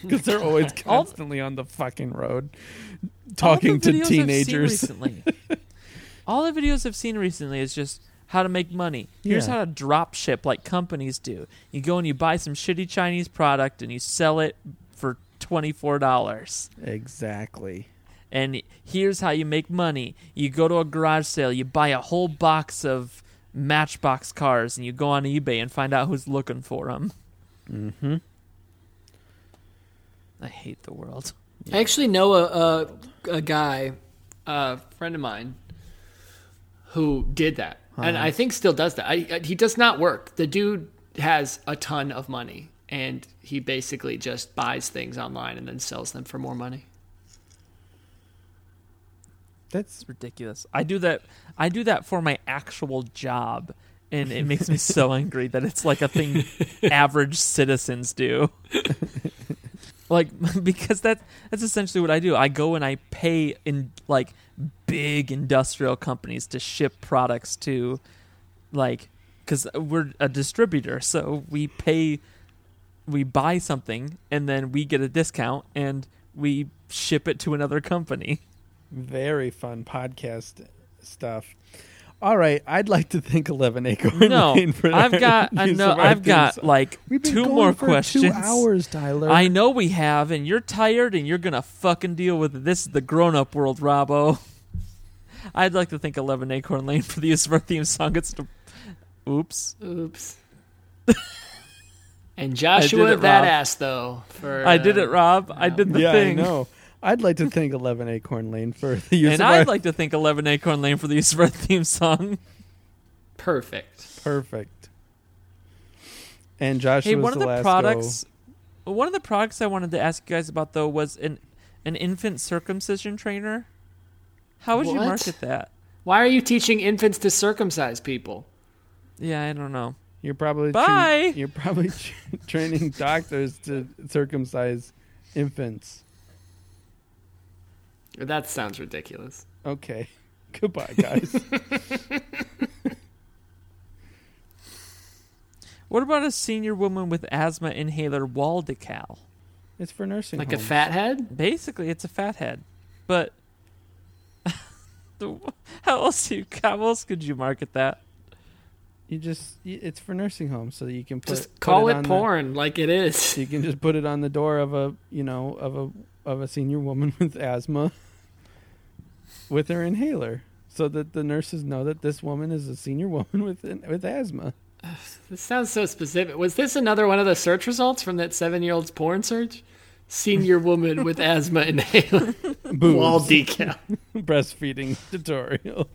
[SPEAKER 1] Because they're always
[SPEAKER 2] All-
[SPEAKER 1] constantly on the fucking road,
[SPEAKER 2] All the
[SPEAKER 1] talking to
[SPEAKER 2] videos I've seen
[SPEAKER 1] teenagers.
[SPEAKER 2] recently, all the videos I've seen recently is just how to make money. Here's
[SPEAKER 1] Yeah.
[SPEAKER 2] how to drop ship like companies do. You go and you buy some shitty Chinese product and you sell it for twenty four dollars.
[SPEAKER 1] Exactly.
[SPEAKER 2] and here's how you make money. You go to a garage sale, you buy a whole box of Matchbox cars, and you go on eBay and find out who's looking for them. Mm-hmm. I hate the world.
[SPEAKER 3] I actually know a a, a guy, a friend of mine, who did that, and I think still does that. I, I- he does not work. The dude has a ton of money, and he basically just buys things online and then sells them for more money.
[SPEAKER 1] That's
[SPEAKER 2] It's ridiculous. I do that. I do that for my actual job, and it makes me so angry that it's like a thing average citizens do. like because that that's essentially what I do. I go and I pay in like big industrial companies to ship products to, like because we're a distributor, so we pay. We buy something and then we get a discount and we ship it to another company.
[SPEAKER 1] very fun podcast stuff. All right, I'd like to thank Eleven Acorn
[SPEAKER 2] No,
[SPEAKER 1] Lane for
[SPEAKER 2] I've
[SPEAKER 1] their
[SPEAKER 2] got I
[SPEAKER 1] use
[SPEAKER 2] know
[SPEAKER 1] of our
[SPEAKER 2] I've
[SPEAKER 1] theme
[SPEAKER 2] got
[SPEAKER 1] song.
[SPEAKER 2] like
[SPEAKER 1] We've been
[SPEAKER 2] two
[SPEAKER 1] going
[SPEAKER 2] more
[SPEAKER 1] for
[SPEAKER 2] questions.
[SPEAKER 1] Two hours, Tyler.
[SPEAKER 2] I know we have, and you're tired, and you're gonna fucking deal with it. This is the grown-up world, Robbo. I'd like to thank Eleven Acorn Lane for the use of our theme song. It's, oops,
[SPEAKER 3] Oops. And
[SPEAKER 2] I
[SPEAKER 3] Joshua,
[SPEAKER 2] did it,
[SPEAKER 3] that
[SPEAKER 2] Rob.
[SPEAKER 3] ass though. For
[SPEAKER 2] I did
[SPEAKER 3] uh,
[SPEAKER 2] it, Rob. I did the
[SPEAKER 1] yeah, I
[SPEAKER 2] thing.
[SPEAKER 1] know. I'd like to thank 11 Acorn Lane for the use
[SPEAKER 2] And
[SPEAKER 1] of our
[SPEAKER 2] I'd like to thank 11 Acorn Lane for the use of our theme song.
[SPEAKER 3] Perfect.
[SPEAKER 1] perfect. And Josh
[SPEAKER 2] Hey,
[SPEAKER 1] was
[SPEAKER 2] one of the
[SPEAKER 1] last
[SPEAKER 2] products, one of the products I wanted to ask you guys about though was an an infant circumcision trainer. How would you
[SPEAKER 3] What?
[SPEAKER 2] market that?
[SPEAKER 3] Why are you teaching infants to circumcise people?
[SPEAKER 2] Yeah, I don't know.
[SPEAKER 1] go. You're probably tra-
[SPEAKER 2] Bye.
[SPEAKER 1] you're probably tra- training doctors to circumcise infants.
[SPEAKER 3] That sounds ridiculous.
[SPEAKER 1] Okay. Goodbye, guys.
[SPEAKER 2] What about a senior woman with asthma inhaler wall decal?
[SPEAKER 1] it's for nursing
[SPEAKER 3] Like a
[SPEAKER 1] homes.
[SPEAKER 3] fat head?
[SPEAKER 2] Basically, it's a fathead, but the- how else do you, how else could you market that?
[SPEAKER 1] You just y- it's for nursing homes so that you can put,
[SPEAKER 3] Just
[SPEAKER 1] put
[SPEAKER 3] call
[SPEAKER 1] on
[SPEAKER 3] it
[SPEAKER 1] the-
[SPEAKER 3] porn like it is.
[SPEAKER 1] you can just put it on the door of a you know of a of a senior woman with asthma with her inhaler so that the nurses know that this woman is a senior woman with with asthma.
[SPEAKER 3] This sounds so specific. Was this another one of the search results from that seven year old's porn search? Senior woman with asthma inhaler.
[SPEAKER 1] Boom.
[SPEAKER 3] Wall decal.
[SPEAKER 1] Breastfeeding tutorial.